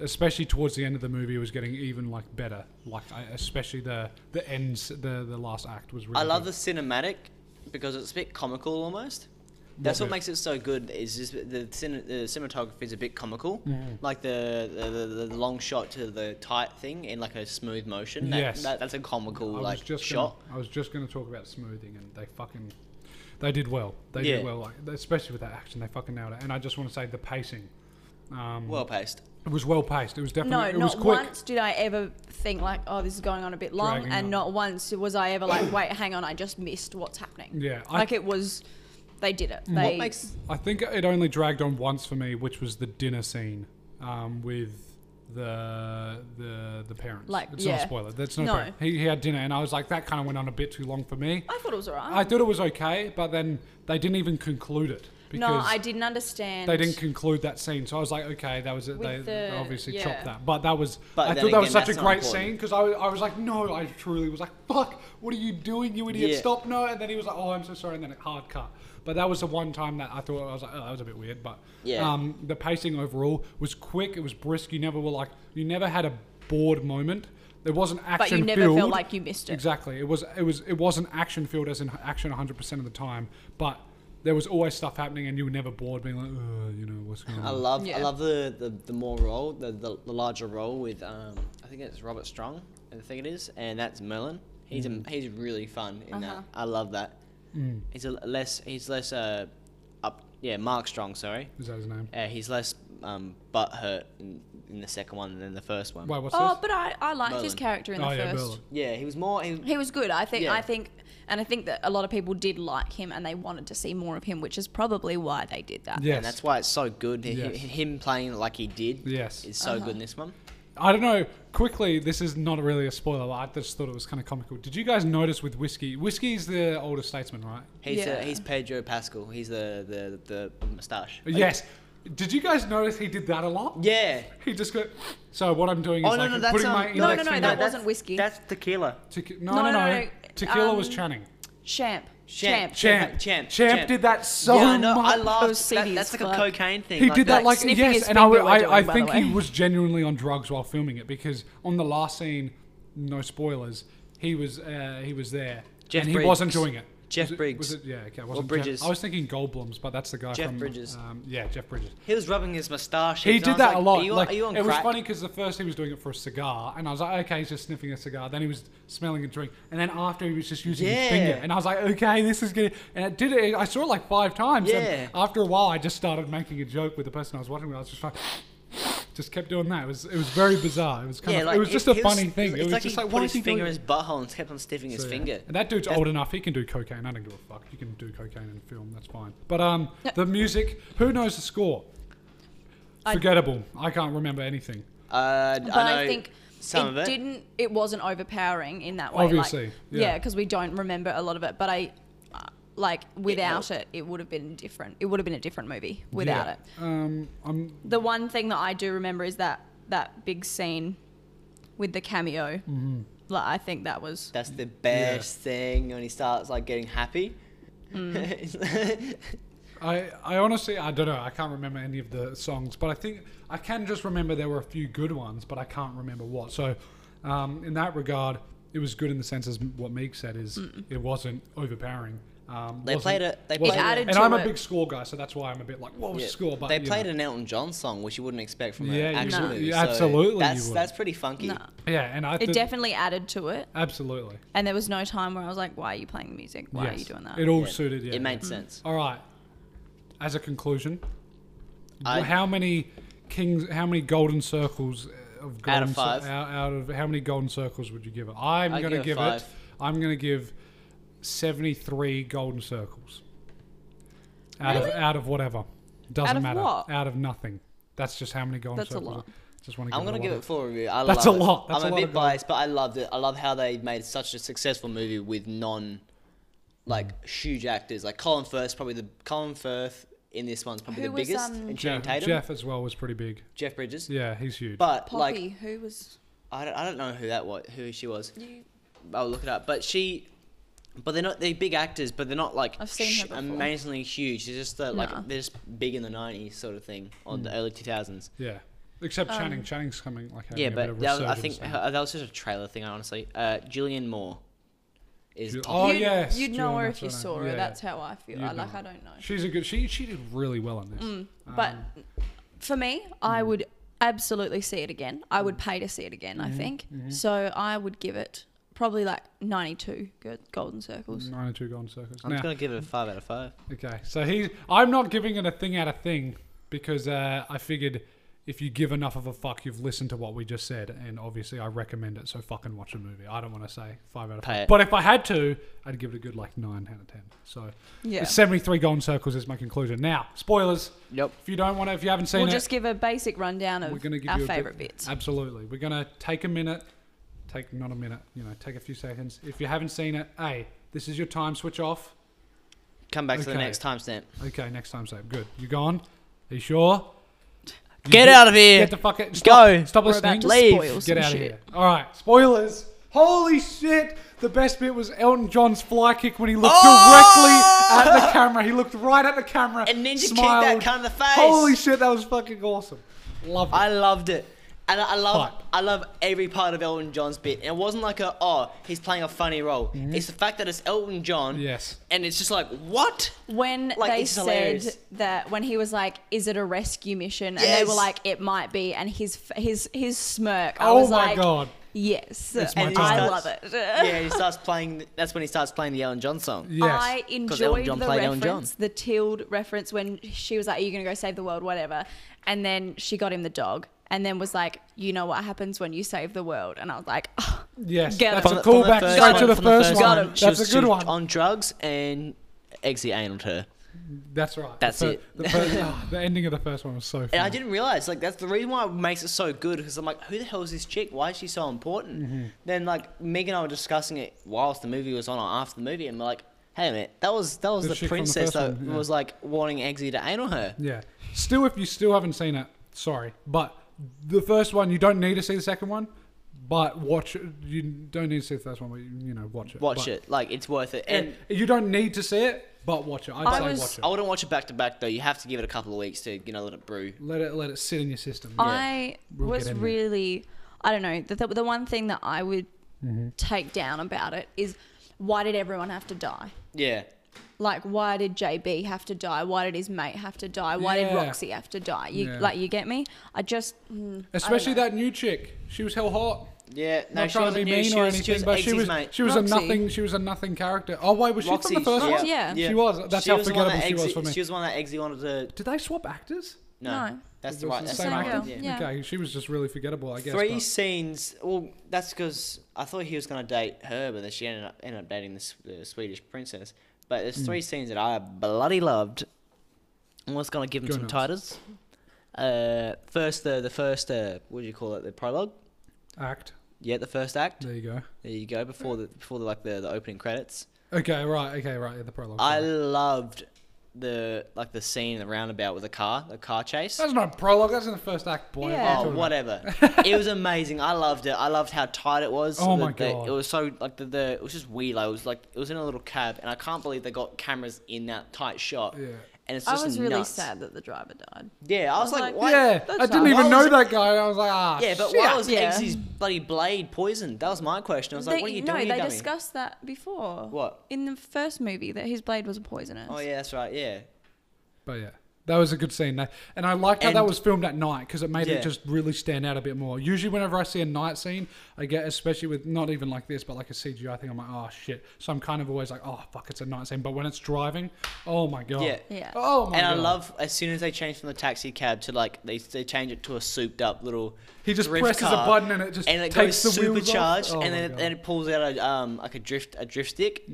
Speaker 2: Especially towards the end of the movie, it was getting even like better. Like, I, especially the the ends, the the last act was really.
Speaker 1: I love
Speaker 2: good.
Speaker 1: the cinematic because it's a bit comical almost. That's
Speaker 2: What
Speaker 1: what,
Speaker 2: bit?
Speaker 1: makes it so good. Is just the, cin- the cinematography is a bit comical, like the the, the the long shot to the tight thing in like a smooth motion. That,
Speaker 2: Yes.
Speaker 1: that, that's a comical
Speaker 2: I was
Speaker 1: like
Speaker 2: just
Speaker 1: shot.
Speaker 2: Gonna, I was just going to talk about smoothing, and they fucking they did well. They
Speaker 1: Yeah.
Speaker 2: did well, like especially with that action, they fucking nailed it. And I just want to say the pacing. Um,
Speaker 1: Well paced.
Speaker 2: it was well paced. It was definitely
Speaker 3: No,
Speaker 2: it was
Speaker 3: not
Speaker 2: quick.
Speaker 3: once did I ever think like, "Oh, this is going on a bit long,"
Speaker 2: Dragging
Speaker 3: and
Speaker 2: on.
Speaker 3: not once was I ever like, "Wait, hang on, I just missed what's happening."
Speaker 2: Yeah, I- Mm.
Speaker 3: like it was. They did it. They,
Speaker 1: What makes
Speaker 2: I think it only dragged on once for me, which was the dinner scene um, with the the the parents.
Speaker 3: Like,
Speaker 2: it's not
Speaker 3: yeah.
Speaker 2: a spoiler. That's not.
Speaker 3: No.
Speaker 2: No. He, he had dinner, and I was like, that kind of went on a bit too long for me.
Speaker 3: I thought it was alright.
Speaker 2: I thought it was okay, but then they didn't even conclude it. Because
Speaker 3: No, I didn't understand.
Speaker 2: they didn't conclude that scene, so I was like, okay, that was it. They,
Speaker 3: With
Speaker 2: they
Speaker 3: the-
Speaker 2: obviously
Speaker 3: yeah.
Speaker 2: chopped that, but that was.
Speaker 1: But
Speaker 2: I
Speaker 1: then
Speaker 2: thought that was
Speaker 1: again,
Speaker 2: such a
Speaker 1: that's not
Speaker 2: great
Speaker 1: important.
Speaker 2: scene because I, was- I was like, no, I truly was like, fuck, what are you doing, you idiot?
Speaker 1: Yeah.
Speaker 2: Stop, no! And then he was like, oh, I'm so sorry, and then it hard cut. But that was the one time that I thought I was like, oh, that was a bit weird. But
Speaker 1: Yeah.
Speaker 2: um, the pacing overall was quick. It was brisk. You never were like, you never had a bored moment. There wasn't
Speaker 3: But
Speaker 2: action.
Speaker 3: you never felt
Speaker 2: filled.
Speaker 3: like you missed it.
Speaker 2: Exactly. It was it was it wasn't action filled as in action 100% of the time, but there was always stuff happening, and you were never bored, being like, Ugh, you know, what's going on?
Speaker 1: I love
Speaker 3: Yeah.
Speaker 1: I love the, the, the more role, the, the, the larger role with um I think it's Robert Strong, I think it is, and that's Merlin. He's a, he's really fun in
Speaker 3: Uh-huh.
Speaker 1: that. I love that.
Speaker 2: Mm.
Speaker 1: He's a less he's less uh up yeah Mark Strong sorry.
Speaker 2: Is that his name?
Speaker 1: Uh, he's less um butthurt in, in the second one than the first one.
Speaker 2: Wait, what's
Speaker 3: Oh,
Speaker 2: this?
Speaker 3: but I, I liked his
Speaker 1: Merlin.
Speaker 3: character in the
Speaker 2: oh yeah,
Speaker 3: first.
Speaker 2: Merlin.
Speaker 1: Yeah, he was more he,
Speaker 3: He was good. I think.
Speaker 1: Yeah.
Speaker 3: I think, and I think that a lot of people did like him, and they wanted to see more of him, which is probably why they did that.
Speaker 2: Yes.
Speaker 1: and that's why it's so good. H-
Speaker 2: Yes.
Speaker 1: Him playing like he did
Speaker 2: Yes.
Speaker 1: is so good
Speaker 3: Uh-huh.
Speaker 1: in this one.
Speaker 2: I don't know. Quickly, this is not really a spoiler. but I just thought it was kind of comical. Did you guys notice with whiskey? Whiskey is the older statesman, right?
Speaker 1: He's uh
Speaker 3: Yeah.
Speaker 1: he's Pedro Pascal. He's the the, the moustache.
Speaker 2: Yes. Did you guys notice he did that a lot?
Speaker 1: Yeah.
Speaker 2: He just go. So what I'm doing is
Speaker 1: Oh, no,
Speaker 2: like
Speaker 1: no, that's,
Speaker 2: putting
Speaker 1: um,
Speaker 2: my index
Speaker 3: no, no, no,
Speaker 2: finger.
Speaker 3: that wasn't whiskey.
Speaker 1: That's tequila.
Speaker 2: Tequi- no,
Speaker 3: No,
Speaker 2: no, no,
Speaker 3: no, no,
Speaker 2: Tequila was
Speaker 3: um,
Speaker 2: Channing.
Speaker 3: Champ.
Speaker 1: Champ.
Speaker 3: Champ.
Speaker 2: Champ.
Speaker 1: Champ, Champ, Champ.
Speaker 2: did that so
Speaker 1: yeah, I know. I
Speaker 2: much.
Speaker 1: laughed.
Speaker 3: Those
Speaker 1: That-
Speaker 3: CDs
Speaker 1: that's like a
Speaker 3: fuck.
Speaker 1: cocaine thing.
Speaker 2: He did that
Speaker 3: like
Speaker 2: like
Speaker 3: sniffing
Speaker 2: yes,
Speaker 3: his
Speaker 2: and I,
Speaker 3: finger while
Speaker 2: I, I
Speaker 3: doing, by
Speaker 2: think
Speaker 3: the
Speaker 2: he
Speaker 3: way.
Speaker 2: was genuinely on drugs while filming it because on the last scene, no spoilers, he was uh, he was there
Speaker 1: Jeff
Speaker 2: and he
Speaker 1: Briggs.
Speaker 2: wasn't doing it.
Speaker 1: Jeff
Speaker 2: Was it-
Speaker 1: Briggs.
Speaker 2: was it- yeah, okay, it wasn't Jeff-
Speaker 1: Bridges.
Speaker 2: I was thinking Goldblum's, but that's the guy
Speaker 1: Jeff
Speaker 2: from
Speaker 1: Bridges.
Speaker 2: Um, yeah, Jeff Bridges.
Speaker 1: He was rubbing his moustache.
Speaker 2: He did that a lot.
Speaker 1: Are you,
Speaker 2: like,
Speaker 1: are you on
Speaker 2: it was
Speaker 1: crack?
Speaker 2: funny because the first he was doing it for a cigar, and I was like, okay, he's just sniffing a cigar. Then he was smelling a drink, and then after he was just using his
Speaker 1: Yeah.
Speaker 2: finger, and I was like, okay, this is good. And it did it. I saw it like five times.
Speaker 1: Yeah.
Speaker 2: And after a while, I just started making a joke with the person I was watching. With. I was just like. Just kept doing that. It was it was very bizarre. It was kind
Speaker 1: Yeah,
Speaker 2: of
Speaker 1: like
Speaker 2: it was just a
Speaker 1: he
Speaker 2: funny thing. It
Speaker 1: It's
Speaker 2: was
Speaker 1: like
Speaker 2: just
Speaker 1: he
Speaker 2: like
Speaker 1: put
Speaker 2: why
Speaker 1: his
Speaker 2: is he
Speaker 1: finger
Speaker 2: doing
Speaker 1: in his butthole and kept on sniffing his
Speaker 2: so, yeah.
Speaker 1: finger.
Speaker 2: And that dude's old enough; he can do cocaine. I don't give a fuck. You can do cocaine in a film. That's fine. But um, the music. Who knows the score?
Speaker 3: I-
Speaker 2: Forgettable. I can't remember anything.
Speaker 1: Uh,
Speaker 3: But
Speaker 1: I, know
Speaker 3: I, think
Speaker 1: some of
Speaker 3: it
Speaker 1: it.
Speaker 3: didn't. It wasn't overpowering in that way.
Speaker 2: Obviously,
Speaker 3: like,
Speaker 2: yeah.
Speaker 3: because we don't remember a lot of it. But I, uh, like, without
Speaker 1: helped.
Speaker 3: it, it would have been different. It would have been a different movie without
Speaker 2: Yeah.
Speaker 3: it.
Speaker 2: Um, I'm
Speaker 3: The one thing that I do remember is that that big scene with the cameo.
Speaker 2: Mm-hmm.
Speaker 3: Like, I think that was.
Speaker 1: that's the best thing when he starts like getting happy.
Speaker 2: I, I honestly I don't know I can't remember any of the songs but I think I can just remember there were a few good ones but I can't remember what so um, in that regard it was good in the sense as what Meek said is it wasn't overpowering um,
Speaker 1: They
Speaker 2: wasn't-
Speaker 1: played it- they played
Speaker 2: wasn't-
Speaker 1: it- It added
Speaker 2: and
Speaker 3: to
Speaker 2: I'm a
Speaker 3: it.
Speaker 2: big score guy so that's why I'm a bit like what was
Speaker 1: Yeah.
Speaker 2: the score but
Speaker 1: they
Speaker 2: you
Speaker 1: played
Speaker 2: know.
Speaker 1: an Elton John song, which you wouldn't expect from
Speaker 2: Yeah,
Speaker 1: an
Speaker 2: you
Speaker 1: action
Speaker 3: would-
Speaker 1: movie.
Speaker 2: you
Speaker 1: so
Speaker 2: absolutely you
Speaker 1: that's
Speaker 2: would.
Speaker 1: that's pretty funky.
Speaker 3: No,
Speaker 2: yeah and I
Speaker 3: it
Speaker 2: thi-
Speaker 3: definitely added to it.
Speaker 2: absolutely
Speaker 3: And there was no time where I was like, why are you playing the music? Why are
Speaker 2: Yes.
Speaker 3: you doing that?
Speaker 2: it all
Speaker 1: Yeah.
Speaker 2: suited yeah
Speaker 1: It made sense.
Speaker 2: all right as a conclusion
Speaker 1: I-
Speaker 2: Well, how many kings? How many golden circles uh, of golden
Speaker 1: Out of five.
Speaker 2: cir- out, out of how many golden circles would you give it? I'm
Speaker 1: I'd
Speaker 2: gonna
Speaker 1: give it
Speaker 2: give it.
Speaker 1: five.
Speaker 2: I'm gonna give seventy-three golden circles. Out
Speaker 3: Really?
Speaker 2: of out of whatever doesn't
Speaker 3: of
Speaker 2: matter.
Speaker 3: what?
Speaker 2: Out of nothing. That's just how many golden
Speaker 3: That's a
Speaker 2: circles.
Speaker 3: lot.
Speaker 2: Just want to.
Speaker 1: I'm gonna give it full review. I
Speaker 2: That's
Speaker 1: love
Speaker 2: a
Speaker 1: it.
Speaker 2: lot. That's
Speaker 1: I'm
Speaker 2: a
Speaker 1: a,
Speaker 2: lot
Speaker 1: bit
Speaker 2: of gold.
Speaker 1: biased, but I loved it. I love how they made such a successful movie with non, like huge actors. Like Colin Firth, probably the Colin Firth in this one's probably
Speaker 3: Who
Speaker 1: the
Speaker 3: was,
Speaker 1: biggest,
Speaker 3: um,
Speaker 1: and Channing
Speaker 2: Jeff,
Speaker 1: Tatum, Jeff,
Speaker 2: Jeff as well was pretty big.
Speaker 1: Bridges.
Speaker 2: Yeah, he's huge.
Speaker 1: But
Speaker 3: Poppy,
Speaker 1: like,
Speaker 3: who was.
Speaker 1: I don't, I don't know who that was, who she was. I'll look it up. But she, but they're not they're big actors, but they're not like
Speaker 3: I've seen her before.
Speaker 1: amazingly huge. They're just the, like
Speaker 3: Nah.
Speaker 1: they're just big in the '90s sort of thing, or
Speaker 2: Hmm.
Speaker 1: the early 2000s.
Speaker 2: yeah, except Channing. Channing's coming like having
Speaker 1: Um, Yeah,
Speaker 2: a bit
Speaker 1: but
Speaker 2: of
Speaker 1: that was, I
Speaker 2: resurgence
Speaker 1: think
Speaker 2: now.
Speaker 1: uh, that was just a trailer thing, honestly. Uh, Julian Moore is
Speaker 2: Ju-
Speaker 1: Poppy.
Speaker 2: Oh
Speaker 3: you'd,
Speaker 2: yes,
Speaker 3: You'd know
Speaker 2: Julian,
Speaker 3: her
Speaker 2: that's
Speaker 3: if you
Speaker 2: her name.
Speaker 3: saw her.
Speaker 2: Yeah.
Speaker 3: That's how I feel. I,
Speaker 2: You'd
Speaker 3: like,
Speaker 2: know.
Speaker 3: I don't know. Mm.
Speaker 2: She's a good. She she did really well on this.
Speaker 1: Mm,
Speaker 3: But
Speaker 2: Um,
Speaker 3: for me, I
Speaker 2: mm.
Speaker 3: would absolutely see it again. I would pay to see it again,
Speaker 2: Mm-hmm.
Speaker 3: I think. So I would give it probably like 92 go- golden circles.
Speaker 2: 92 golden circles.
Speaker 1: I'm
Speaker 2: Now,
Speaker 1: just gonna give it a five out of five.
Speaker 2: okay, so he, I'm not giving it a thing out of thing because uh, I figured if you give enough of a fuck, you've listened to what we just said, and obviously I recommend it. So fucking watch the movie. I don't want to say five out of
Speaker 1: Pay
Speaker 2: five,
Speaker 1: it.
Speaker 2: but if I had to, I'd give it a good like nine out of ten. So
Speaker 3: Yeah.
Speaker 2: it's 73 golden circles is my conclusion. Now spoilers.
Speaker 1: Yep.
Speaker 2: If you don't want to, if you haven't seen
Speaker 3: We'll
Speaker 2: it,
Speaker 3: just give a basic rundown
Speaker 2: we're
Speaker 3: of
Speaker 2: gonna give
Speaker 3: our
Speaker 2: you a bit-
Speaker 3: favourite bits.
Speaker 2: Absolutely. We're gonna take a minute, take not a minute, you know, take a few seconds. If you haven't seen it, hey, this is your time. Switch off.
Speaker 1: Come back to the
Speaker 2: Okay.
Speaker 1: next timestamp.
Speaker 2: Okay, next time, Sam. Good. You gone? Are you sure? You
Speaker 1: Get out of here.
Speaker 2: Get the fuck out. Stop,
Speaker 1: Go.
Speaker 2: Stop
Speaker 3: We're
Speaker 2: listening.
Speaker 3: about to
Speaker 1: Leave.
Speaker 3: spoil
Speaker 2: Get
Speaker 3: some
Speaker 2: out of
Speaker 3: shit.
Speaker 2: here. All right. Spoilers. Holy shit! The best bit was Elton John's fly kick when he looked directly at the camera. He looked right at the camera
Speaker 1: Oh! And ninja kicked that
Speaker 2: smiled.
Speaker 1: cunt in the face.
Speaker 2: Holy shit! That was fucking awesome. Love it.
Speaker 1: I loved it. And I, I love,
Speaker 2: Fuck.
Speaker 1: I love every part of Elton John's bit. And it wasn't like a, oh, he's playing a funny role. It's the fact that it's Elton John.
Speaker 2: Mm-hmm. Yes.
Speaker 1: And it's just like, what?
Speaker 3: When
Speaker 1: Like,
Speaker 3: they
Speaker 1: it's
Speaker 3: said
Speaker 1: hilarious.
Speaker 3: that, when he was like, "Is it a rescue mission?" and
Speaker 1: Yes.
Speaker 3: they were like, "It might be," and his f- his his smirk, I
Speaker 2: Oh
Speaker 3: was
Speaker 2: my
Speaker 3: like,
Speaker 2: God.
Speaker 3: "Yes,
Speaker 2: It's my
Speaker 3: and
Speaker 2: time.
Speaker 3: I love it."
Speaker 1: yeah, he starts playing. That's when he starts playing the Elton John song.
Speaker 2: Yes.
Speaker 3: I enjoyed
Speaker 1: John
Speaker 3: the
Speaker 1: played Elton
Speaker 3: reference,
Speaker 1: John.
Speaker 3: the Tilde reference when she was like, "Are you gonna go save the world, whatever?" And then she got him the dog, and then was like, "You know what happens when you save the world?" And I was like, oh,
Speaker 2: Yes,
Speaker 3: Get
Speaker 2: that's
Speaker 3: him.
Speaker 2: a
Speaker 1: From the- from
Speaker 2: callback
Speaker 1: the
Speaker 2: straight to
Speaker 1: from
Speaker 2: the first,
Speaker 3: Got
Speaker 2: one.
Speaker 3: him.
Speaker 1: She
Speaker 2: That's
Speaker 1: was-
Speaker 2: a
Speaker 1: she
Speaker 2: good
Speaker 1: was
Speaker 2: one.
Speaker 1: On drugs and exit analed her.
Speaker 2: That's right.
Speaker 1: That's
Speaker 2: the, fir-
Speaker 1: it.
Speaker 2: The, fir- ah, the ending of the first one was so. Funny.
Speaker 1: And I didn't realize like that's the reason why it makes it so good because I'm like, who the hell is this chick? Why is she so important?
Speaker 2: Mm-hmm.
Speaker 1: Then like Meg and I were discussing it whilst the movie was on or after the movie, and we're like, hey man, that was that was
Speaker 2: The
Speaker 1: the,
Speaker 2: chick from the
Speaker 1: princess
Speaker 2: first
Speaker 1: that
Speaker 2: one, yeah.
Speaker 1: was like wanting Eggsy to anal her.
Speaker 2: Yeah. Still, if you still haven't seen it, sorry, but the first one you don't need to see the second one, but watch it. You don't need to see the first one, but you, you know, watch it.
Speaker 1: Watch
Speaker 2: But-
Speaker 1: it, like it's worth it. And
Speaker 2: And you don't need to see it, but watch it. I'd
Speaker 3: I
Speaker 2: say
Speaker 3: was-
Speaker 2: watch it.
Speaker 1: I wouldn't watch it back to back though. You have to give it a couple of weeks to you know let it brew.
Speaker 2: let it let it sit in your system.
Speaker 3: I
Speaker 2: We'll
Speaker 3: was
Speaker 2: get in there.
Speaker 3: really, I don't know. The, the, the one thing that I would
Speaker 2: Mm-hmm.
Speaker 3: take down about it is why did everyone have to die?
Speaker 1: Yeah,
Speaker 3: Like, why did JB have to die? Why did his mate have to die? Why
Speaker 2: Yeah.
Speaker 3: did Roxy have to die? You
Speaker 2: Yeah.
Speaker 3: like, you get me? I just, mm, I
Speaker 2: Especially
Speaker 3: don't
Speaker 2: that
Speaker 3: know.
Speaker 2: new chick. She was hell hot.
Speaker 1: yeah. No,
Speaker 2: Not
Speaker 1: she
Speaker 2: trying to be
Speaker 1: wasn't new.
Speaker 2: mean
Speaker 1: She
Speaker 2: or
Speaker 1: was,
Speaker 2: anything,
Speaker 1: she was
Speaker 2: but she
Speaker 1: Exy's
Speaker 2: was
Speaker 1: mate.
Speaker 2: she was a
Speaker 3: Roxy.
Speaker 2: nothing. She was a nothing character. Oh wait, was she
Speaker 1: Roxy,
Speaker 2: from the first
Speaker 1: yeah,
Speaker 2: one?
Speaker 3: Yeah.
Speaker 2: she was. That's
Speaker 1: She
Speaker 2: how
Speaker 1: was the one
Speaker 2: forgettable
Speaker 1: that
Speaker 2: she was
Speaker 1: Eggsy-
Speaker 2: for me.
Speaker 1: She was the one that Eggsy wanted to
Speaker 2: Did they swap actors?
Speaker 1: No,
Speaker 3: No.
Speaker 1: that's the
Speaker 2: Was it
Speaker 1: right.
Speaker 2: the
Speaker 1: That's the
Speaker 2: same
Speaker 1: right
Speaker 3: actor?
Speaker 1: one. Yeah.
Speaker 3: Yeah.
Speaker 2: Okay, she was just really forgettable, I guess.
Speaker 1: Three
Speaker 2: but-
Speaker 1: scenes. Well, that's because I thought he was gonna date her, but then she ended up, ended up dating this uh, Swedish princess. But there's three
Speaker 2: Hmm.
Speaker 1: scenes that I bloody loved. And what's gonna give him
Speaker 2: Go
Speaker 1: some
Speaker 2: nuts.
Speaker 1: titles? Uh, first the the first uh, what do you call it? The prologue.
Speaker 2: act.
Speaker 1: Yeah, the first act.
Speaker 2: There you go.
Speaker 1: There you go. Before the before the like the, the opening credits.
Speaker 2: Okay, right. Okay, right. Yeah, the prologue.
Speaker 1: I
Speaker 2: sorry.
Speaker 1: loved the like the scene in the roundabout with the car, the car chase.
Speaker 2: That's not a prologue. That's in the first act, boy. What are you
Speaker 3: Yeah.
Speaker 1: Oh,
Speaker 2: talking about?
Speaker 1: whatever. it was amazing. I loved it. I loved how tight it was.
Speaker 2: Oh
Speaker 1: The-
Speaker 2: my
Speaker 1: the-
Speaker 2: God.
Speaker 1: it was so like the, the it was just weird. Like, it was like it was in a little cab, and I can't believe they got cameras in that tight shot.
Speaker 2: Yeah.
Speaker 1: And it's
Speaker 3: I
Speaker 1: just
Speaker 3: was really
Speaker 1: nuts.
Speaker 3: sad that the driver died.
Speaker 1: Yeah, I was, like, why?
Speaker 2: Yeah,
Speaker 3: That's
Speaker 2: I didn't
Speaker 3: not-
Speaker 2: even
Speaker 1: why
Speaker 2: know
Speaker 1: was it-
Speaker 2: that guy. I was like, ah,
Speaker 1: Yeah, but
Speaker 2: shit.
Speaker 1: why was
Speaker 3: Yeah.
Speaker 1: Eggsy's bloody blade poisoned? That was my question. I was like,
Speaker 3: They-
Speaker 1: what are you
Speaker 3: no,
Speaker 1: doing, you
Speaker 3: they
Speaker 1: dummy?
Speaker 3: discussed that before.
Speaker 1: What?
Speaker 3: In the first movie, that his blade was poisonous.
Speaker 1: Oh yeah, that's right. Yeah,
Speaker 2: But yeah, that was a good scene. That- And I liked how that
Speaker 1: And-
Speaker 2: was filmed at night because it made
Speaker 1: Yeah.
Speaker 2: it just really stand out a bit more. Usually, whenever I see a night scene, I get, especially with not even like this, but like a CGI thing, I'm like, oh shit. So I'm kind of always like, oh fuck, it's a night scene. But when it's driving, oh my god.
Speaker 1: Yeah.
Speaker 3: Yeah.
Speaker 2: Oh my
Speaker 1: and
Speaker 2: god.
Speaker 1: I love as soon as they change from the taxi cab to like they they change it to a souped up little.
Speaker 2: He just
Speaker 1: drift
Speaker 2: presses a
Speaker 1: car,
Speaker 2: button and it just
Speaker 1: and it
Speaker 2: takes
Speaker 1: goes
Speaker 2: the wheels off.
Speaker 1: supercharged
Speaker 2: Oh
Speaker 1: and
Speaker 2: my
Speaker 1: then
Speaker 2: God. Mm-hmm.
Speaker 1: then it pulls out a um like a drift a drift stick.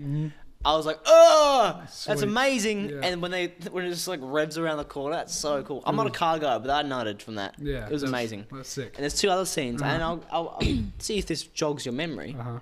Speaker 1: I was like, oh, that's
Speaker 2: Sweet.
Speaker 1: amazing!
Speaker 2: Yeah.
Speaker 1: And when they when it just like revs around the corner, that's so cool. I'm not a car guy, but I nodded from that.
Speaker 2: Mm. Yeah.
Speaker 1: it was
Speaker 2: that's-
Speaker 1: amazing.
Speaker 2: That's sick.
Speaker 1: And there's two other scenes, and I'll, I'll, I'll see if this jogs your memory.
Speaker 2: Uh huh.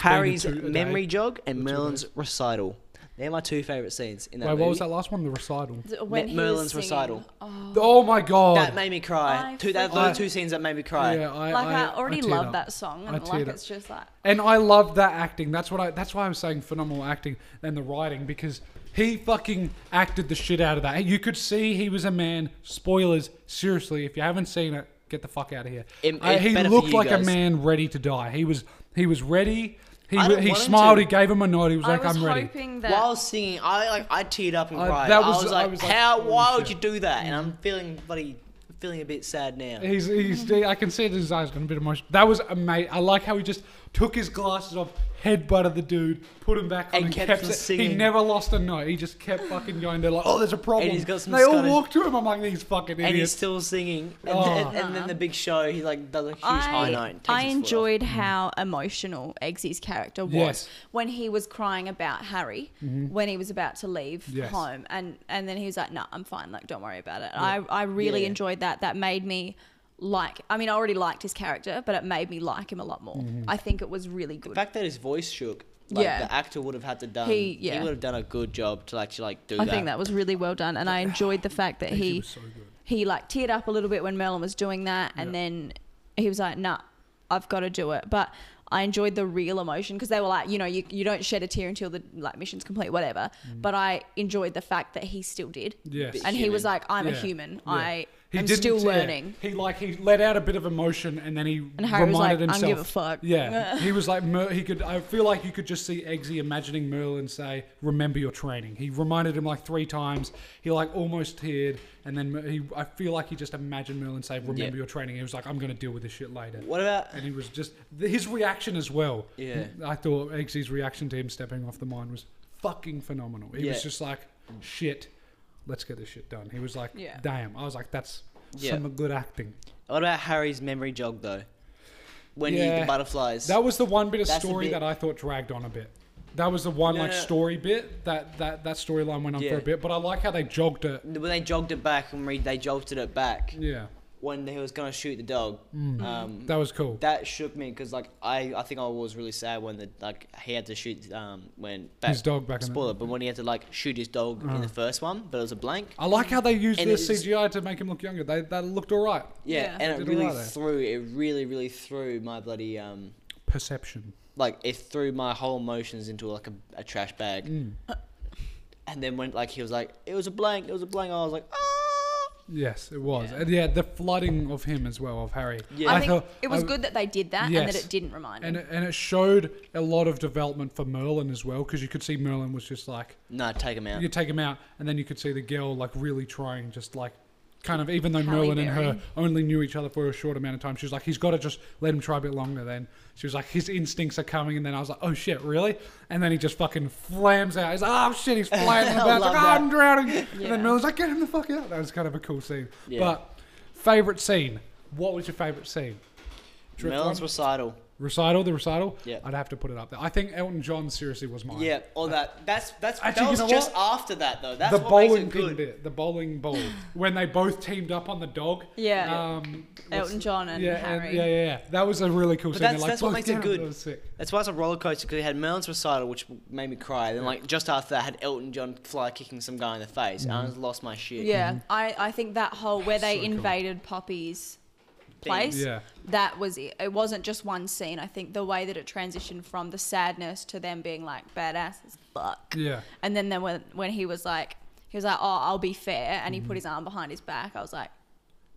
Speaker 1: Harry's
Speaker 2: uh,
Speaker 1: memory jog and
Speaker 2: two
Speaker 1: Merlin's recital. They're my two favorite scenes in that
Speaker 2: Wait,
Speaker 1: movie.
Speaker 2: what was that last one? The recital.
Speaker 3: Th- When
Speaker 1: Me-
Speaker 3: he was
Speaker 1: Merlin's
Speaker 3: singing-
Speaker 1: recital.
Speaker 3: Oh,
Speaker 2: Oh my god.
Speaker 1: That made me cry.
Speaker 3: I
Speaker 1: Two, that,
Speaker 3: freaking-
Speaker 1: those two scenes that made me cry.
Speaker 2: yeah, I,
Speaker 3: like I,
Speaker 2: I
Speaker 3: already
Speaker 2: teared
Speaker 3: love
Speaker 2: up.
Speaker 3: that song,
Speaker 2: I
Speaker 3: and
Speaker 2: teared
Speaker 3: like
Speaker 2: up.
Speaker 3: it's just like
Speaker 2: And I loved that acting. That's what I. That's why I was saying phenomenal acting and the writing because he fucking acted the shit out of that. You could see he was a man. Spoilers, seriously, if you haven't seen it, get the fuck out of here.
Speaker 1: It-
Speaker 2: I-
Speaker 1: it's
Speaker 2: he
Speaker 1: better for
Speaker 2: looked
Speaker 1: you
Speaker 2: like a
Speaker 1: guys.
Speaker 2: man ready to die. He was. He was ready. He,
Speaker 1: I
Speaker 2: w-
Speaker 1: don't
Speaker 2: he
Speaker 1: want him
Speaker 2: smiled.
Speaker 1: to.
Speaker 2: He gave him a nod. He was
Speaker 3: I
Speaker 2: like,
Speaker 3: was
Speaker 2: "I'm ready."
Speaker 3: hoping that
Speaker 1: While singing, I like I teared up and
Speaker 2: I-
Speaker 1: cried.
Speaker 2: that
Speaker 1: I,
Speaker 2: was-
Speaker 1: was
Speaker 2: I
Speaker 1: like,
Speaker 2: was like,
Speaker 1: how?
Speaker 2: holy
Speaker 1: Why would
Speaker 2: shit." Mm.
Speaker 1: you do that? And I'm feeling bloody, feeling a bit sad now.
Speaker 2: He's, he's, I can see it in his eyes, got a bit emotional. That was amazing. I like how he just took his glasses off, headbutted the dude, put him back on,
Speaker 1: And
Speaker 2: and,
Speaker 1: kept
Speaker 2: kept,
Speaker 1: on
Speaker 2: it. He
Speaker 1: singing.
Speaker 2: never lost a note. He just kept fucking going there, like, oh, there's a problem.
Speaker 1: he's got some
Speaker 2: they all
Speaker 1: Scottish-
Speaker 2: walked to him. I'm like, these fucking
Speaker 1: and he's
Speaker 2: idiots.
Speaker 1: still singing. And,
Speaker 2: Oh.
Speaker 1: then, and then the big show, he like does a huge high note. And takes
Speaker 3: Uh-huh. I, I
Speaker 1: his foot off. Mm-hmm.
Speaker 3: enjoyed how emotional Eggsy's character was
Speaker 2: Yes.
Speaker 3: when he was crying about Harry
Speaker 1: Mm-hmm.
Speaker 3: when he was about to leave
Speaker 2: Yes.
Speaker 3: home, and and then he was like, "No, I'm fine. Like, don't worry about it." I I really
Speaker 1: Yeah.
Speaker 3: enjoyed that. That made me like. I mean, I already liked his character, but it made me like him a lot more.
Speaker 1: Mm-hmm.
Speaker 3: I think it was really
Speaker 1: the
Speaker 3: good.
Speaker 1: fact that his voice shook. Like,
Speaker 3: Yeah.
Speaker 1: the actor would have had to done.
Speaker 3: He-
Speaker 1: He,
Speaker 3: yeah.
Speaker 1: would have done a good job to actually like do
Speaker 3: I
Speaker 1: that.
Speaker 3: think that was really well done, and I enjoyed the fact that
Speaker 2: He
Speaker 3: he
Speaker 2: was so good.
Speaker 3: he like teared up a little bit when Merlin was doing that, and
Speaker 2: Yeah.
Speaker 3: then he was like, "Nah, I've got to do it." But I enjoyed the real emotion because they were like, you know, you, you don't shed a tear until the like mission's complete, whatever. But I enjoyed the fact that he still did,
Speaker 2: Mm. Yes.
Speaker 1: Bit
Speaker 3: and he was
Speaker 1: human.
Speaker 3: like, "I'm a
Speaker 2: Yeah.
Speaker 3: human.
Speaker 2: Yeah.
Speaker 3: I
Speaker 2: He
Speaker 3: I'm
Speaker 2: didn't-
Speaker 3: still
Speaker 2: yeah.
Speaker 3: learning.
Speaker 2: He like he let out a bit of emotion and then he
Speaker 3: And Harry was
Speaker 2: reminded
Speaker 3: like,
Speaker 2: himself.
Speaker 3: "I don't give a fuck."
Speaker 2: Yeah, he was like Mer- he could. I feel like you could just see Eggsy imagining Merlin say, "Remember your training." He reminded him like three times. He like almost teared, and then Mer- he. I feel like he just imagined Merlin say, "Remember
Speaker 1: Yeah.
Speaker 2: your training." He was like, "I'm gonna deal with this shit later."
Speaker 1: What about
Speaker 2: And he was just th- his reaction as well.
Speaker 1: Yeah.
Speaker 2: I thought Eggsy's reaction to him stepping off the mine was fucking phenomenal. He
Speaker 1: Yeah.
Speaker 2: was just like, "Shit, let's get this shit done." He was like,
Speaker 3: Yeah.
Speaker 2: "Damn," I was like, "That's
Speaker 1: Yeah.
Speaker 2: some good acting."
Speaker 1: what about Harry's memory jog though? When he
Speaker 2: Yeah.
Speaker 1: the butterflies.
Speaker 2: That was the one bit of
Speaker 1: That's the
Speaker 2: story
Speaker 1: bit-
Speaker 2: that I thought dragged on a bit. That was the one
Speaker 1: No,
Speaker 2: like
Speaker 1: no.
Speaker 2: story bit that that that storyline went on
Speaker 1: Yeah.
Speaker 2: for a bit, but I like how they jogged it.
Speaker 1: when they jogged it back and re- they jolted it back
Speaker 2: Yeah,
Speaker 1: when he was gonna shoot the dog.
Speaker 2: Mm.
Speaker 1: Um,
Speaker 2: that was cool.
Speaker 1: that shook me because like I, I think I was really sad when the like he had to shoot um when back,
Speaker 2: His dog back in the-
Speaker 1: spoiler but when he had to like shoot his dog in
Speaker 2: Uh.
Speaker 1: the first one but it was a blank
Speaker 2: I like how they used
Speaker 1: And
Speaker 2: the
Speaker 1: it's-
Speaker 2: CGI to make him look younger. They that looked all right.
Speaker 1: yeah,
Speaker 3: Yeah.
Speaker 1: and it
Speaker 2: Did
Speaker 1: really
Speaker 2: alright there.
Speaker 1: threw it really really threw my bloody um
Speaker 2: Perception.
Speaker 1: like it threw my whole emotions into like a, a trash bag
Speaker 2: Mm.
Speaker 1: and then when like he was like it was a blank it was a blank I was like ah
Speaker 2: Yes, it was.
Speaker 3: Yeah.
Speaker 2: And yeah, the flooding of him as well, of Harry.
Speaker 1: Yeah.
Speaker 3: I,
Speaker 1: I
Speaker 3: think
Speaker 2: thought-
Speaker 3: it was
Speaker 2: I-
Speaker 3: good that they did that and
Speaker 2: Yes.
Speaker 3: that it didn't remind
Speaker 2: And
Speaker 3: him.
Speaker 2: it, and it showed a lot of development for Merlin as well, because you could see Merlin was just like,
Speaker 1: nah take him out
Speaker 2: you take him out, and then you could see the girl like really trying, just like, kind of, even though
Speaker 3: Halle
Speaker 2: Merlin and her
Speaker 3: Berry.
Speaker 2: only knew each other for a short amount of time, she was like, he's got to just let him try a bit longer then. She was like, his instincts are coming, and then I was like, oh shit, really? And then he just fucking flams out. He's like, oh shit, he's flaming
Speaker 1: I
Speaker 2: about. It's like,
Speaker 1: love
Speaker 2: "Oh,
Speaker 1: that.
Speaker 2: I'm drowning. And
Speaker 3: Yeah.
Speaker 2: then Merlin's like, get him the fuck out. That was kind of a cool scene.
Speaker 1: Yeah.
Speaker 2: But, favorite scene. What was your favorite scene? Drift
Speaker 1: Merlin's
Speaker 2: one?
Speaker 1: recital
Speaker 2: Recital, the recital.
Speaker 1: Yeah.
Speaker 2: I'd have to put it up there. I think Elton John seriously was mine.
Speaker 1: yeah all that that's that's
Speaker 2: Actually,
Speaker 1: that
Speaker 2: you
Speaker 1: was
Speaker 2: know
Speaker 1: just
Speaker 2: what?
Speaker 1: after that though that's
Speaker 2: the
Speaker 1: what makes
Speaker 2: bowling
Speaker 1: it
Speaker 2: pin
Speaker 1: good
Speaker 2: bit, the bowling ball, when they both teamed up on the dog.
Speaker 3: Yeah.
Speaker 2: Um, what's-
Speaker 3: Elton John and
Speaker 2: yeah,
Speaker 3: Harry.
Speaker 2: yeah, yeah, yeah. That was a really cool
Speaker 1: But
Speaker 2: scene.
Speaker 1: that's-
Speaker 2: They're like,
Speaker 1: that's what
Speaker 2: "Both
Speaker 1: makes it
Speaker 2: down."
Speaker 1: good.
Speaker 2: That was sick.
Speaker 1: That's why it's a roller coaster because it had Merlin's recital, which made me cry. Then, like just after that, had Elton John fly kicking some guy in the face, and I just lost my shit.
Speaker 3: Yeah, I, I think that whole where they
Speaker 2: So cool.
Speaker 3: invaded Poppy's place,
Speaker 2: Yeah.
Speaker 3: that was it. It wasn't just one scene. I think the way that it transitioned from the sadness to them being like badass as fuck.
Speaker 2: Yeah.
Speaker 3: And then, then when, when he was like, he was like, oh, I'll be fair. And he put his arm behind his back. I was like,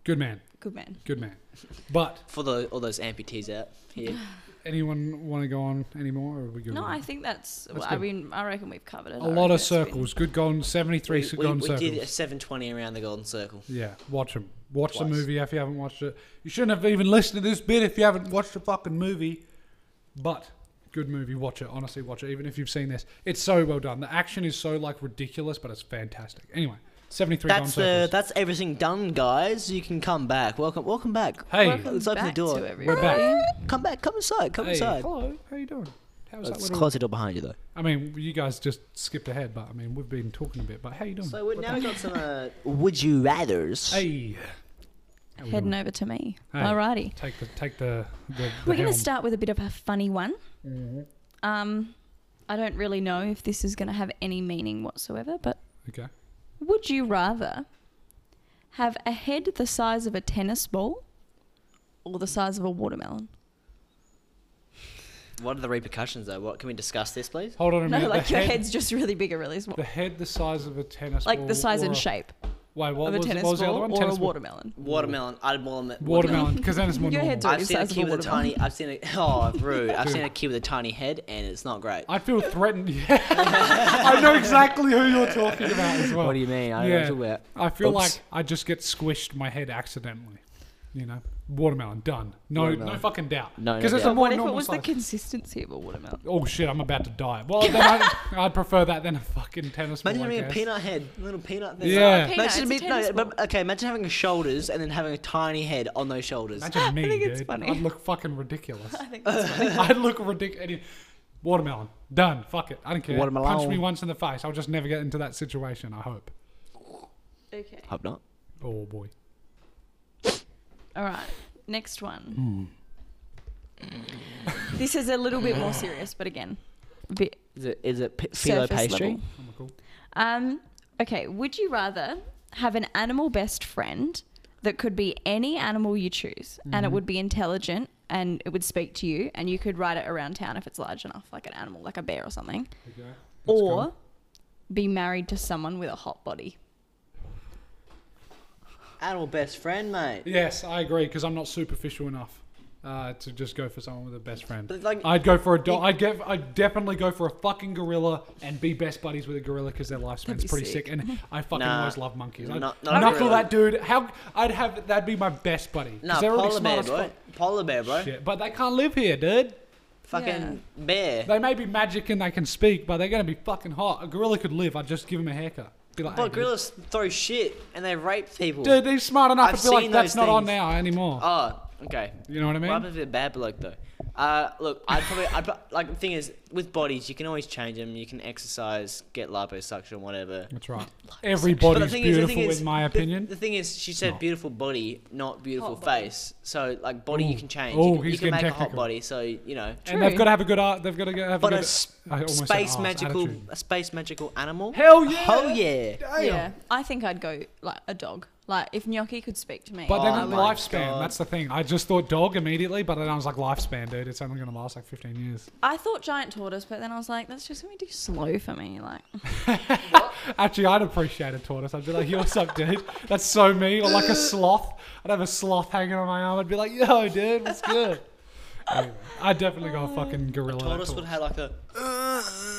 Speaker 2: Good man.
Speaker 3: good man.
Speaker 2: Good man. But
Speaker 1: For the, all those amputees out here.
Speaker 2: anyone want to go on anymore, or are we good?
Speaker 3: No,
Speaker 2: with
Speaker 3: I
Speaker 2: it?
Speaker 3: think that's,
Speaker 2: That's
Speaker 3: I
Speaker 2: good.
Speaker 3: mean, I reckon we've covered it.
Speaker 2: a lot of circles. Good gone. Seventy-three
Speaker 1: we, we-
Speaker 2: gone
Speaker 1: we
Speaker 2: circles.
Speaker 1: did a 720 around the golden circle.
Speaker 2: Yeah, watch them. Watch
Speaker 1: Twice.
Speaker 2: the movie if you haven't watched it. You shouldn't have even listened to this bit if you haven't watched the fucking movie. But good movie, watch it. Honestly, watch it. Even if you've seen this, it's so well done. The action is so like ridiculous, but it's fantastic. Anyway, seventy-three.
Speaker 1: That's
Speaker 2: gone
Speaker 1: the
Speaker 2: circles.
Speaker 1: that's everything done, guys. You can come back. Welcome, welcome back.
Speaker 2: Hey,
Speaker 1: let's open the door. We're
Speaker 2: we're back.
Speaker 1: Come back. Come inside. Come
Speaker 2: Hey,
Speaker 1: inside.
Speaker 2: hello. How you doing? How's that
Speaker 1: Let's
Speaker 2: little?
Speaker 1: close the door behind you though.
Speaker 2: I mean, you guys just skipped ahead, but I mean, we've been talking a bit. But how you doing?
Speaker 1: So we now we've got some uh, would you rather's.
Speaker 2: hey, How we
Speaker 3: Heading
Speaker 2: doing?
Speaker 3: over to me.
Speaker 2: Hey.
Speaker 3: Alrighty.
Speaker 2: Take the take the. the, the
Speaker 3: We're going
Speaker 2: helm.
Speaker 3: to start with a bit of a funny one.
Speaker 2: Mm-hmm.
Speaker 3: Um, I don't really know if this is going to have any meaning whatsoever, but
Speaker 2: Okay.
Speaker 3: would you rather have a head the size of a tennis ball or the size of a watermelon?
Speaker 1: What are the repercussions though? What can we discuss this, please?
Speaker 2: Hold on a
Speaker 3: No,
Speaker 2: minute.
Speaker 3: like
Speaker 2: the
Speaker 3: your
Speaker 2: head-
Speaker 3: head's just really big or really small.
Speaker 2: The head the size of a tennis
Speaker 3: Like
Speaker 2: ball.
Speaker 3: the size
Speaker 2: or
Speaker 3: and
Speaker 2: a-
Speaker 3: shape
Speaker 2: Wait, what
Speaker 3: of a
Speaker 2: was,
Speaker 3: tennis
Speaker 2: what was the other
Speaker 3: ball
Speaker 2: one?
Speaker 3: or a
Speaker 2: tennis ball-
Speaker 3: watermelon.
Speaker 1: Watermelon. I'd want that.
Speaker 2: Watermelon, because then it's more
Speaker 3: Your
Speaker 2: normal.
Speaker 3: head's
Speaker 1: I've
Speaker 3: the
Speaker 1: seen a
Speaker 3: size of
Speaker 1: kid
Speaker 3: a
Speaker 1: with a
Speaker 3: watermelon.
Speaker 1: tiny. I've seen a oh rude. I've seen a
Speaker 2: Dude.
Speaker 1: kid with a tiny head, and it's not great.
Speaker 2: I feel threatened. Yeah. I know exactly who you're talking about as well.
Speaker 1: What do you mean? I don't know what
Speaker 2: yeah.
Speaker 1: you're talking about.
Speaker 2: I feel
Speaker 1: Oops.
Speaker 2: like I just get squished my head accidentally. You know, watermelon done. No,
Speaker 1: Watermelon.
Speaker 2: no fucking doubt.
Speaker 1: No, no
Speaker 2: because it's
Speaker 1: doubt.
Speaker 2: a more
Speaker 3: What if it
Speaker 2: normal
Speaker 3: was the
Speaker 2: size.
Speaker 3: consistency of a watermelon?
Speaker 2: oh shit! I'm about to die. Well, then I'd, I'd prefer that than a fucking tennis ball.
Speaker 1: Imagine
Speaker 2: I
Speaker 1: having a
Speaker 2: guess.
Speaker 1: peanut head, a little peanut. Thing.
Speaker 2: Yeah.
Speaker 3: Peanut,
Speaker 1: Imagine
Speaker 3: it's a
Speaker 1: being-
Speaker 3: tennis
Speaker 1: no, but, okay. Imagine having shoulders and then having a tiny head on those shoulders.
Speaker 2: Imagine me,
Speaker 3: think
Speaker 2: dude.
Speaker 3: it's funny.
Speaker 2: I'd look fucking ridiculous.
Speaker 3: I think that's
Speaker 2: I'd look ridiculous. Watermelon. Done. Fuck it. I don't care.
Speaker 1: Watermelon.
Speaker 2: Punch me once in the face. I'll just never get into that situation, I hope.
Speaker 3: okay.
Speaker 1: Hope not.
Speaker 2: Oh, boy.
Speaker 3: All right, next one. this is a little bit more serious, but again, a bit
Speaker 1: Is it is it p- phyllo
Speaker 3: surface
Speaker 1: pastry?
Speaker 3: level.
Speaker 2: I'm cool.
Speaker 3: Um, okay, would you rather have an animal best friend that could be any animal you choose, and
Speaker 2: Mm-hmm.
Speaker 3: it would be intelligent, and it would speak to you, and you could ride it around town if it's large enough, like an animal, like a bear or something,
Speaker 2: Okay. That's
Speaker 3: or
Speaker 2: cool.
Speaker 3: be married to someone with a hot body?
Speaker 1: adult best friend, mate.
Speaker 2: Yes, I agree because I'm not superficial enough uh, to just go for someone with a best friend.
Speaker 1: But, like,
Speaker 2: I'd go for a dog.
Speaker 1: you-
Speaker 2: I'd get. I'd definitely go for a fucking gorilla and be best buddies with a gorilla because their lifespan's
Speaker 3: be
Speaker 2: pretty
Speaker 3: sick.
Speaker 2: sick. And I fucking
Speaker 1: Nah,
Speaker 2: always love monkeys. I'd
Speaker 1: not- not a
Speaker 2: knuckle
Speaker 1: gorilla.
Speaker 2: that dude. How I'd have that'd be my best buddy. 'cause
Speaker 1: Nah,
Speaker 2: they're already
Speaker 1: polar
Speaker 2: smart
Speaker 1: bear,
Speaker 2: as
Speaker 1: bro.
Speaker 2: fuck.
Speaker 1: Polar bear, bro.
Speaker 2: Shit, but they can't live here, dude.
Speaker 1: Fucking bear.
Speaker 2: They may be magic and they can speak, but they're gonna be fucking hot. A gorilla could live. I'd just give him a haircut. Be like, hey,
Speaker 1: But
Speaker 2: dude.
Speaker 1: gorillas throw shit and they rape people.
Speaker 2: Dude, he's smart enough
Speaker 1: I've
Speaker 2: to be like,
Speaker 1: seen
Speaker 2: that's
Speaker 1: those
Speaker 2: not on
Speaker 1: things.
Speaker 2: now anymore.
Speaker 1: Oh, okay.
Speaker 2: you know what I mean?
Speaker 1: What happens if they're a bad bloke though? Uh, look, I'd probably, I'd, pro- like, the thing is, with bodies, you can always change them. You can exercise, get liposuction, whatever.
Speaker 2: That's right.
Speaker 1: But the
Speaker 2: Everybody's
Speaker 1: thing is, the
Speaker 2: beautiful,
Speaker 1: thing is,
Speaker 2: in my
Speaker 1: the-
Speaker 2: opinion.
Speaker 1: The, thing is, she said
Speaker 2: Not.
Speaker 1: beautiful body, not beautiful
Speaker 3: Hot body.
Speaker 1: face. So, like, body you
Speaker 2: Ooh.
Speaker 1: can change.
Speaker 2: Oh,
Speaker 1: you can, you
Speaker 2: he's
Speaker 1: can make
Speaker 2: getting
Speaker 1: a hot
Speaker 2: technical.
Speaker 1: body. So, you know.
Speaker 2: and they've
Speaker 3: True.
Speaker 2: got to have a good art. They've got to have
Speaker 1: But
Speaker 2: a
Speaker 1: a
Speaker 2: good
Speaker 1: s-
Speaker 2: I almost said
Speaker 1: space
Speaker 2: arse,
Speaker 1: magical,
Speaker 2: attitude.
Speaker 1: a space magical animal.
Speaker 2: Hell yeah!
Speaker 1: Oh yeah.
Speaker 2: Damn.
Speaker 3: Yeah, I think I'd go like a dog. Like if Gnocchi could speak to me,
Speaker 2: But
Speaker 1: Oh
Speaker 2: then the
Speaker 1: my
Speaker 2: lifespan.
Speaker 1: God.
Speaker 2: That's the thing. I just thought dog immediately, but then I was like, lifespan, dude. It's only going to last like 15 years.
Speaker 3: I thought giant tortoise, but then I was like, that's just gonna be too slow for me. Like,
Speaker 2: Actually, I'd appreciate a tortoise. I'd be like, yo, what's up, dude? That's so me. Or like a sloth. I'd have a sloth hanging on my arm. I'd be like, yo, dude, what's good? Anyway, I'd definitely go a fucking gorilla.
Speaker 1: Tortoise would have like a.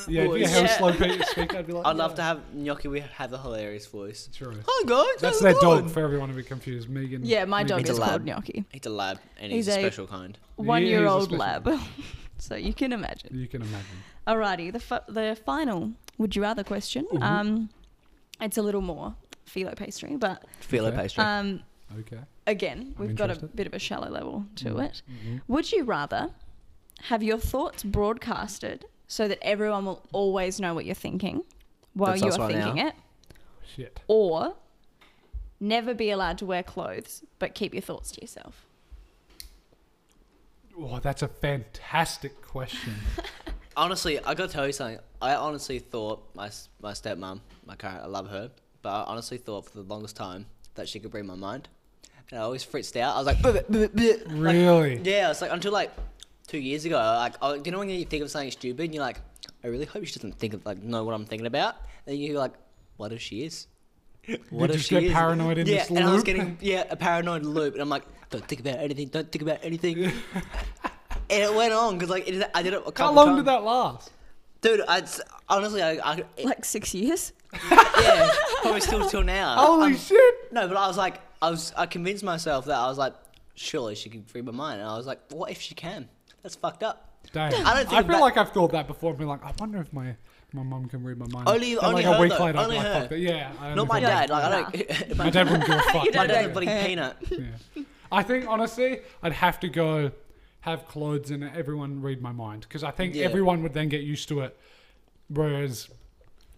Speaker 2: Yeah, if you
Speaker 1: voice.
Speaker 2: hear a
Speaker 1: Yeah.
Speaker 2: slow pe- speak, I'd be like,
Speaker 1: I'd love
Speaker 2: "Yeah."
Speaker 1: to Oh, have Gnocchi. We have a hilarious voice.
Speaker 2: True.
Speaker 1: Hi guys.
Speaker 2: That's
Speaker 1: how's it
Speaker 2: their dog
Speaker 1: going?
Speaker 2: for everyone to be confused. Megan.
Speaker 3: yeah, my dog
Speaker 1: It's a
Speaker 3: is
Speaker 1: lab.
Speaker 3: called Gnocchi,
Speaker 1: He's a lab, and he's,
Speaker 3: He's
Speaker 1: a
Speaker 3: a-
Speaker 1: special kind.
Speaker 3: one
Speaker 2: he's a
Speaker 3: year old
Speaker 2: specimen.
Speaker 3: lab. so you can imagine.
Speaker 2: You can imagine.
Speaker 3: Alrighty, the f- the final would you rather question.
Speaker 2: Ooh.
Speaker 3: Um, it's a little more phyllo pastry, but
Speaker 1: Phyllo
Speaker 2: Okay.
Speaker 1: pastry.
Speaker 3: um,
Speaker 2: Okay.
Speaker 3: again,
Speaker 2: I'm
Speaker 3: we've got a
Speaker 2: interested.
Speaker 3: bit of a shallow level to
Speaker 2: Mm.
Speaker 3: it. Would you rather have your thoughts broadcasted so that everyone will always know what you're thinking while
Speaker 1: That's
Speaker 3: you
Speaker 1: us
Speaker 3: are
Speaker 1: right now.
Speaker 3: thinking it,
Speaker 2: Shit.
Speaker 3: or never be allowed to wear clothes but keep your thoughts to yourself?
Speaker 2: Oh, that's a fantastic question.
Speaker 1: honestly, I gotta tell you something. I honestly thought my s- my stepmom, my current, I love her, but I honestly thought for the longest time that she could read my mind, and I always fritzed out. I was like, "Bleh, bleh, bleh, bleh." Like,
Speaker 2: really?
Speaker 1: yeah, it's like until like two years ago. Like, I, you know when you think of something stupid, and you're like, I really hope she doesn't think of like know what I'm thinking about, and you're like, what if she is?
Speaker 2: you just get paranoid in
Speaker 1: yeah,
Speaker 2: this
Speaker 1: and I was
Speaker 2: loop?
Speaker 1: getting yeah a paranoid loop, and I'm like, don't think about anything, don't think about anything, and it went on because like it, I did it a couple
Speaker 2: How long
Speaker 1: times.
Speaker 2: did that last?
Speaker 1: Dude, I it's- honestly, I, I it-
Speaker 3: Like six years?
Speaker 1: yeah, probably still till now.
Speaker 2: Holy
Speaker 1: Um,
Speaker 2: shit!
Speaker 1: No, but I was like, I was, I convinced myself that I was like, surely she can free my mind, and I was like, what if she can? That's fucked up.
Speaker 2: Damn.
Speaker 1: I don't think
Speaker 2: I feel
Speaker 1: that-
Speaker 2: like I've thought that before. I've been like, I wonder if my my mum can read my mind.
Speaker 1: Only-
Speaker 2: Then,
Speaker 1: only
Speaker 2: like a
Speaker 1: her,
Speaker 2: week
Speaker 1: though.
Speaker 2: later, I'd be
Speaker 1: Only
Speaker 2: like,
Speaker 1: her.
Speaker 2: fuck that. Yeah. I
Speaker 1: Not
Speaker 2: only
Speaker 1: my
Speaker 2: think that-
Speaker 1: dad. Like I don't.
Speaker 2: My dad wouldn't give a fuck.
Speaker 1: my dad's a
Speaker 2: Yeah.
Speaker 1: bloody peanut.
Speaker 2: Yeah. I think honestly, I'd have to go have clothes and everyone read my mind because I think
Speaker 1: Yeah.
Speaker 2: everyone would then get used to it. Whereas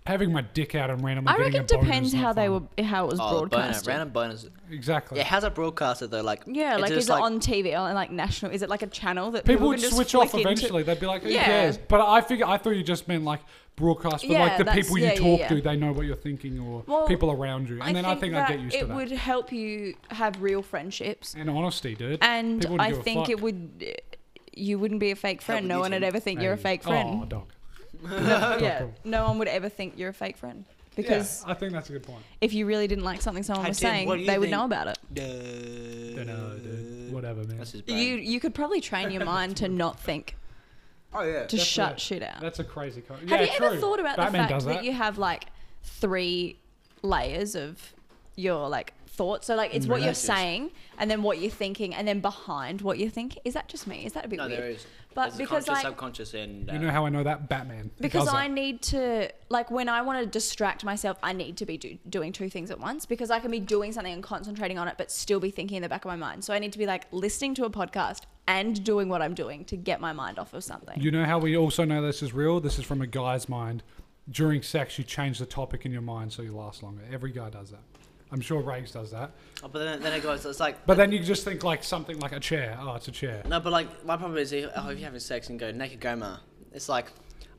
Speaker 2: having my dick out and randomly
Speaker 3: I
Speaker 2: getting
Speaker 3: reckon
Speaker 2: a
Speaker 3: it
Speaker 2: boner is
Speaker 3: depends
Speaker 2: not
Speaker 3: how they
Speaker 2: fun.
Speaker 3: were how it was
Speaker 1: Oh, boner,
Speaker 3: broadcasted.
Speaker 1: random bonus.
Speaker 2: exactly.
Speaker 1: Yeah, how's it broadcasted though? Like,
Speaker 3: Yeah,
Speaker 1: it's
Speaker 3: like
Speaker 1: just
Speaker 3: is it on TV or like national? Is it like a channel that
Speaker 2: People
Speaker 3: people,
Speaker 2: would
Speaker 3: can just
Speaker 2: switch off
Speaker 3: flick into?
Speaker 2: eventually. They'd be like, "Who
Speaker 3: Yeah.
Speaker 2: cares?" But I figure I thought you just meant like broadcast, but
Speaker 3: Yeah,
Speaker 2: like the
Speaker 3: that's-
Speaker 2: people you
Speaker 3: yeah, yeah,
Speaker 2: talk
Speaker 3: yeah.
Speaker 2: to, they know what you're thinking, or
Speaker 3: Well,
Speaker 2: people around you, and then I think I'd get used
Speaker 3: it
Speaker 2: to that.
Speaker 3: would help you have real friendships,
Speaker 2: and honesty, dude.
Speaker 3: and
Speaker 2: People wouldn't
Speaker 3: I
Speaker 2: give a
Speaker 3: think
Speaker 2: fuck.
Speaker 3: it would. You wouldn't be a fake friend.
Speaker 1: would
Speaker 3: No
Speaker 1: you
Speaker 3: one would
Speaker 1: think?
Speaker 3: ever think you're a
Speaker 2: Hey.
Speaker 3: fake
Speaker 2: Oh,
Speaker 3: friend.
Speaker 2: dog.
Speaker 3: yeah,
Speaker 2: cool.
Speaker 3: no one would ever think you're a fake friend because
Speaker 2: yeah, I think that's a good point.
Speaker 3: if you really didn't like something someone
Speaker 1: Hey,
Speaker 3: was
Speaker 1: Tim,
Speaker 3: saying,
Speaker 1: what
Speaker 3: they
Speaker 1: do you
Speaker 3: would
Speaker 1: think?
Speaker 3: know about it.
Speaker 2: Dunno, dude. Whatever, man.
Speaker 1: That's his brain.
Speaker 3: You you could probably train your mind to not think,
Speaker 1: oh yeah.
Speaker 3: to shut
Speaker 2: a-
Speaker 3: shit out.
Speaker 2: That's a crazy. Co-
Speaker 3: Have
Speaker 2: yeah,
Speaker 3: you ever
Speaker 2: true.
Speaker 3: thought about
Speaker 2: Batman
Speaker 3: the fact
Speaker 2: does
Speaker 3: that. you have like three layers of your like thoughts? So like it's
Speaker 2: Mm,
Speaker 3: what you're
Speaker 1: Layers.
Speaker 3: saying, and then what you're thinking, and then behind what you're thinking. Is that just me? Is that a bit
Speaker 1: No,
Speaker 3: weird?
Speaker 1: there is.
Speaker 3: But
Speaker 1: There's a
Speaker 3: because
Speaker 1: conscious,
Speaker 3: like
Speaker 1: subconscious, and uh,
Speaker 2: You know how I know that Batman? He
Speaker 3: because
Speaker 2: does
Speaker 3: I
Speaker 2: it.
Speaker 3: need to like when I want to distract myself, I need to be do- doing two things at once because I can be doing something and concentrating on it, but still be thinking in the back of my mind. So I need to be like listening to a podcast and doing what I'm doing to get my mind off of something.
Speaker 2: You know how we also know this is real? This is from a guy's mind. During sex, you change the topic in your mind so you last longer. Every guy does that. I'm sure Rags does that.
Speaker 1: oh, but then, then it goes. It's like
Speaker 2: But then you just think like something like a chair. Oh, it's a chair.
Speaker 1: No, but like my problem is if, oh, if you're having sex and go naked grandma, it's like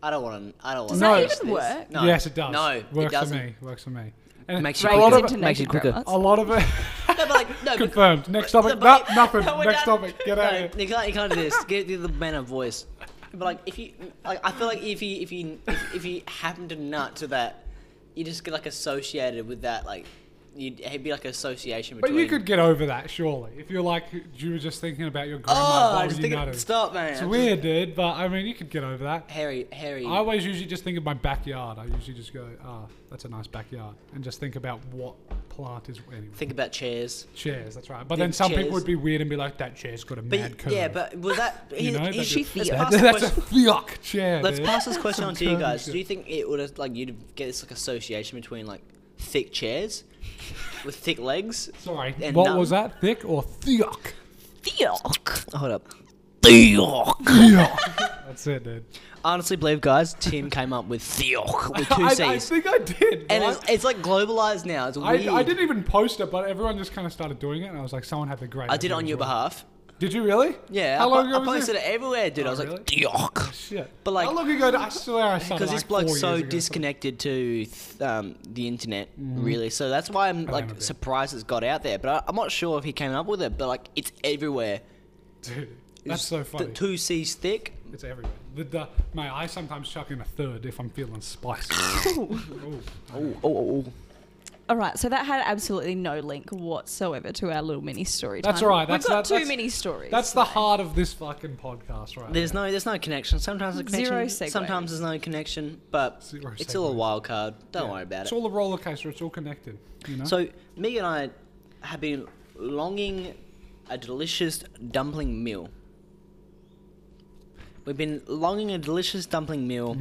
Speaker 1: I don't want to. I don't want.
Speaker 3: Does
Speaker 2: that
Speaker 1: to
Speaker 2: even
Speaker 3: work?
Speaker 1: No.
Speaker 2: Yes, it does.
Speaker 1: No, it
Speaker 2: works for
Speaker 1: doesn't.
Speaker 2: me. Works for me. And
Speaker 1: Makes
Speaker 2: a
Speaker 1: you
Speaker 2: lot
Speaker 1: quicker.
Speaker 2: of it,
Speaker 1: Makes it quicker.
Speaker 2: a lot of it
Speaker 1: No, but like no. but-
Speaker 2: confirmed. Next topic. No,
Speaker 1: but-
Speaker 2: nothing.
Speaker 1: no, we're
Speaker 2: Next
Speaker 1: done.
Speaker 2: topic. Get
Speaker 1: No,
Speaker 2: out of here.
Speaker 1: You can't. You can't do this. Get the man of voice. But like if you, like I feel like if you if you if, if you happen to nut to that, you just get like associated with that like you'd, it'd be like an association
Speaker 2: But
Speaker 1: between.
Speaker 2: you could get over that, surely. If you're like, you were just thinking about your grandma,
Speaker 1: Oh,
Speaker 2: why
Speaker 1: I
Speaker 2: were
Speaker 1: just
Speaker 2: you
Speaker 1: think
Speaker 2: nutted?
Speaker 1: stop, man.
Speaker 2: It's
Speaker 1: I'm just-
Speaker 2: weird, dude. But I mean, you could get over that.
Speaker 1: Harry, Harry.
Speaker 2: I always usually just think of my backyard. I usually just go, ah, that's a nice backyard, and just think about what plant is anyway.
Speaker 1: think about chairs.
Speaker 2: chairs, that's right. But
Speaker 1: think
Speaker 2: then some people
Speaker 1: chairs.
Speaker 2: would be weird and be like, that chair's got a
Speaker 1: But
Speaker 2: mad
Speaker 1: y-
Speaker 2: curve.
Speaker 1: yeah, but was that?
Speaker 2: You know,
Speaker 1: is
Speaker 2: that'd
Speaker 1: she,
Speaker 2: be-
Speaker 1: let's
Speaker 2: That-
Speaker 1: pass the
Speaker 2: that's a
Speaker 1: question.
Speaker 2: fuck chair.
Speaker 1: Let's
Speaker 2: dude.
Speaker 1: pass this question on to you
Speaker 2: curvy
Speaker 1: guys.
Speaker 2: shit.
Speaker 1: Do you think it would have, like you'd get this like association between like thick chairs with thick legs?
Speaker 2: Sorry,
Speaker 1: and
Speaker 2: what
Speaker 1: none?
Speaker 2: was that? Thick or thiok?
Speaker 3: Theok.
Speaker 1: Hold up.
Speaker 2: Theok. that's it, dude.
Speaker 1: Honestly, believe guys, Tim came up with theok with two
Speaker 2: I, I
Speaker 1: C's.
Speaker 2: think I did.
Speaker 1: and
Speaker 2: right?
Speaker 1: it's, it's like globalized now. It's
Speaker 2: I,
Speaker 1: weird.
Speaker 2: I didn't even post it, but everyone just kind of started doing it, and I was like, someone had the great.
Speaker 1: I did it
Speaker 2: idea
Speaker 1: on
Speaker 2: as
Speaker 1: your
Speaker 2: well.
Speaker 1: behalf.
Speaker 2: Did you really?
Speaker 1: Yeah.
Speaker 2: How
Speaker 1: I,
Speaker 2: long
Speaker 1: po-
Speaker 2: ago
Speaker 1: I
Speaker 2: was
Speaker 1: posted it everywhere, dude. I
Speaker 2: Oh,
Speaker 1: was
Speaker 2: really?
Speaker 1: like, theok.
Speaker 2: Shit.
Speaker 1: But, like-
Speaker 2: how long ago? did- I swear I saw it.
Speaker 1: Because
Speaker 2: like
Speaker 1: this bloke's so
Speaker 2: four years ago or something. Mm-hmm.
Speaker 1: disconnected to th- um, the internet, really. So that's why I'm
Speaker 2: a bit.
Speaker 1: like surprised it's got out there. But I, I'm not sure if he came up with it. But like, it's everywhere.
Speaker 2: Dude, that's
Speaker 1: It's
Speaker 2: so funny.
Speaker 1: The two C's thick.
Speaker 2: it's everywhere. The, the, mate, I sometimes chuck in a third if I'm feeling spicy. Ooh.
Speaker 1: Oh, oh, oh.
Speaker 3: All right, so that had absolutely no link whatsoever to our little mini story.
Speaker 2: That's
Speaker 3: time.
Speaker 2: all right, that's-
Speaker 3: We've got
Speaker 2: that-
Speaker 3: two
Speaker 2: that's-
Speaker 3: mini stories.
Speaker 2: That's the heart of this fucking podcast, right?
Speaker 1: There's
Speaker 2: there.
Speaker 1: no, there's no connection. Sometimes there's a
Speaker 3: Zero
Speaker 1: connection.
Speaker 3: segue.
Speaker 1: Sometimes there's no connection. But
Speaker 2: Zero
Speaker 1: it's still a
Speaker 2: segue.
Speaker 1: wild card. Don't worry about
Speaker 2: It's
Speaker 1: it.
Speaker 2: all a roller coaster. It's all connected. You know.
Speaker 1: So me and I have been longing a delicious dumpling meal. We've been longing a delicious dumpling meal,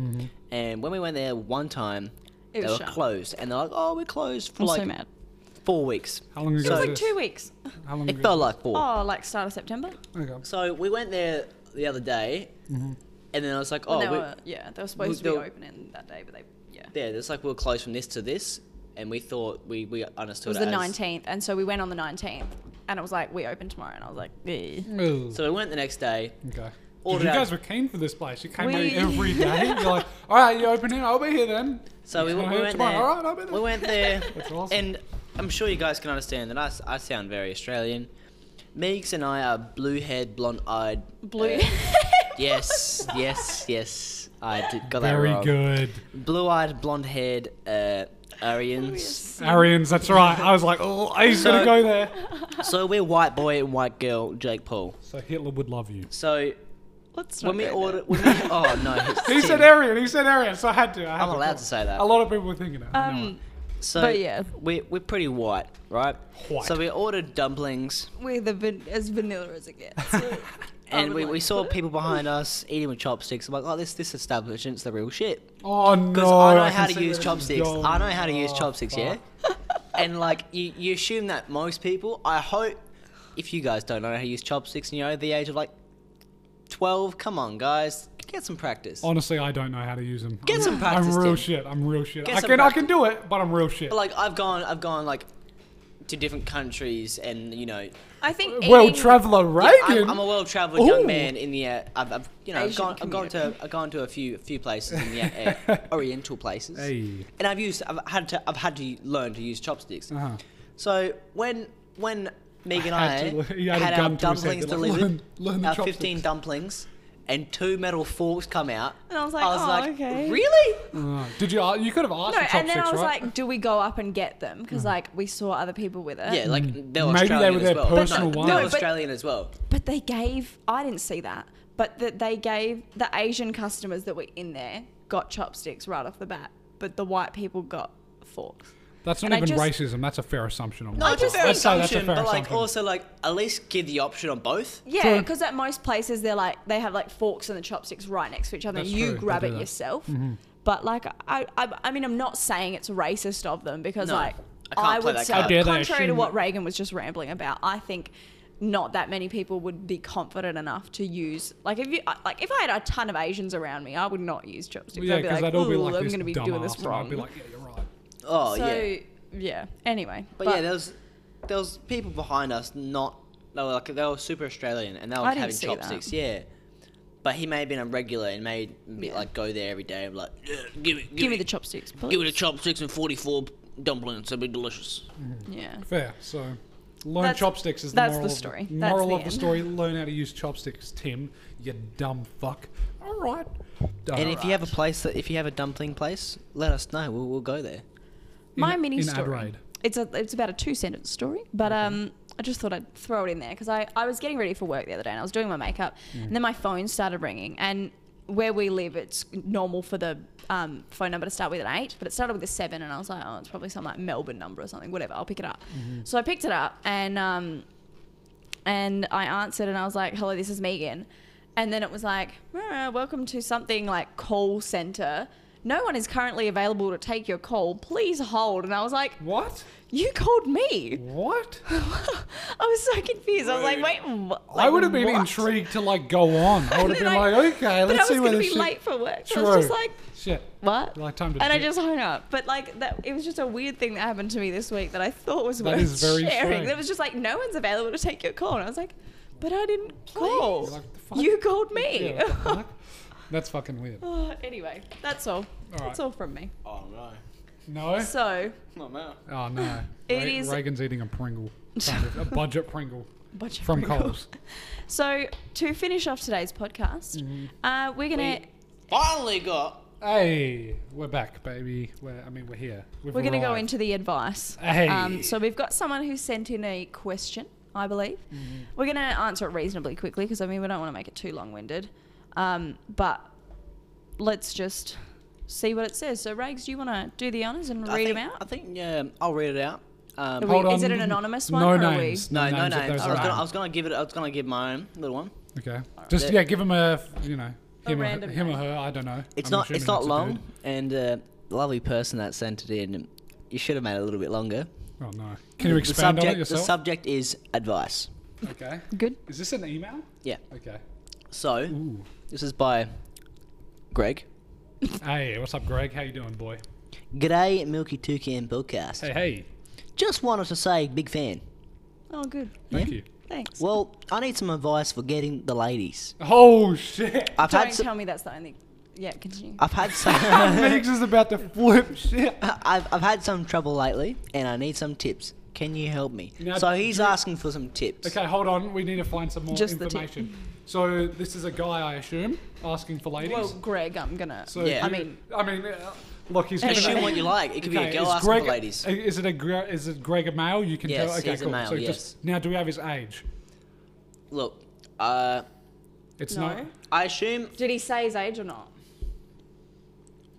Speaker 1: and when we went there one time,
Speaker 3: Mm-hmm. It
Speaker 1: they
Speaker 3: was
Speaker 1: were
Speaker 3: shut.
Speaker 1: closed, and they're like, "Oh, we're closed for
Speaker 3: I'm
Speaker 1: like
Speaker 3: so mad.
Speaker 1: four weeks."
Speaker 2: how long ago?
Speaker 3: It was
Speaker 1: so-
Speaker 3: like
Speaker 2: this?
Speaker 3: two weeks.
Speaker 2: How long
Speaker 1: It
Speaker 2: ago?
Speaker 1: felt like four.
Speaker 3: Oh, like start of September.
Speaker 2: Okay.
Speaker 1: So we went there the other day, and then I was like, "Oh,
Speaker 3: Mm-hmm. Well, they
Speaker 1: we-
Speaker 3: were, yeah, they were supposed
Speaker 1: they
Speaker 3: to be
Speaker 1: were-
Speaker 3: opening that day, but they yeah.
Speaker 1: yeah, it's like we were closed from this to this," and we thought we we
Speaker 3: It
Speaker 1: understood
Speaker 3: was the
Speaker 1: as-
Speaker 3: 19th, and so we went on the 19th, and it was like we open tomorrow, and I was like, eh.
Speaker 2: Ooh.
Speaker 1: So we went the next day.
Speaker 2: Okay.
Speaker 1: All
Speaker 2: Dude, you
Speaker 1: day.
Speaker 2: guys were keen for this place. You came
Speaker 3: We-
Speaker 2: out every day. You're like, all right, you open it. I'll be here then.
Speaker 1: So we,
Speaker 2: It's
Speaker 1: we
Speaker 2: not here
Speaker 1: went
Speaker 2: tomorrow.
Speaker 1: there.
Speaker 2: All right, I'll be there.
Speaker 1: We went there,
Speaker 2: That's awesome.
Speaker 1: and I'm sure you guys can understand that I, s- I sound very Australian. Meeks and I are blue-haired, blonde-eyed.
Speaker 3: blue.
Speaker 1: uh, yes, yes, yes. I did, got that
Speaker 2: Very
Speaker 1: wrong.
Speaker 2: good.
Speaker 1: Blue-eyed, blonde-haired uh, Aryans.
Speaker 2: Arians, that's right. I was like, oh, I used to
Speaker 1: So-
Speaker 2: go there.
Speaker 1: so we're white boy and white girl, Jake Paul.
Speaker 2: So Hitler would love you.
Speaker 1: So
Speaker 3: Let's
Speaker 1: when
Speaker 3: not
Speaker 1: we
Speaker 3: go
Speaker 1: order,
Speaker 3: there.
Speaker 1: when we, oh no, it's
Speaker 2: He said
Speaker 1: Tim.
Speaker 2: Arian. He said Arian. So I had to. I had
Speaker 1: I'm
Speaker 2: to
Speaker 1: allowed
Speaker 2: call.
Speaker 1: to say that.
Speaker 2: A lot of people were thinking it. I know
Speaker 3: Um,
Speaker 1: So
Speaker 3: But yeah.
Speaker 1: we're we're pretty white, right?
Speaker 2: White.
Speaker 1: So we ordered dumplings.
Speaker 3: we're the van- as vanilla as it gets.
Speaker 1: and we,
Speaker 3: would
Speaker 1: we
Speaker 3: like
Speaker 1: saw
Speaker 3: to-
Speaker 1: people behind us eating with chopsticks. I'm like, oh, this this establishment's the real shit.
Speaker 2: it. Oh no!
Speaker 1: Because I know
Speaker 2: can
Speaker 1: how to
Speaker 2: see where
Speaker 1: use
Speaker 2: this is
Speaker 1: chopsticks.
Speaker 2: going.
Speaker 1: I know how to use
Speaker 2: Oh,
Speaker 1: chopsticks,
Speaker 2: fuck.
Speaker 1: yeah. and like you, you assume that most people. I hope if you guys don't know how to use chopsticks and you're over the age of like twelve, come on, guys, get some practice.
Speaker 2: Honestly, I don't know how to use them.
Speaker 1: Get
Speaker 2: I'm,
Speaker 1: some practice,
Speaker 2: I'm
Speaker 1: Tim.
Speaker 2: real shit. I'm real shit.
Speaker 1: Get
Speaker 2: I
Speaker 1: some
Speaker 2: can I
Speaker 1: practice.
Speaker 2: can do it, but I'm real shit.
Speaker 1: But like I've gone, I've gone like to different countries, and you know,
Speaker 3: I think
Speaker 2: Well,
Speaker 3: eating-
Speaker 2: traveler Reagan.
Speaker 1: I'm, I'm a well travelled young
Speaker 2: Ooh.
Speaker 1: man in the. Uh, I've, I've you know I've
Speaker 3: Asian
Speaker 1: gone, I've gone to I've gone to a few few places in the uh, uh, Oriental places.
Speaker 2: Hey.
Speaker 1: And I've used I've had to I've had to learn to use chopsticks.
Speaker 2: Uh-huh.
Speaker 1: So when when Meg and I,
Speaker 2: had to learn- he had
Speaker 1: had,
Speaker 2: a
Speaker 1: our
Speaker 2: gun to his head,
Speaker 1: dumplings
Speaker 2: they're like,
Speaker 1: delivered,
Speaker 2: "Learn- learn the
Speaker 1: our fifteen
Speaker 2: chopsticks."
Speaker 1: dumplings, and two metal forks come out.
Speaker 3: And I was like, "Oh, okay."
Speaker 1: really?
Speaker 2: Uh, did you? Uh, you could have asked for
Speaker 3: No,
Speaker 2: chopsticks,
Speaker 3: and then I was
Speaker 2: right?
Speaker 3: like, do we go up and get them?
Speaker 1: Mm-hmm.
Speaker 3: Because like we saw other people with it.
Speaker 1: Yeah, like they were
Speaker 2: Mm. Maybe they
Speaker 1: Australian
Speaker 2: were
Speaker 1: as
Speaker 2: their
Speaker 1: well.
Speaker 2: personal
Speaker 1: no,
Speaker 2: ones.
Speaker 1: they were
Speaker 3: No, but-
Speaker 1: Australian as well.
Speaker 3: But they gave, I didn't see that, but that they gave the Asian customers that were in there got chopsticks right off the bat, but the white people got forks.
Speaker 2: that's not
Speaker 3: and I
Speaker 2: even
Speaker 3: just-
Speaker 2: racism. That's a fair assumption. On
Speaker 1: No,
Speaker 2: my
Speaker 1: it's a
Speaker 2: part.
Speaker 1: fair
Speaker 2: Let's say that's a
Speaker 1: assumption,
Speaker 2: fair
Speaker 1: but like
Speaker 2: assumption.
Speaker 1: also like at least give the option on both.
Speaker 3: Yeah,
Speaker 2: True.
Speaker 3: because at most places they're like they have like forks and the chopsticks right next to each other. and
Speaker 2: That's
Speaker 3: you
Speaker 2: true, they
Speaker 3: grab
Speaker 2: do
Speaker 3: it
Speaker 2: that. Mm-hmm.
Speaker 3: yourself. But like I, I, I mean, I'm not saying it's racist of them because
Speaker 1: No,
Speaker 3: like
Speaker 1: I can't
Speaker 3: I,
Speaker 1: play
Speaker 3: would
Speaker 1: that
Speaker 3: say,
Speaker 1: card. How
Speaker 2: dare they
Speaker 3: contrary to
Speaker 2: assume
Speaker 3: what
Speaker 2: that-
Speaker 3: Reagan was just rambling about, I think not that many people would be confident enough to use like if you I- like if I had a ton of Asians around me, I would not use chopsticks.
Speaker 2: yeah,
Speaker 3: I'd be
Speaker 2: because
Speaker 3: like,
Speaker 2: I'd all be
Speaker 3: "Ooh,
Speaker 2: like
Speaker 3: I'm
Speaker 2: this
Speaker 3: going to be doing this
Speaker 2: dumbass," and
Speaker 3: wrong.
Speaker 2: I'd be like, yeah, you're right.
Speaker 1: Oh
Speaker 3: so
Speaker 1: yeah.
Speaker 3: yeah. Anyway,
Speaker 1: But, yeah, there was there was people behind us not they were like they were super Australian and they were
Speaker 3: I didn't
Speaker 1: having
Speaker 3: see that.
Speaker 1: chopsticks, yeah. But he may have been a regular and may be,
Speaker 3: Yeah.
Speaker 1: like go there every day and be like "Yeah, give me give,
Speaker 3: give me the chopsticks. Please.
Speaker 1: give me the chopsticks and forty four dumplings, they'll be delicious.
Speaker 3: Yeah.
Speaker 2: Fair. So, learn
Speaker 3: That's-
Speaker 2: chopsticks is the
Speaker 3: that's
Speaker 2: moral
Speaker 3: the
Speaker 2: of
Speaker 3: story.
Speaker 2: The,
Speaker 3: That's
Speaker 2: moral
Speaker 3: the
Speaker 2: of the
Speaker 3: end.
Speaker 2: story. Learn how to use chopsticks, Tim. You dumb fuck. All right.
Speaker 1: and if you have a place that if you have a dumpling place, let us know. We'll, we'll go there.
Speaker 3: My mini
Speaker 2: in
Speaker 3: story.
Speaker 2: Adelaide.
Speaker 3: it's a it's about a two sentence story, but um, I just thought I'd throw it in there because I I was getting ready for work the other day and I was doing my makeup and then my phone started ringing and where we live it's normal for the um, phone number to start with an eight, but it started with a seven and I was like oh it's probably some like Melbourne number or something whatever I'll pick it up.
Speaker 2: Mm-hmm.
Speaker 3: So I picked it up and um, and I answered and I was like, "Hello, this is Megan," and then it was like, "Ah, "Welcome to something like call center. No one is currently available to take your call. Please hold." And I was like,
Speaker 2: What?
Speaker 3: "You called me."
Speaker 2: What?
Speaker 3: I was so confused. I was like, "Wait, wh-
Speaker 2: I
Speaker 3: like,
Speaker 2: would have been
Speaker 3: what?"
Speaker 2: intrigued to like go on. I would have
Speaker 3: And
Speaker 2: been
Speaker 3: then I-
Speaker 2: like, okay,
Speaker 3: but
Speaker 2: let's
Speaker 3: I was
Speaker 2: see where
Speaker 3: gonna
Speaker 2: this
Speaker 3: be
Speaker 2: shit.
Speaker 3: late for work. So
Speaker 2: True.
Speaker 3: I was just like,
Speaker 2: shit.
Speaker 3: "What?"
Speaker 2: Like, time to
Speaker 3: and I
Speaker 2: dip.
Speaker 3: just hung up. But like that, it was just a weird thing that happened to me this week that I thought was
Speaker 2: That
Speaker 3: worth
Speaker 2: is very
Speaker 3: sharing.
Speaker 2: strange.
Speaker 3: It was just like, "No one's available to take your call," and I was like, "But I didn't call."
Speaker 2: You're like, "What the fuck?"
Speaker 3: You called
Speaker 2: Yeah,
Speaker 3: me.
Speaker 2: what the fuck? That's fucking weird.
Speaker 3: Oh, anyway, that's all. That's
Speaker 2: right.
Speaker 3: all from me.
Speaker 1: Oh no,
Speaker 2: No.
Speaker 3: So,
Speaker 1: I'm out.
Speaker 2: Oh no.
Speaker 3: It
Speaker 2: Re-
Speaker 3: is-
Speaker 2: Reagan's eating a Pringle. Kind of, a budget Pringle
Speaker 3: bunch of
Speaker 2: from
Speaker 3: people.
Speaker 2: Coles.
Speaker 3: So, to finish off today's podcast,
Speaker 2: Mm-hmm.
Speaker 3: uh, we're gonna
Speaker 1: We finally got.
Speaker 2: Hey, we're back, baby. We're, I mean, we're here. We've
Speaker 3: we're gonna go
Speaker 2: arrived.
Speaker 3: into the advice. Um,
Speaker 2: Hey.
Speaker 3: so we've got someone who sent in a question, I believe.
Speaker 2: Mm-hmm.
Speaker 3: We're gonna answer it reasonably quickly because I mean we don't want to make it too long-winded. Um, but let's just see what it says. So, Rags, do you want to do the honors and
Speaker 1: I
Speaker 3: read
Speaker 1: think,
Speaker 3: them out?
Speaker 1: I think yeah, I'll read it out. Um,
Speaker 3: Are we-
Speaker 2: Hold
Speaker 3: is it
Speaker 2: on.
Speaker 3: an anonymous
Speaker 2: No
Speaker 3: one, or are we-
Speaker 2: names.
Speaker 1: no, no names.
Speaker 2: if there's
Speaker 1: I
Speaker 2: a
Speaker 1: was, gonna,
Speaker 2: name.
Speaker 1: I was gonna give it. I was gonna give my own little one.
Speaker 2: Okay. Just
Speaker 1: Alright.
Speaker 2: yeah, give him a you know
Speaker 3: A
Speaker 2: him, or,
Speaker 3: random
Speaker 2: him or
Speaker 3: name.
Speaker 2: her. I don't know.
Speaker 1: It's
Speaker 2: I'm
Speaker 1: not. It's
Speaker 2: assuming
Speaker 1: not
Speaker 2: a
Speaker 1: long,
Speaker 2: dude.
Speaker 1: and uh, lovely person that sent it in. You should have made it a little bit longer.
Speaker 2: Oh no. Can you
Speaker 1: The
Speaker 2: expand
Speaker 1: subject,
Speaker 2: on it yourself?
Speaker 1: The subject is advice.
Speaker 2: okay.
Speaker 3: Good.
Speaker 2: Is this an email?
Speaker 1: Yeah.
Speaker 2: Okay.
Speaker 1: So
Speaker 2: Ooh.
Speaker 1: this is by Greg.
Speaker 2: hey, what's up, Greg? How you doing, boy?
Speaker 1: G'day, Milky Toucan Podcast.
Speaker 2: Hey, hey.
Speaker 1: Just wanted to say, big fan.
Speaker 3: Oh, good.
Speaker 2: Thank
Speaker 1: Yeah.
Speaker 2: you.
Speaker 3: Thanks.
Speaker 1: Well, I need some advice for getting the ladies.
Speaker 2: Oh shit.
Speaker 1: I've
Speaker 3: don't
Speaker 1: had some, Uh,
Speaker 3: tell me that's the only. Yeah, continue.
Speaker 1: I've had some
Speaker 2: Megs is about to flip shit.
Speaker 1: I've, I've had some trouble lately, and I need some tips. Can you help me?
Speaker 2: Now,
Speaker 1: so he's
Speaker 2: do you-
Speaker 1: asking for some tips.
Speaker 2: Okay, hold on. We need to find some more
Speaker 3: Just the tip.
Speaker 2: information. So this is a guy, I assume, asking for ladies.
Speaker 3: well, Greg, I'm gonna.
Speaker 2: so
Speaker 1: Yeah.
Speaker 2: you-
Speaker 1: I
Speaker 3: mean-
Speaker 2: I mean, uh, look, he's given
Speaker 1: Assume
Speaker 2: a-
Speaker 1: what you like. It could be
Speaker 2: Okay,
Speaker 1: a girl
Speaker 2: is
Speaker 1: asking
Speaker 2: Greg, uh,
Speaker 1: for ladies.
Speaker 2: Is it a gre- is it Greg a male? You can
Speaker 1: Yes,
Speaker 2: tell. Okay,
Speaker 1: he's a
Speaker 2: cool.
Speaker 1: male,
Speaker 2: so
Speaker 1: yes.
Speaker 2: just now, do we have his age?
Speaker 1: Look, uh,
Speaker 2: It's
Speaker 3: no.
Speaker 2: not. Do
Speaker 1: I assume
Speaker 3: Did he say his age or not?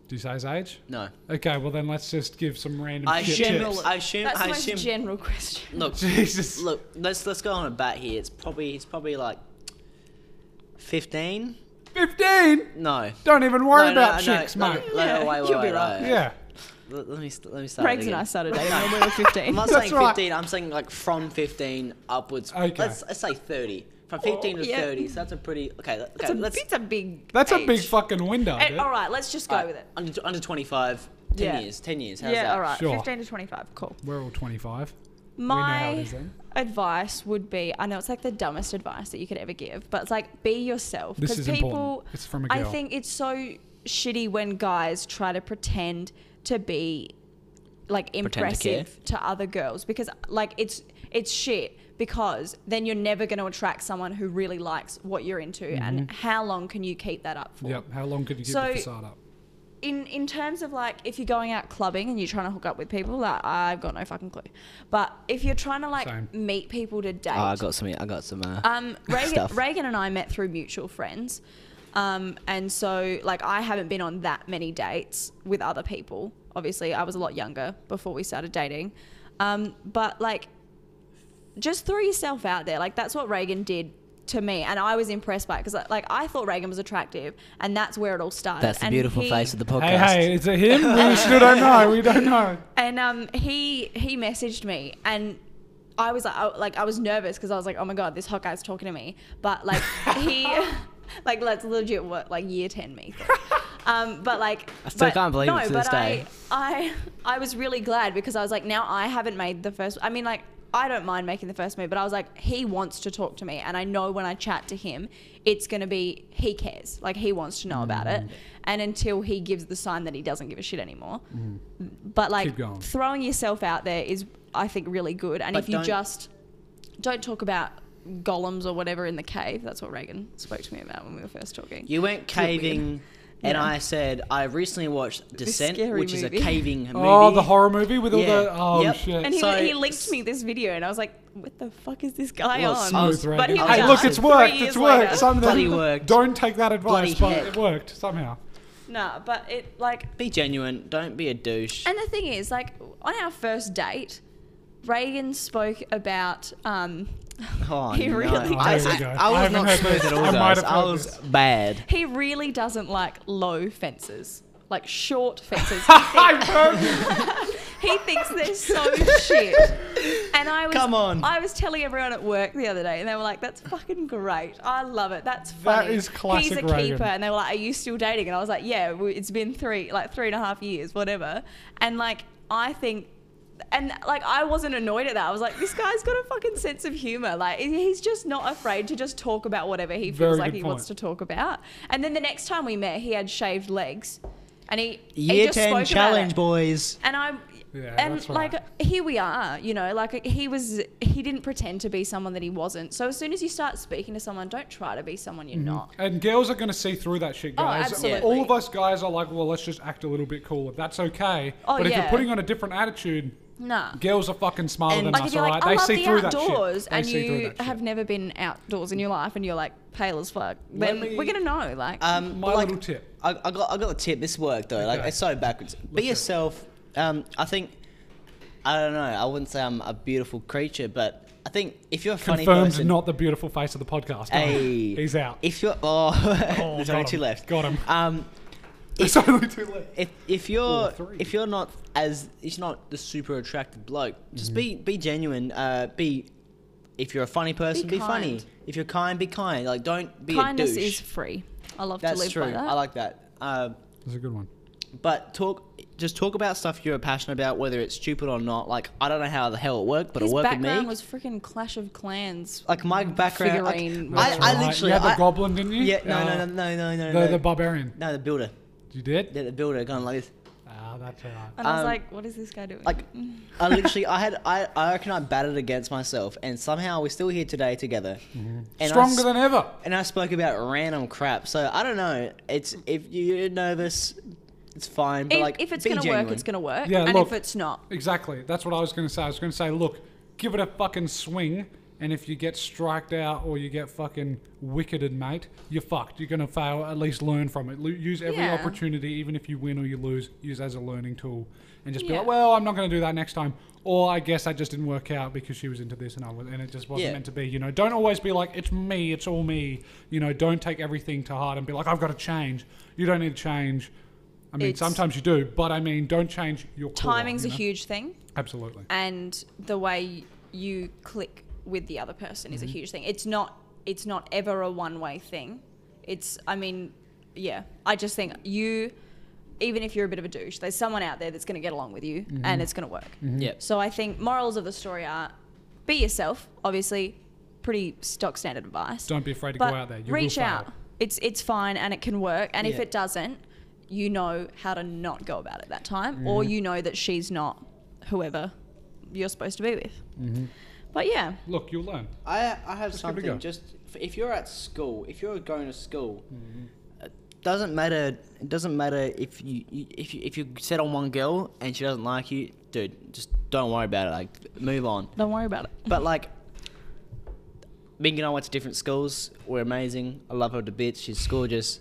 Speaker 2: you say his age?
Speaker 1: no.
Speaker 2: Okay, well then let's just give some random
Speaker 1: I
Speaker 2: shit
Speaker 1: assume.
Speaker 2: tips.
Speaker 1: I assume.
Speaker 3: That's the
Speaker 1: I
Speaker 3: most
Speaker 1: assume.
Speaker 3: general question.
Speaker 1: look,
Speaker 2: Jesus.
Speaker 1: look. Let's let's go on a bat here. It's probably it's probably like fifteen.
Speaker 2: Fifteen.
Speaker 1: No.
Speaker 2: Don't even worry
Speaker 1: no, no,
Speaker 2: about
Speaker 1: no,
Speaker 2: chicks,
Speaker 1: no, Uh,
Speaker 2: mate.
Speaker 1: No, no,
Speaker 3: Yeah,
Speaker 1: wait, wait,
Speaker 3: you'll be
Speaker 1: wait,
Speaker 3: right.
Speaker 1: wait.
Speaker 2: Yeah.
Speaker 1: Let, let me st- let me start.
Speaker 3: Greg's
Speaker 1: again.
Speaker 3: and I started dating when we were 15.
Speaker 1: I'm not
Speaker 2: That's
Speaker 1: saying
Speaker 2: right.
Speaker 1: 15. I'm saying like from 15 upwards.
Speaker 2: Okay.
Speaker 1: Let's, let's say 30. From 15 to
Speaker 3: Oh, yeah.
Speaker 1: 30. So that's a pretty okay. that-
Speaker 3: It's
Speaker 1: okay
Speaker 3: a,
Speaker 1: let's
Speaker 3: it's a big.
Speaker 2: That's a big
Speaker 3: age.
Speaker 2: fucking window.
Speaker 3: Eh,
Speaker 2: dude.
Speaker 3: all right, let's just go
Speaker 1: alright,
Speaker 3: with it.
Speaker 1: Under under 25. 10
Speaker 3: Yeah.
Speaker 1: years. 10 years. How's
Speaker 3: Yeah,
Speaker 1: that?
Speaker 3: all right.
Speaker 2: Sure.
Speaker 3: 15 to 25. Cool.
Speaker 2: We're all twenty-five. we know how it
Speaker 3: My
Speaker 2: is then.
Speaker 3: advice would be I know it's like the dumbest advice that you could ever give, but it's like be yourself.
Speaker 2: This
Speaker 3: 'Cause
Speaker 2: is
Speaker 3: people,
Speaker 2: important. It's from a
Speaker 3: I
Speaker 2: girl.
Speaker 3: think it's so shitty when guys try to pretend to be like
Speaker 1: Pretend to care.
Speaker 3: impressive to, other girls because like it's it's shit because then you're never going to attract someone who really likes what you're into and how long can you keep that up for
Speaker 2: Mm-hmm. Yep. How long could you keep
Speaker 3: So-
Speaker 2: the facade up?
Speaker 3: in in terms of like if you're going out clubbing and you're trying to hook up with people, like I've got no fucking clue. But if you're trying to like
Speaker 2: Same.
Speaker 3: meet people to date,
Speaker 1: Oh, I got some. I got some. Uh,
Speaker 3: um, Reagan,
Speaker 1: stuff.
Speaker 3: Reagan and I met through mutual friends, um, and so like I haven't been on that many dates with other people. Obviously, I was a lot younger before we started dating, um, but like just throw yourself out there. Like that's what Reagan did to me, and I was impressed by it because like I thought Reagan was attractive, and that's where it all started.
Speaker 1: that's the
Speaker 3: And
Speaker 1: beautiful
Speaker 3: he-
Speaker 1: face of the podcast.
Speaker 2: Hey, hey, is it him? we still don't know. We don't know.
Speaker 3: and um, he he messaged me, and I was like, I, like I was nervous because I was like, oh my god, this hot guy's talking to me. But like he, like that's legit what like year ten me. thought. Um, but like,
Speaker 1: I still
Speaker 3: but-
Speaker 1: can't believe
Speaker 3: no,
Speaker 1: it to
Speaker 3: but
Speaker 1: this day.
Speaker 3: I, I, I was really glad because I was like, now I haven't made the first. I mean, like, I don't mind making the first move, but I was like, he wants to talk to me, and I know when I chat to him, it's gonna be he cares, like he wants to know about
Speaker 1: Mm.
Speaker 3: it, and until he gives the sign that he doesn't give a shit anymore. But like,
Speaker 2: Keep going.
Speaker 3: throwing yourself out there is, I think, really good. And
Speaker 1: But
Speaker 3: if you
Speaker 1: don't-
Speaker 3: just don't talk about golems or whatever in the cave, that's what Reagan spoke to me about when we were first talking.
Speaker 1: You weren't
Speaker 3: Is it weird?
Speaker 1: caving and
Speaker 3: Yeah.
Speaker 1: I said I recently watched Descent,
Speaker 4: scary
Speaker 1: which is a
Speaker 4: movie.
Speaker 1: caving movie.
Speaker 2: Oh, the horror movie with all
Speaker 1: Yeah.
Speaker 2: the oh
Speaker 1: Yep.
Speaker 2: shit.
Speaker 3: And he,
Speaker 1: So-
Speaker 3: he linked me this video, and I was like, what the fuck is this guy
Speaker 1: Well,
Speaker 3: on?
Speaker 1: I was-
Speaker 2: Smooth
Speaker 3: Oh, but he
Speaker 2: ride.
Speaker 1: was
Speaker 2: hey, look,
Speaker 1: out
Speaker 2: it's
Speaker 3: three
Speaker 2: worked.
Speaker 3: years
Speaker 2: It's worked.
Speaker 3: later.
Speaker 2: Some of them-
Speaker 1: Bloody worked.
Speaker 2: Don't take that advice,
Speaker 1: Bloody
Speaker 2: but
Speaker 1: heck.
Speaker 2: it worked somehow.
Speaker 3: Nah, but it, like,
Speaker 1: Be genuine. Don't be a douche.
Speaker 3: And the thing is, like, on our first date, Reagan spoke about. Um,
Speaker 1: oh,
Speaker 3: he
Speaker 1: no.
Speaker 3: really
Speaker 1: I,
Speaker 2: does. There we go.
Speaker 1: I,
Speaker 2: I
Speaker 1: I was
Speaker 2: haven't
Speaker 1: not
Speaker 2: heard
Speaker 1: smooth
Speaker 2: this.
Speaker 1: at
Speaker 2: I
Speaker 1: all,
Speaker 2: might
Speaker 1: guys.
Speaker 2: have
Speaker 1: I
Speaker 2: heard
Speaker 1: was
Speaker 2: this.
Speaker 1: bad.
Speaker 3: he really doesn't like low fences, like short fences.
Speaker 2: I've heard.
Speaker 3: he thinks they're so shit. And I was,
Speaker 1: Come on.
Speaker 3: I was telling everyone at work the other day, and they were like, "That's fucking great. I love it. That's
Speaker 2: That
Speaker 3: funny."
Speaker 2: is classic
Speaker 3: He's a
Speaker 2: Reagan.
Speaker 3: keeper, and they were like, "Are you still dating?" And I was like, "Yeah, we- it's been three, like three and a half years, whatever." And like, I think. And like I wasn't annoyed at that. I was like, this guy's got a fucking sense of humor. Like he's just not afraid to just talk about whatever he
Speaker 2: Very
Speaker 3: feels like
Speaker 2: good
Speaker 3: he wants to
Speaker 2: point.
Speaker 3: talk about. And then the next time we met, he had shaved legs, and he he
Speaker 1: Year
Speaker 3: just spoke
Speaker 1: ten
Speaker 3: about
Speaker 1: challenge,
Speaker 3: it
Speaker 1: boys.
Speaker 3: and I'm
Speaker 2: Yeah,
Speaker 3: and
Speaker 2: that's right.
Speaker 3: like here we are, you know, like he was he didn't pretend to be someone that he wasn't. So as soon as you start speaking to someone, don't try to be someone you're not.
Speaker 2: And girls are going to see through that shit,
Speaker 3: Oh,
Speaker 2: guys.
Speaker 3: absolutely.
Speaker 2: All of us guys are like, well, let's just act a little bit cooler. That's okay.
Speaker 3: Oh,
Speaker 2: but if
Speaker 3: yeah.
Speaker 2: you're putting on a different attitude,
Speaker 3: Nah.
Speaker 2: girls are fucking smarter
Speaker 1: And-
Speaker 2: than
Speaker 3: Like
Speaker 2: us,
Speaker 3: if you're
Speaker 2: all
Speaker 3: like,
Speaker 2: right?
Speaker 3: I
Speaker 2: They
Speaker 3: love
Speaker 2: see
Speaker 3: the
Speaker 2: through that shit.
Speaker 3: outdoors
Speaker 2: They
Speaker 3: and
Speaker 2: see through
Speaker 3: you
Speaker 2: that shit.
Speaker 3: have never been outdoors in your life and you're like pale as fuck, then
Speaker 2: me-
Speaker 3: we're gonna know. Like
Speaker 1: Um,
Speaker 2: My
Speaker 1: but,
Speaker 2: little tip.
Speaker 1: I, I got I got the tip. This worked though. Like
Speaker 2: Okay.
Speaker 1: it's so backwards.
Speaker 2: Let's
Speaker 1: Be
Speaker 2: hear it.
Speaker 1: yourself. Um, I think. I don't know. I wouldn't say I'm a beautiful creature, but I think if you're a funny
Speaker 2: Confirms
Speaker 1: person,
Speaker 2: not the beautiful face of the podcast. guys.
Speaker 1: Hey.
Speaker 2: He's out.
Speaker 1: if you're oh, there's
Speaker 2: got
Speaker 1: only
Speaker 2: him.
Speaker 1: two left.
Speaker 2: Got him.
Speaker 1: Um,
Speaker 2: There's only two left.
Speaker 1: if if you're
Speaker 2: three.
Speaker 1: if you're not as it's not the super attractive bloke, just
Speaker 3: Mm-hmm.
Speaker 1: be be genuine. Uh, be if you're a funny person, be, funny.
Speaker 3: kind.
Speaker 1: If you're kind, be kind. Like don't be a
Speaker 3: kindness
Speaker 1: douche.
Speaker 3: is free. I love to
Speaker 1: That's
Speaker 3: live
Speaker 1: true.
Speaker 3: by that.
Speaker 1: I like that. Um,
Speaker 2: That's a good one.
Speaker 1: But talk, just talk about stuff you're passionate about, whether it's stupid or not. Like I don't know how the hell it worked, but
Speaker 3: His
Speaker 1: it worked with
Speaker 3: background
Speaker 1: me.
Speaker 3: was freaking Clash of Clans.
Speaker 1: like my background, like,
Speaker 3: figurine
Speaker 1: I, I
Speaker 3: was-
Speaker 2: Right.
Speaker 1: literally,
Speaker 2: You had the
Speaker 1: I-
Speaker 2: goblin, didn't you?
Speaker 1: yeah, no, no, no,
Speaker 2: Uh,
Speaker 1: no, no, no,
Speaker 2: The,
Speaker 1: no,
Speaker 2: the barbarian.
Speaker 1: no, the builder,
Speaker 2: You did?
Speaker 1: yeah, the builder, going like this.
Speaker 2: Ah, that's alright.
Speaker 3: And I was
Speaker 1: um,
Speaker 3: like, what is this guy doing?
Speaker 1: Like I literally, I had, I, I reckon I batted against myself, and somehow we're still here today together. And I,
Speaker 2: Stronger
Speaker 1: s-
Speaker 2: than ever.
Speaker 1: And I spoke about random crap, so I don't know. It's if you're nervous, it's fine. But
Speaker 3: if,
Speaker 1: like,
Speaker 3: if it's
Speaker 1: be
Speaker 3: gonna
Speaker 1: genuine.
Speaker 3: work, it's gonna work.
Speaker 2: Yeah,
Speaker 3: and
Speaker 2: look.
Speaker 3: if it's not,
Speaker 2: Exactly. That's what I was going to say. I was going to say, look, give it a fucking swing, and if you get striked out or you get fucking wicketed, mate, you're fucked. You're going to fail. At least learn from it. Lo- Use every
Speaker 3: Yeah.
Speaker 2: opportunity, even if you win or you lose, use as a learning tool, and just be
Speaker 3: Yeah.
Speaker 2: like, well, I'm not going to do that next time. Or I guess that just didn't work out because she was into this and I was, and it just wasn't
Speaker 1: Yeah.
Speaker 2: meant to be. You know, don't always be like it's me, it's all me. You know, don't take everything to heart and be like I've got to change. You don't need to change. I mean,
Speaker 3: It's-
Speaker 2: sometimes you do, but I mean, don't change your core,
Speaker 3: timing's
Speaker 2: you
Speaker 3: a
Speaker 2: know?
Speaker 3: huge thing.
Speaker 2: Absolutely.
Speaker 3: and the way you click with the other person is a huge thing. It's not it's not ever a one way thing. It's I mean, yeah. I just think you even if you're a bit of a douche, there's someone out there that's going to get along with you and it's going to work.
Speaker 1: Yep.
Speaker 3: So I think morals of the story are be yourself, obviously, pretty stock standard advice.
Speaker 2: Don't be afraid to
Speaker 3: but
Speaker 2: go out there. You
Speaker 3: reach
Speaker 2: will fail.
Speaker 3: out. It's it's fine and it can work. And if
Speaker 1: Yeah.
Speaker 3: it doesn't, you know how to not go about it that time, or
Speaker 2: Mm-hmm.
Speaker 3: you know that she's not whoever you're supposed to be with.
Speaker 2: Mm-hmm.
Speaker 3: But yeah,
Speaker 2: Look, you'll learn.
Speaker 1: I I have
Speaker 2: give it a go.
Speaker 1: something. Just f- if you're at school, if you're going to school,
Speaker 2: Mm-hmm.
Speaker 1: it doesn't matter. It doesn't matter if you, you if you if you set on one girl and she doesn't like you, dude. Just don't worry about it. Like move on.
Speaker 3: don't worry about it.
Speaker 1: But like, Ming and I went to different schools. We're amazing. I love her to bits. She's gorgeous.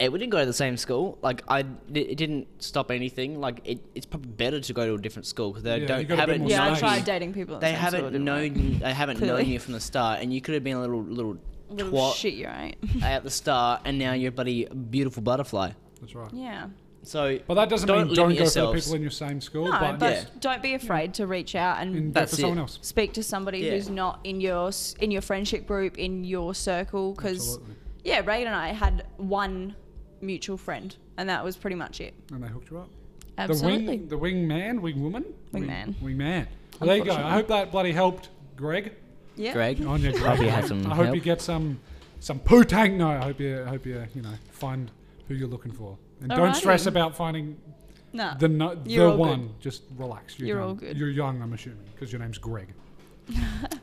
Speaker 1: And we didn't go to the same school. Like I, it didn't stop anything. Like it, it's probably better to go to a different school because they
Speaker 2: Yeah, you
Speaker 1: don't
Speaker 2: got a bit
Speaker 1: haven't
Speaker 2: more
Speaker 3: yeah,
Speaker 1: known
Speaker 3: I
Speaker 2: nice.
Speaker 1: you
Speaker 3: tried dating people. At the
Speaker 1: they
Speaker 3: same school,
Speaker 1: haven't
Speaker 3: it didn't
Speaker 1: known you, they haven't known
Speaker 3: Clearly.
Speaker 1: you from the start, and you could have been a little little
Speaker 3: work. little
Speaker 1: twat
Speaker 3: shit, you right?
Speaker 1: at the start, and now you're a bloody beautiful butterfly.
Speaker 2: That's right.
Speaker 3: yeah.
Speaker 1: So,
Speaker 2: But that doesn't mean
Speaker 1: limit
Speaker 2: don't go for the
Speaker 1: yourselves.
Speaker 2: people in your same school.
Speaker 3: No,
Speaker 2: but,
Speaker 3: but
Speaker 1: Yeah.
Speaker 3: don't be afraid to reach out and
Speaker 2: and go
Speaker 1: That's
Speaker 2: for someone
Speaker 1: it.
Speaker 2: else.
Speaker 3: speak to somebody
Speaker 1: Yeah.
Speaker 3: who's not in your s- in your friendship group in your circle because
Speaker 2: Absolutely.
Speaker 3: yeah reagan and i had one mutual friend and that was pretty much it
Speaker 2: And they hooked you up. The
Speaker 3: absolutely
Speaker 2: wing, the wing man, wing woman,
Speaker 3: Wingman.
Speaker 2: wing man. Well, there you go. I
Speaker 3: Unfortunately.
Speaker 2: hope that bloody helped, Greg.
Speaker 3: yeah
Speaker 1: Greg,
Speaker 2: On your Greg.
Speaker 1: Hope you had some
Speaker 2: I hope
Speaker 1: help.
Speaker 2: you get some some poo tank. No, I hope you I hope you you know find who you're looking for. And don't
Speaker 3: Alrighty.
Speaker 2: stress about finding
Speaker 3: no
Speaker 2: the no, the
Speaker 3: You're all good.
Speaker 2: one. Just relax. You're,
Speaker 3: You're
Speaker 2: young.
Speaker 3: all good.
Speaker 2: You're young, I'm assuming, because your name's Greg.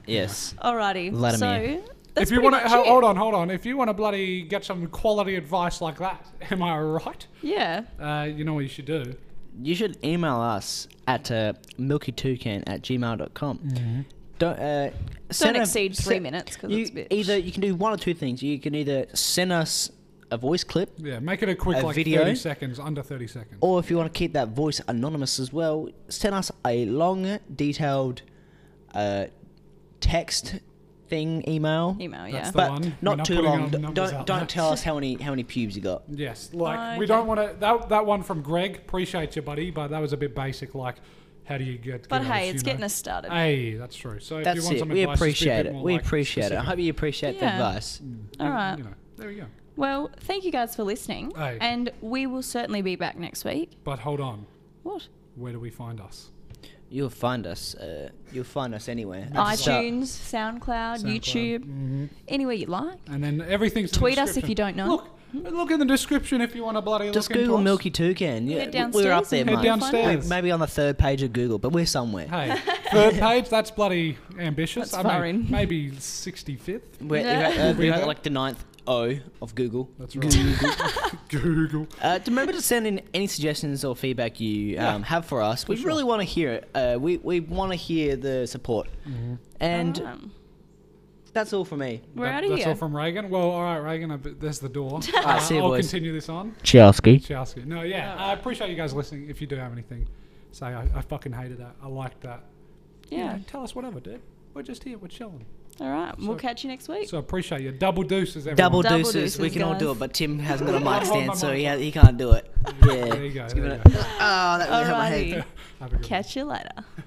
Speaker 1: yes,
Speaker 3: alrighty
Speaker 1: Vladimir.
Speaker 3: so That's
Speaker 2: if you want
Speaker 3: pretty
Speaker 2: to
Speaker 3: much it.
Speaker 2: hold on, hold on. If you want to bloody get some quality advice like that, am I right?
Speaker 3: Yeah.
Speaker 2: Uh, you know what you should do.
Speaker 1: You should email us at uh, milkytoucan at gmail.com. Mm-hmm. Don't, uh, send a-
Speaker 3: exceed three
Speaker 1: se-
Speaker 3: minutes 'cause
Speaker 1: you-
Speaker 3: it's a bit-
Speaker 1: Either you can do one or two things. You can either send us a voice clip,
Speaker 2: Yeah, make it a quick
Speaker 1: A
Speaker 2: like
Speaker 1: video?
Speaker 2: thirty seconds, under thirty seconds.
Speaker 1: or if you want to keep that voice anonymous as well, send us a long, detailed uh, text thing email.
Speaker 3: Email,
Speaker 2: That's
Speaker 3: yeah.
Speaker 2: the
Speaker 1: But
Speaker 2: one. We're
Speaker 1: not
Speaker 2: not
Speaker 1: too
Speaker 2: putting
Speaker 1: long.
Speaker 2: our
Speaker 1: D-
Speaker 2: numbers
Speaker 1: Don't
Speaker 2: out
Speaker 1: don't
Speaker 2: there.
Speaker 1: tell us how many how many pubes you got.
Speaker 2: Yes, like we
Speaker 3: Okay.
Speaker 2: don't want to. That that one from Greg. Appreciate you, buddy, but that was a bit basic. Like, how do you get?
Speaker 3: But
Speaker 2: get
Speaker 3: hey,
Speaker 2: us,
Speaker 3: it's
Speaker 2: you know?
Speaker 3: getting us started.
Speaker 2: Hey, that's true. So if you
Speaker 1: That's
Speaker 2: want
Speaker 1: it.
Speaker 2: some
Speaker 1: We
Speaker 2: advice, just be a
Speaker 1: appreciate
Speaker 2: bit
Speaker 1: it.
Speaker 2: more,
Speaker 1: We
Speaker 2: like,
Speaker 1: appreciate it. I
Speaker 2: specific. Mm.
Speaker 1: hope you appreciate the
Speaker 3: Yeah.
Speaker 1: advice.
Speaker 3: All
Speaker 2: You-
Speaker 3: right.
Speaker 2: You know, there you go.
Speaker 3: Well, thank you guys for listening.
Speaker 2: Hey.
Speaker 3: And we will certainly be back next week.
Speaker 2: But hold on,
Speaker 3: What?
Speaker 2: where do we find us?
Speaker 1: You'll find us. Uh, you'll find us anywhere. Just, uh,
Speaker 3: iTunes, SoundCloud,
Speaker 2: SoundCloud. Mm-hmm.
Speaker 3: YouTube, anywhere you like.
Speaker 2: And then everything's. in the
Speaker 3: Tweet us if
Speaker 2: description.
Speaker 3: you don't know.
Speaker 2: Look, look in the description if you want to bloody.
Speaker 1: Just
Speaker 2: look into
Speaker 1: Google
Speaker 2: us.
Speaker 1: Milky Toucan. Yeah,
Speaker 3: Head
Speaker 1: we- we're up
Speaker 3: downstairs
Speaker 1: there,
Speaker 3: and
Speaker 2: Head
Speaker 1: mate.
Speaker 3: you'll find
Speaker 2: downstairs.
Speaker 3: us.
Speaker 1: We're maybe on the third page of Google, but we're somewhere.
Speaker 2: Hey, third page. That's bloody ambitious. I
Speaker 3: That's far
Speaker 2: mean,
Speaker 3: in.
Speaker 2: maybe sixty fifth.
Speaker 1: We're,
Speaker 3: Yeah.
Speaker 1: we're at- we're at
Speaker 2: Yeah.
Speaker 1: like the ninth O of Google.
Speaker 2: That's right. Google.
Speaker 1: Uh, to remember to send in any suggestions or feedback you um,
Speaker 2: Yeah,
Speaker 1: have for us. We
Speaker 2: sure.
Speaker 1: really want to hear it. Uh, we we want to hear the support.
Speaker 2: Mm-hmm.
Speaker 1: And
Speaker 3: Um,
Speaker 1: that's all for me.
Speaker 3: we're
Speaker 2: That-
Speaker 3: out of here. Ah,
Speaker 2: That's all from Reagan. Well, all right, Reagan. I, bet- there's the door.
Speaker 1: right,
Speaker 2: Uh,
Speaker 1: see you,
Speaker 2: I'll
Speaker 1: boys.
Speaker 2: continue this on.
Speaker 1: Chowski.
Speaker 2: Chowski. No, yeah. I appreciate you guys listening. If you do have anything, say I, I fucking hated that. I liked that. You
Speaker 3: yeah.
Speaker 2: know, tell us whatever, dude. We're just here. We're chilling.
Speaker 3: All right.
Speaker 2: So-
Speaker 3: We'll catch you next week.
Speaker 2: So I appreciate you. Double deuces, everyone.
Speaker 1: Double,
Speaker 3: Double
Speaker 1: deuces. We
Speaker 3: deuces,
Speaker 1: can all do
Speaker 3: guys.
Speaker 1: it, but Tim hasn't got a
Speaker 2: I'm on
Speaker 1: mic
Speaker 2: my
Speaker 1: stand, so
Speaker 2: mic.
Speaker 1: he, ha- he can't do it. Yeah.
Speaker 2: There you go.
Speaker 1: Let's give
Speaker 2: there
Speaker 1: it
Speaker 2: you go.
Speaker 1: a- oh, that really hurt my head.
Speaker 3: Alrighty.
Speaker 2: Have a good one.
Speaker 3: catch you later.